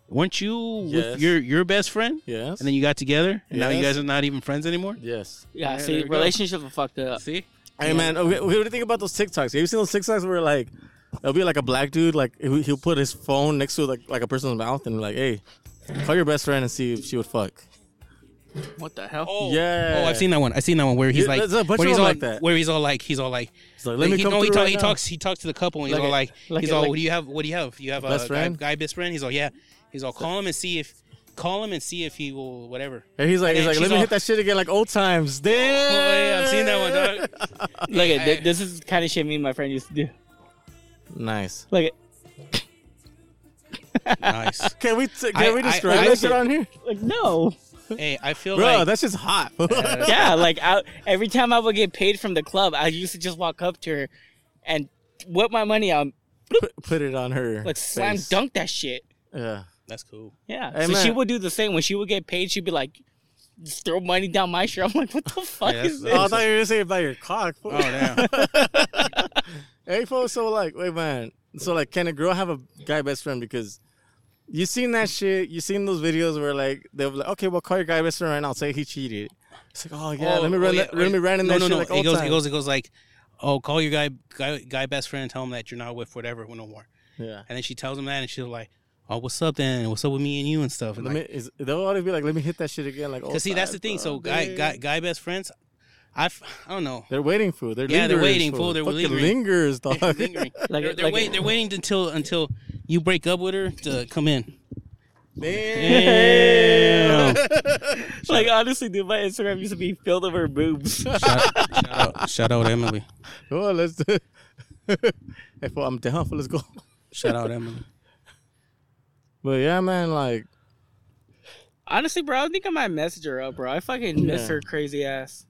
[SPEAKER 5] weren't you
[SPEAKER 3] Yes.
[SPEAKER 5] with your your best friend,
[SPEAKER 3] Yes.
[SPEAKER 5] and then you got together, and now you
[SPEAKER 3] Yes.
[SPEAKER 5] guys are not even friends anymore.
[SPEAKER 3] yes.
[SPEAKER 4] yeah,
[SPEAKER 5] Yeah, there
[SPEAKER 4] see,
[SPEAKER 5] you go.
[SPEAKER 4] relationships are fucked up.
[SPEAKER 5] See,
[SPEAKER 3] Hey man, okay, what do you think about those TikToks? Have you seen those TikToks where like it'll be like a black dude like he- he'll put his phone next to like like a person's mouth and like, hey, call your best friend and see if she would fuck.
[SPEAKER 4] What the hell?
[SPEAKER 5] Oh,
[SPEAKER 3] Yeah.
[SPEAKER 5] Oh, I've seen that one. I've seen that one where
[SPEAKER 3] Yeah,
[SPEAKER 5] he's
[SPEAKER 3] uh,
[SPEAKER 5] like,
[SPEAKER 3] there's a bunch
[SPEAKER 5] where
[SPEAKER 3] of
[SPEAKER 5] he's
[SPEAKER 3] them
[SPEAKER 5] all
[SPEAKER 3] like that.
[SPEAKER 5] where he's all like, he's all like,
[SPEAKER 3] He's like, let me
[SPEAKER 5] he,
[SPEAKER 3] come
[SPEAKER 5] no, he,
[SPEAKER 3] through
[SPEAKER 5] talk-
[SPEAKER 3] right
[SPEAKER 5] he
[SPEAKER 3] now.
[SPEAKER 5] talks, he talks to the couple, and he's
[SPEAKER 3] Like
[SPEAKER 5] all
[SPEAKER 3] a-
[SPEAKER 5] like,
[SPEAKER 4] like
[SPEAKER 5] he's
[SPEAKER 4] a-
[SPEAKER 5] all,
[SPEAKER 4] like-
[SPEAKER 5] what do you have? What do you have? You have a
[SPEAKER 3] Best
[SPEAKER 5] guy,
[SPEAKER 3] friend?
[SPEAKER 5] guy best friend. He's all, yeah. He's all, call him and see if, call him and see if he
[SPEAKER 3] (laughs)
[SPEAKER 5] will whatever.
[SPEAKER 3] And he's like,
[SPEAKER 5] And
[SPEAKER 3] he's
[SPEAKER 5] then
[SPEAKER 3] like,
[SPEAKER 5] she's
[SPEAKER 3] let me
[SPEAKER 5] all-
[SPEAKER 3] hit that shit again like old times. Damn.
[SPEAKER 5] Oh, yeah, I've seen that one, dog.
[SPEAKER 4] Look at thi- this is kind of shit me and my friend used to do.
[SPEAKER 3] Nice.
[SPEAKER 4] Look at
[SPEAKER 3] (laughs)
[SPEAKER 5] nice.
[SPEAKER 3] Can we t- can
[SPEAKER 5] I-
[SPEAKER 3] we
[SPEAKER 5] I-
[SPEAKER 3] describe
[SPEAKER 5] I
[SPEAKER 3] that
[SPEAKER 5] like
[SPEAKER 3] shit
[SPEAKER 5] it.
[SPEAKER 3] on here,
[SPEAKER 4] like no.
[SPEAKER 5] Hey, I feel
[SPEAKER 3] bro?
[SPEAKER 5] like
[SPEAKER 3] that shit's hot.
[SPEAKER 4] yeah, like I, every time I would get paid from the club, I used to just walk up to her and whip my money out,
[SPEAKER 3] put, (laughs) put it on her.
[SPEAKER 4] like slam
[SPEAKER 3] face.
[SPEAKER 4] dunk that shit.
[SPEAKER 5] (laughs)
[SPEAKER 3] Yeah.
[SPEAKER 5] that's cool.
[SPEAKER 4] Yeah.
[SPEAKER 3] Hey,
[SPEAKER 4] so she
[SPEAKER 3] man.
[SPEAKER 4] would do the same. When she would get paid, she'd be like, just throw money down my shirt. I'm like,
[SPEAKER 3] (laughs)
[SPEAKER 4] what the fuck
[SPEAKER 5] Yeah,
[SPEAKER 4] is
[SPEAKER 5] that's-
[SPEAKER 4] this?
[SPEAKER 3] Oh, I thought you were gonna say about your cock. fool.
[SPEAKER 5] Oh damn.
[SPEAKER 3] Hey, folks, so like, wait, man. So like, can a girl have a guy best friend? Because you seen that shit. You seen those videos where like they're like, okay, well, call your guy best friend right now. Say he cheated. It's like, oh (laughs) yeah,
[SPEAKER 5] Oh,
[SPEAKER 3] let me run
[SPEAKER 5] oh,
[SPEAKER 3] that.
[SPEAKER 5] yeah,
[SPEAKER 3] Let
[SPEAKER 5] or-
[SPEAKER 3] me run in
[SPEAKER 5] no,
[SPEAKER 3] that
[SPEAKER 5] no,
[SPEAKER 3] shit
[SPEAKER 5] no.
[SPEAKER 3] like
[SPEAKER 5] it
[SPEAKER 3] old
[SPEAKER 5] goes,
[SPEAKER 3] time.
[SPEAKER 5] it goes, it goes like, oh, call your guy, guy, guy best friend, and tell him that you're not with whatever no more.
[SPEAKER 3] yeah.
[SPEAKER 5] And then she tells him that, and she's like, oh, what's up then? What's up with me and you and stuff? And
[SPEAKER 3] Let
[SPEAKER 5] like,
[SPEAKER 3] me. Is, they'll always be like, let me hit that shit again. Like, old
[SPEAKER 5] Cause see, that's the
[SPEAKER 3] times,
[SPEAKER 5] thing. So
[SPEAKER 3] bro.
[SPEAKER 5] guy,
[SPEAKER 3] Damn.
[SPEAKER 5] guy, guy best friends. I, f- I don't know.
[SPEAKER 3] They're waiting for. They're
[SPEAKER 5] Yeah, they're
[SPEAKER 3] lingers,
[SPEAKER 5] waiting,
[SPEAKER 3] fool.
[SPEAKER 5] fool, they're
[SPEAKER 3] Fucking
[SPEAKER 5] lingering. (laughs)
[SPEAKER 3] lingers, dog. (laughs)
[SPEAKER 5] They're (laughs) lingering.
[SPEAKER 4] Like-
[SPEAKER 5] they're, they're,
[SPEAKER 4] like-
[SPEAKER 5] wait, they're waiting until until you break up with her to come in.
[SPEAKER 3] (laughs) Damn.
[SPEAKER 4] (laughs) like, honestly, dude, my Instagram used to be filled with her boobs. (laughs)
[SPEAKER 5] Shout out, shout out Emily.
[SPEAKER 3] Well, let's. Do (laughs) hey, fool, I'm down for. Let's go. (laughs)
[SPEAKER 5] Shout out (laughs) Emily.
[SPEAKER 3] But yeah, man, like.
[SPEAKER 4] honestly, bro, I think I might message her up, bro. I fucking miss
[SPEAKER 3] Yeah. Uh,
[SPEAKER 4] her crazy ass.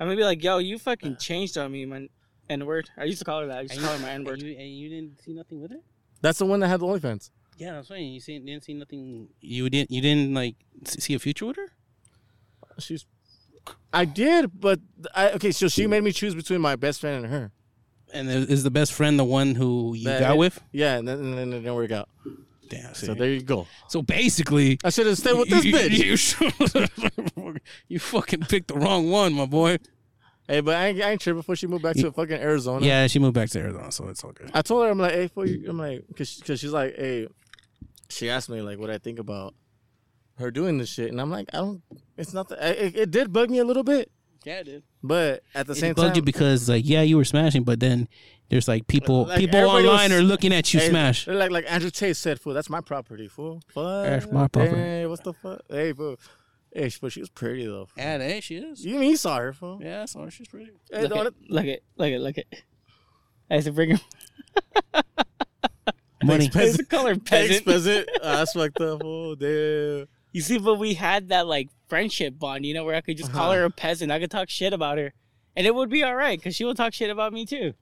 [SPEAKER 4] I'm gonna be like, yo, you fucking changed on me, man. N word. I used to call her that. I used to call her my N word.
[SPEAKER 5] you, didn't see nothing with it?
[SPEAKER 3] That's the one that had the OnlyFans.
[SPEAKER 5] Yeah, that's right. You see, didn't see nothing. You didn't. You didn't like s- see a future with her.
[SPEAKER 3] She's. I did, but I okay. So she made me choose between my best friend and her.
[SPEAKER 5] And is is the best friend the one who you
[SPEAKER 3] That-
[SPEAKER 5] got with?
[SPEAKER 3] Yeah, and then, and then it didn't work out.
[SPEAKER 5] Damn.
[SPEAKER 3] So there you go.
[SPEAKER 5] so basically,
[SPEAKER 3] I should
[SPEAKER 5] (laughs)
[SPEAKER 3] have stayed with this
[SPEAKER 5] you,
[SPEAKER 3] bitch.
[SPEAKER 5] You, (laughs) you fucking picked the wrong one, my boy.
[SPEAKER 3] Hey, but I ain't, I ain't tripping before she moved back to fucking Arizona.
[SPEAKER 5] Yeah, she moved back to Arizona, so it's all good.
[SPEAKER 3] I told her I'm like, hey, for you, I'm like, cause, she- cause she's like, hey, she asked me like what I think about her doing this shit, and I'm like, I don't. It's not. that- I- It, it did bug me a little bit,
[SPEAKER 4] Yeah, dude.
[SPEAKER 3] but at the same
[SPEAKER 5] it bugged
[SPEAKER 3] time,
[SPEAKER 5] you because like yeah, you were smashing, but then there's like people
[SPEAKER 3] Like,
[SPEAKER 5] people
[SPEAKER 3] everybody was-
[SPEAKER 5] online are looking at you
[SPEAKER 3] Hey,
[SPEAKER 5] smash.
[SPEAKER 3] they're Like like Andrew Tate said, fool, that's my property, fool. Fuck.
[SPEAKER 5] That's my property.
[SPEAKER 3] Hey, what's the fuck? Hey, fool. Hey, she- but she was pretty though. fool.
[SPEAKER 5] Yeah, there she is.
[SPEAKER 3] You mean you saw her, fool?
[SPEAKER 5] Yeah, so she's pretty.
[SPEAKER 3] Hey,
[SPEAKER 4] Look
[SPEAKER 3] don't
[SPEAKER 4] it, look it, look it, look it. I said, bring him.
[SPEAKER 5] Money.
[SPEAKER 4] It's the color
[SPEAKER 3] Thanks,
[SPEAKER 4] peasant.
[SPEAKER 3] peasant. Ah, that's fucked up, fool. Damn.
[SPEAKER 4] You see, but we had that like friendship bond, you know, where I could just call her a peasant. I could talk shit about her, and it would be all right because she would talk shit about me too.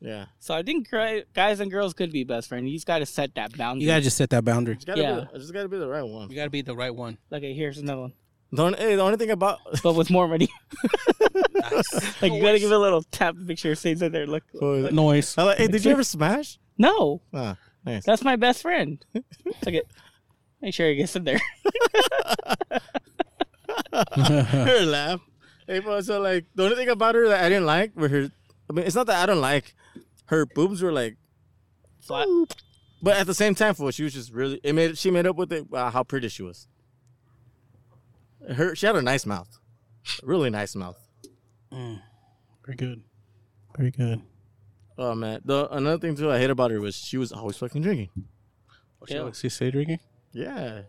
[SPEAKER 3] Yeah.
[SPEAKER 4] So I think gri- guys and girls could be best friends. You just gotta set that boundary.
[SPEAKER 5] (laughs) You gotta just set that boundary.
[SPEAKER 3] It's gotta
[SPEAKER 4] Yeah.
[SPEAKER 3] be, it's just gotta be the right one.
[SPEAKER 5] You gotta be the right one.
[SPEAKER 4] Look at here's another one,
[SPEAKER 3] The only, hey, the only thing about (laughs)
[SPEAKER 4] but with more money. (laughs) like you gotta give it a little tap. Make sure it stays in there. Look,
[SPEAKER 3] fool,
[SPEAKER 5] Noise.
[SPEAKER 3] I'm like, hey, did you ever smash?
[SPEAKER 4] no,
[SPEAKER 3] Ah, nice.
[SPEAKER 4] that's my best friend. Look it. Make sure it gets in there.
[SPEAKER 3] her laugh. Hey, fool, so like the only thing about her that I didn't like were her. I mean, it's not that I don't like her boobs were like
[SPEAKER 4] Flat.
[SPEAKER 3] But at the same time, for she was just really it made she made up with it uh, how pretty she was. Her she had a nice mouth, A really nice mouth.
[SPEAKER 5] Very good. Very good.
[SPEAKER 3] Oh man, the another thing too I hate about her was she was always fucking drinking.
[SPEAKER 4] Yeah.
[SPEAKER 5] Oh, She stay drinking?
[SPEAKER 3] Yeah.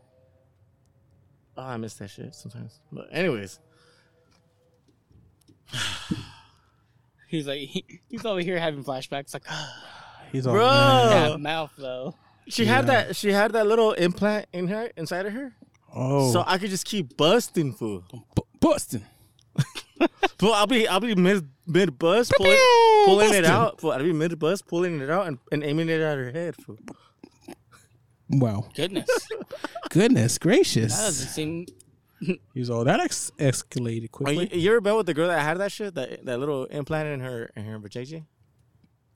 [SPEAKER 3] Oh, I miss that shit sometimes. But anyways,
[SPEAKER 4] He's like, he- he's over here having flashbacks. Like,
[SPEAKER 5] He's all
[SPEAKER 3] Bro.
[SPEAKER 5] "Man."
[SPEAKER 4] that mouth though.
[SPEAKER 3] she had that she had that little implant in her inside of her,
[SPEAKER 5] Oh,
[SPEAKER 3] so I could just keep busting fool.
[SPEAKER 5] Bu- Boston.
[SPEAKER 3] Fool, I'll be I'll be mid mid bus pulling,
[SPEAKER 5] pew,
[SPEAKER 3] pulling it
[SPEAKER 5] busting.
[SPEAKER 3] out. Fool, I'll be mid bus pulling it out and, and aiming it at her head. Fool.
[SPEAKER 5] Wow.
[SPEAKER 4] (laughs) Goodness,
[SPEAKER 5] Goodness
[SPEAKER 4] that doesn't
[SPEAKER 5] gracious.
[SPEAKER 4] seem
[SPEAKER 5] He's all that ex- escalated
[SPEAKER 3] Are you,
[SPEAKER 5] quickly.
[SPEAKER 3] you ever been with the girl that had that shit, that that little implant in her in her vajayjay?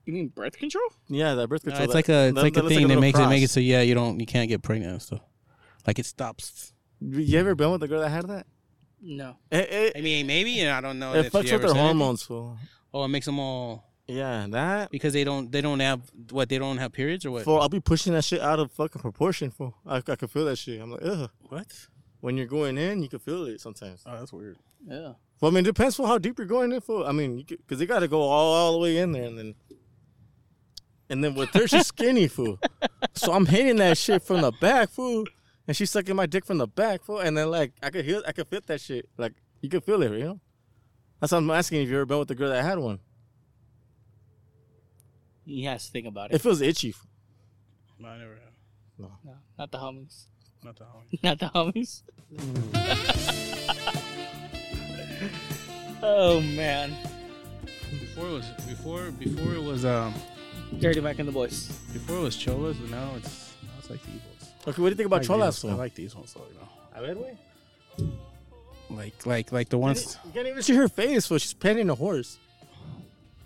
[SPEAKER 4] You mean birth control?
[SPEAKER 3] Yeah, that birth
[SPEAKER 5] No,
[SPEAKER 3] control.
[SPEAKER 5] Uh, it's
[SPEAKER 3] that-
[SPEAKER 5] like a it's
[SPEAKER 3] that-
[SPEAKER 5] like
[SPEAKER 3] that
[SPEAKER 5] a
[SPEAKER 3] looks
[SPEAKER 5] thing that
[SPEAKER 3] little
[SPEAKER 5] makes it make it
[SPEAKER 3] cross.
[SPEAKER 5] so yeah you don't you can't get pregnant and stuff. Like it stops.
[SPEAKER 3] You ever been with the girl that had that?
[SPEAKER 4] No.
[SPEAKER 3] It, it,
[SPEAKER 5] I mean maybe and I don't know.
[SPEAKER 3] it fucks with their hormones, fool.
[SPEAKER 5] Oh, it makes them all
[SPEAKER 3] Yeah, that.
[SPEAKER 5] because they don't they don't have what they don't have periods or what?
[SPEAKER 3] Fool, I'll be pushing that shit out of fucking proportion, fool. I, I can feel that shit. I'm like, ugh.
[SPEAKER 5] What?
[SPEAKER 3] When you're going in, you can feel it sometimes.
[SPEAKER 5] Oh, that's weird.
[SPEAKER 4] Yeah.
[SPEAKER 3] Well, I mean, it depends on how deep you're going in for. I mean, because they got to go all, all the way in there, and then and then with her, she's skinny, fool. So I'm hitting that shit from the back, fool, and she's sucking my dick from the back, fool. And then like I could hear, I could feel that shit. Like you could feel it, you know. That's what I'm asking if you ever been with the girl that had one.
[SPEAKER 4] He has to think about it.
[SPEAKER 3] It feels itchy. fool.
[SPEAKER 5] No, I never have.
[SPEAKER 4] No, not the homies.
[SPEAKER 5] Not that one.
[SPEAKER 4] (laughs) Not the homies. Mm. (laughs) oh man.
[SPEAKER 5] Before it was before before it was um
[SPEAKER 4] Dirty Mike and the boys.
[SPEAKER 5] before it was cholas, but now it's now it's like the evils.
[SPEAKER 3] Okay, what do you think about cholas, fool?
[SPEAKER 5] I like these ones though, you know.
[SPEAKER 3] I read way.
[SPEAKER 5] Like like like the ones
[SPEAKER 3] You can't even see her face, fool. She's petting a horse.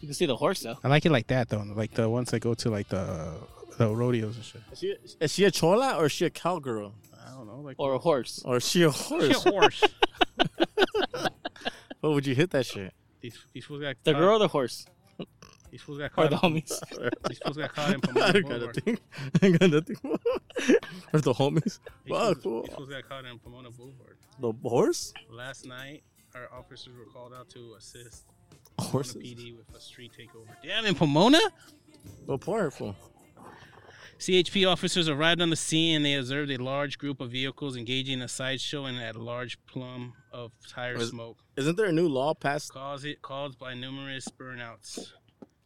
[SPEAKER 4] You can see the horse though.
[SPEAKER 5] I like it like that though, like the ones that go to like the the rodeos and shit.
[SPEAKER 3] Is she, is she a chola or is she a cowgirl
[SPEAKER 5] I don't know, like (laughs)
[SPEAKER 4] Or a horse.
[SPEAKER 3] or is she a horse?
[SPEAKER 5] horse.
[SPEAKER 3] What would you hit that shit?
[SPEAKER 5] these these fools got
[SPEAKER 4] The
[SPEAKER 5] caught-
[SPEAKER 4] girl or the horse?
[SPEAKER 5] These fools got
[SPEAKER 4] Or
[SPEAKER 5] caught.
[SPEAKER 4] the homies.
[SPEAKER 5] (laughs) These fools got (laughs) caught
[SPEAKER 3] (laughs)
[SPEAKER 5] in
[SPEAKER 3] I
[SPEAKER 5] Pomona
[SPEAKER 3] don't got
[SPEAKER 5] Boulevard.
[SPEAKER 3] nothing. I ain't got nothing. Where's the homies?
[SPEAKER 5] These
[SPEAKER 3] Fuck,
[SPEAKER 5] fools-
[SPEAKER 3] fool.
[SPEAKER 5] these fools got caught in Pomona Boulevard.
[SPEAKER 3] The horse?
[SPEAKER 5] Last night, our officers were called out to assist the
[SPEAKER 3] Horses.
[SPEAKER 5] PD with a street takeover. Damn in Pomona.
[SPEAKER 3] The poor fool.
[SPEAKER 5] CHP officers arrived on the scene and they observed a large group of vehicles engaging in a sideshow and a large plum of tire
[SPEAKER 3] Was-
[SPEAKER 5] smoke
[SPEAKER 3] Isn't there a new law passed?
[SPEAKER 5] caused, it, caused by numerous burnouts.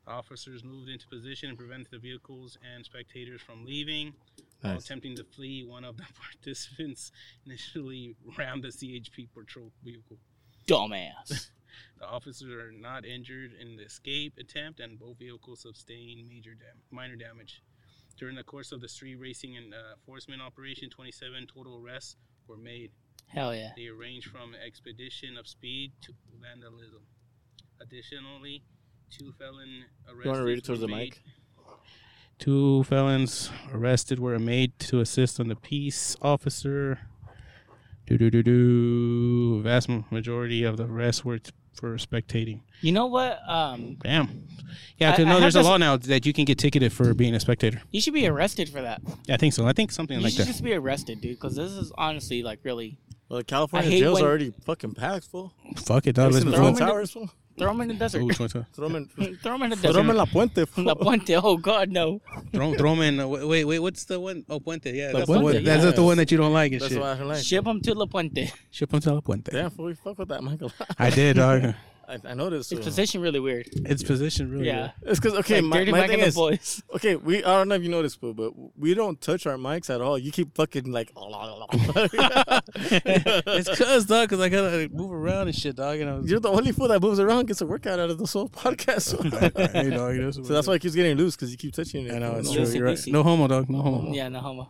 [SPEAKER 5] Officers moved into position and prevented the vehicles and spectators from leaving. While
[SPEAKER 3] Nice.
[SPEAKER 5] attempting to flee, one of the (laughs) participants initially rammed the CHP patrol vehicle.
[SPEAKER 4] Dumbass.
[SPEAKER 5] The officers are not injured in the escape attempt, and both vehicles sustained major dam- minor damage. During the course of the street racing and uh, enforcement operation, 27 total arrests were made.
[SPEAKER 4] Hell yeah.
[SPEAKER 5] They ranged from expedition of speed to vandalism. Additionally, two felon arrests.
[SPEAKER 3] You want to read it towards the mic?
[SPEAKER 5] Two felons arrested were made to assist on the peace officer Do do do do. Vast majority of the rest were t- for spectating.
[SPEAKER 4] You know what? Um,
[SPEAKER 5] Damn. Yeah,
[SPEAKER 4] I-
[SPEAKER 5] because
[SPEAKER 4] I
[SPEAKER 5] no,
[SPEAKER 4] have
[SPEAKER 5] there's a
[SPEAKER 4] this-
[SPEAKER 5] law now that you can get ticketed for being a spectator.
[SPEAKER 4] you should be arrested for that.
[SPEAKER 5] I think so. I think something
[SPEAKER 4] You
[SPEAKER 5] like
[SPEAKER 4] should
[SPEAKER 5] that.
[SPEAKER 4] just be arrested, dude, because this is honestly like really
[SPEAKER 3] Well, the
[SPEAKER 4] I
[SPEAKER 3] California
[SPEAKER 4] hate
[SPEAKER 3] jail's
[SPEAKER 4] when-
[SPEAKER 3] already fucking packed, fool.
[SPEAKER 5] Fuck it, dog.
[SPEAKER 3] Have you seen the
[SPEAKER 5] Let's move
[SPEAKER 4] throw
[SPEAKER 3] Twin
[SPEAKER 4] them in
[SPEAKER 5] on.
[SPEAKER 4] the-
[SPEAKER 3] Towers, fool?
[SPEAKER 4] throw them in the desert.
[SPEAKER 5] Ooh, tw- tw-
[SPEAKER 3] Throw
[SPEAKER 5] (laughs)
[SPEAKER 3] them in,
[SPEAKER 4] throw them in the
[SPEAKER 3] throw
[SPEAKER 4] desert.
[SPEAKER 3] them in La Puente, fool.
[SPEAKER 4] La Puente. Oh God, no.
[SPEAKER 5] Throw, throw 'em in. uh, wait, wait, wait, what's the one? Oh, Puente. Yeah,
[SPEAKER 3] La
[SPEAKER 5] that's,
[SPEAKER 3] Puente,
[SPEAKER 5] the, one, that's
[SPEAKER 3] yes.
[SPEAKER 5] the one that you don't like
[SPEAKER 3] (laughs)
[SPEAKER 5] and
[SPEAKER 3] That's
[SPEAKER 5] shit.
[SPEAKER 3] why I like.
[SPEAKER 4] Ship them to La
[SPEAKER 5] (laughs)
[SPEAKER 4] Puente.
[SPEAKER 5] Ship 'em to La Puente.
[SPEAKER 3] Damn, fool, we fuck with that, Michael.
[SPEAKER 5] I did, dog.
[SPEAKER 3] (laughs) I, I noticed.
[SPEAKER 4] It's
[SPEAKER 3] fool.
[SPEAKER 4] position really weird.
[SPEAKER 5] It's positioned really.
[SPEAKER 4] Yeah.
[SPEAKER 3] It's because okay,
[SPEAKER 4] Like,
[SPEAKER 3] my,
[SPEAKER 4] Dirty
[SPEAKER 3] my
[SPEAKER 4] Mac
[SPEAKER 3] thing
[SPEAKER 4] and the
[SPEAKER 3] is
[SPEAKER 4] boys.
[SPEAKER 3] okay. We I don't know if you noticed, fool, but we don't touch our mics at all. You keep fucking like. (laughs)
[SPEAKER 4] (laughs)
[SPEAKER 5] good. It's cuz, dog, because I got to move around and shit, dog. And I was,
[SPEAKER 3] You're the only fool that moves around gets a workout out of this whole podcast.
[SPEAKER 5] (laughs)
[SPEAKER 3] (laughs) fool.
[SPEAKER 5] (laughs) hey, dog, that's
[SPEAKER 3] so that's why it keeps getting loose because you keep touching it.
[SPEAKER 5] I know, it's
[SPEAKER 3] fool.
[SPEAKER 5] true.
[SPEAKER 4] Lucy,
[SPEAKER 5] You're right.
[SPEAKER 4] Lucy.
[SPEAKER 5] No homo, dog. No homo.
[SPEAKER 4] Yeah, no
[SPEAKER 5] (laughs)
[SPEAKER 4] homo.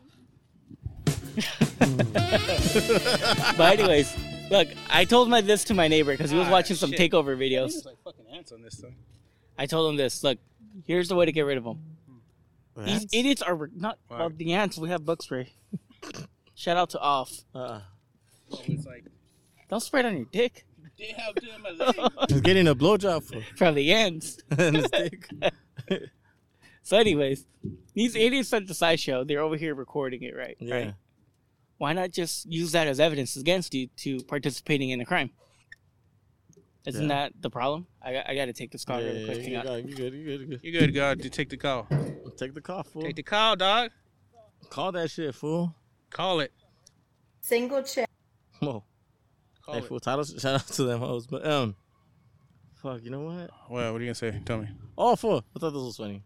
[SPEAKER 4] but anyways, look, I told my this to my neighbor because he was
[SPEAKER 5] Ah,
[SPEAKER 4] watching some
[SPEAKER 5] shit.
[SPEAKER 4] takeover videos.
[SPEAKER 5] like fucking ants on this thing.
[SPEAKER 4] I told him this. Look, here's the way to get rid of them. These
[SPEAKER 3] Rats?
[SPEAKER 4] idiots are re- not well, the ants. We have bug spray.
[SPEAKER 5] (laughs)
[SPEAKER 4] Shout out to Off.
[SPEAKER 5] Uh-uh.
[SPEAKER 3] Uh,
[SPEAKER 5] It's like,
[SPEAKER 4] Don't spray it on your dick
[SPEAKER 5] damn, damn, my leg.
[SPEAKER 3] he's getting a blowjob
[SPEAKER 5] (laughs)
[SPEAKER 3] fool.
[SPEAKER 4] from the ants.
[SPEAKER 3] (laughs) and his dick.
[SPEAKER 4] So, anyways, these idiots at the sideshow, they're over here recording it, right?
[SPEAKER 3] Yeah.
[SPEAKER 4] Right. Why not just use that as evidence against you to participating in a crime?
[SPEAKER 3] Yeah.
[SPEAKER 4] Isn't that the problem? I, got- I got to take this call
[SPEAKER 3] Yeah,
[SPEAKER 4] really
[SPEAKER 3] yeah,
[SPEAKER 4] quick. Hang
[SPEAKER 3] yeah,
[SPEAKER 4] on.
[SPEAKER 3] yeah, you good, you good, you good.
[SPEAKER 5] You good, God. You take the call.
[SPEAKER 3] Take the cough, fool.
[SPEAKER 5] Take the call, dog.
[SPEAKER 3] Call that shit, fool.
[SPEAKER 5] Call it.
[SPEAKER 9] Single check.
[SPEAKER 3] Whoa.
[SPEAKER 5] Call
[SPEAKER 3] hey,
[SPEAKER 5] it.
[SPEAKER 3] fool. Title, shout out to them hoes. But, um, fuck, you know what?
[SPEAKER 5] Well, what are you going to say? Tell me.
[SPEAKER 3] Oh, fool. I thought this was funny.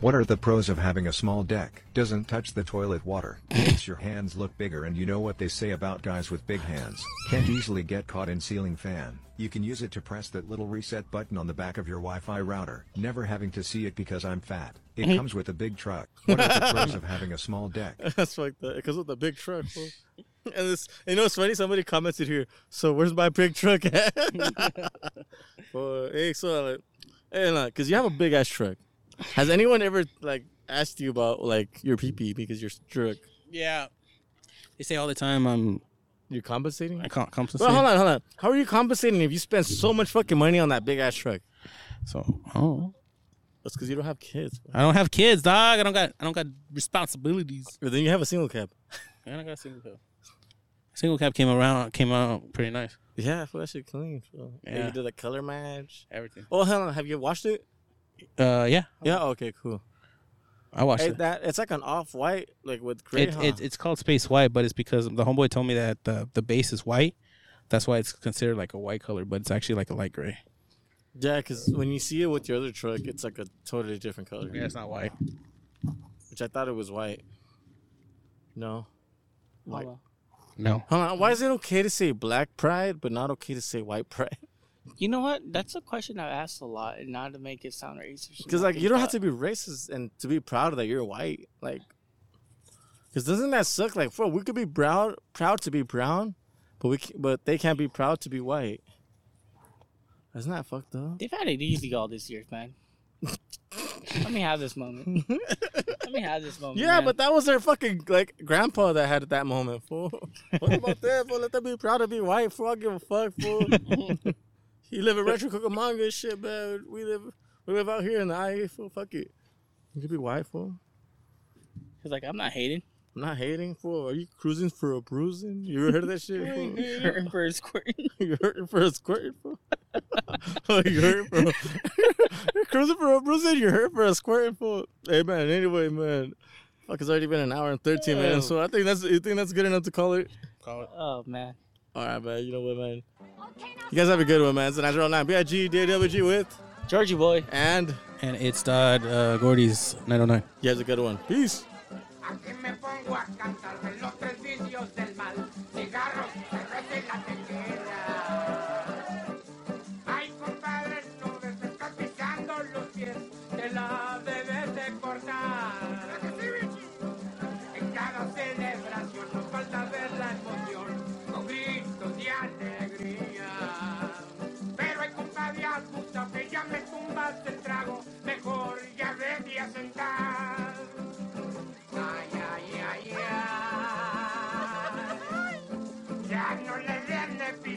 [SPEAKER 10] What are the pros of having a small deck? Doesn't touch the toilet water, makes your hands look bigger, and you know what they say about guys with big hands. Can't easily get caught in ceiling fan. You can use it to press that little reset button on the back of your Wi Fi router, never having to see it because I'm fat. It comes with a big truck. What are the pros of having a small deck?
[SPEAKER 3] That's like the, because of the big truck, fool. And this, you know, it's funny. Somebody commented here. So where's my big truck at? (laughs) Well, hey, so like, hey, because you have a big ass truck. Has anyone ever like asked you about like your pee pee because your truck
[SPEAKER 5] Yeah. They say all the time I'm
[SPEAKER 3] you're compensating?
[SPEAKER 5] I can't come to
[SPEAKER 3] Well, hold on, hold on. How are you compensating if you spend so much fucking money on that big ass truck?
[SPEAKER 5] So oh.
[SPEAKER 3] That's because you don't have kids. bro.
[SPEAKER 5] I don't have kids, dog. I don't got I don't got responsibilities.
[SPEAKER 3] But then you have a single cab.
[SPEAKER 5] And I got a single cab. Single cab came around came out pretty nice.
[SPEAKER 3] Yeah, for that shit clean. Bro. Yeah.
[SPEAKER 5] Yeah.
[SPEAKER 3] you did a color match.
[SPEAKER 5] Everything.
[SPEAKER 3] Oh, hold on. Have you washed it?
[SPEAKER 5] Uh yeah.
[SPEAKER 3] Yeah. Okay. Cool.
[SPEAKER 5] I watched
[SPEAKER 3] Hey,
[SPEAKER 5] it.
[SPEAKER 3] that it's like an off white, like with gray.
[SPEAKER 5] It,
[SPEAKER 3] huh?
[SPEAKER 5] it, it's called Space White, but it's because the homeboy told me that the the base is white. That's why it's considered like a white color, but it's actually like a light gray.
[SPEAKER 3] yeah, because when you see it with your other truck, it's like a totally different color.
[SPEAKER 5] Yeah, it's not white.
[SPEAKER 3] Which I thought it was white. No. White.
[SPEAKER 4] Hold
[SPEAKER 5] No.
[SPEAKER 3] Hold on. Why is it okay to say black pride, but not okay to say white pride? (laughs)
[SPEAKER 4] on. You know what? That's a question I've asked a lot, and not to make it sound racist.
[SPEAKER 3] Because like you don't have to be racist and to be proud that you're white. Like, because doesn't that suck? Like, bro, we could be proud proud to be brown, but we ca- but they can't be proud to be white. Isn't that fucked up?
[SPEAKER 4] They've had it easy all these years,
[SPEAKER 3] (laughs)
[SPEAKER 4] man. Let me have this moment. Let me have this moment.
[SPEAKER 3] Yeah,
[SPEAKER 4] man.
[SPEAKER 3] but that was their fucking like grandpa that had it that moment, fool. (laughs) What about that, fool? Let them be proud to be white, fool. I don't give a fuck, fool. he live in Retro Cucamonga and shit, man. We live we live out here in the IA, fool. Fuck it. You could be white, fool.
[SPEAKER 4] he's like, I'm not hating.
[SPEAKER 3] (laughs) I'm not hating, fool. Are you cruising for a bruising? You ever heard of that shit? fool?
[SPEAKER 4] Hurting for his squirt.
[SPEAKER 3] (laughs) you hurting for a squirt, (laughs) fool? oh, you hurting for a, you're cruising for a (laughs) bruising? You're hurting for a squirt, fool? Hey, man. Anyway, man. Fuck, it's already been an hour and thirteen minutes, so I think that's you think that's good enough to call it.
[SPEAKER 4] (laughs) Oh man.
[SPEAKER 3] All right, man. You know what, man. You guys have a good one, man. It's an natural nine. Big DWG with
[SPEAKER 4] Georgie boy.
[SPEAKER 3] and
[SPEAKER 5] And it's uh, uh Gordy's 909.
[SPEAKER 3] you guys a good one. Peace.
[SPEAKER 11] Aquí me pongo a cantarme los tres vicios del mal. Cigarros, cerveza y la tequila. Ay, compadre, no me estás picando los pies. Te la debes de cortar. En cada celebración nos falta ver la emoción con gritos y alegría. Pero hay compadre, puta que ya me tumbas el trago. Mejor ya debía sentar. nepi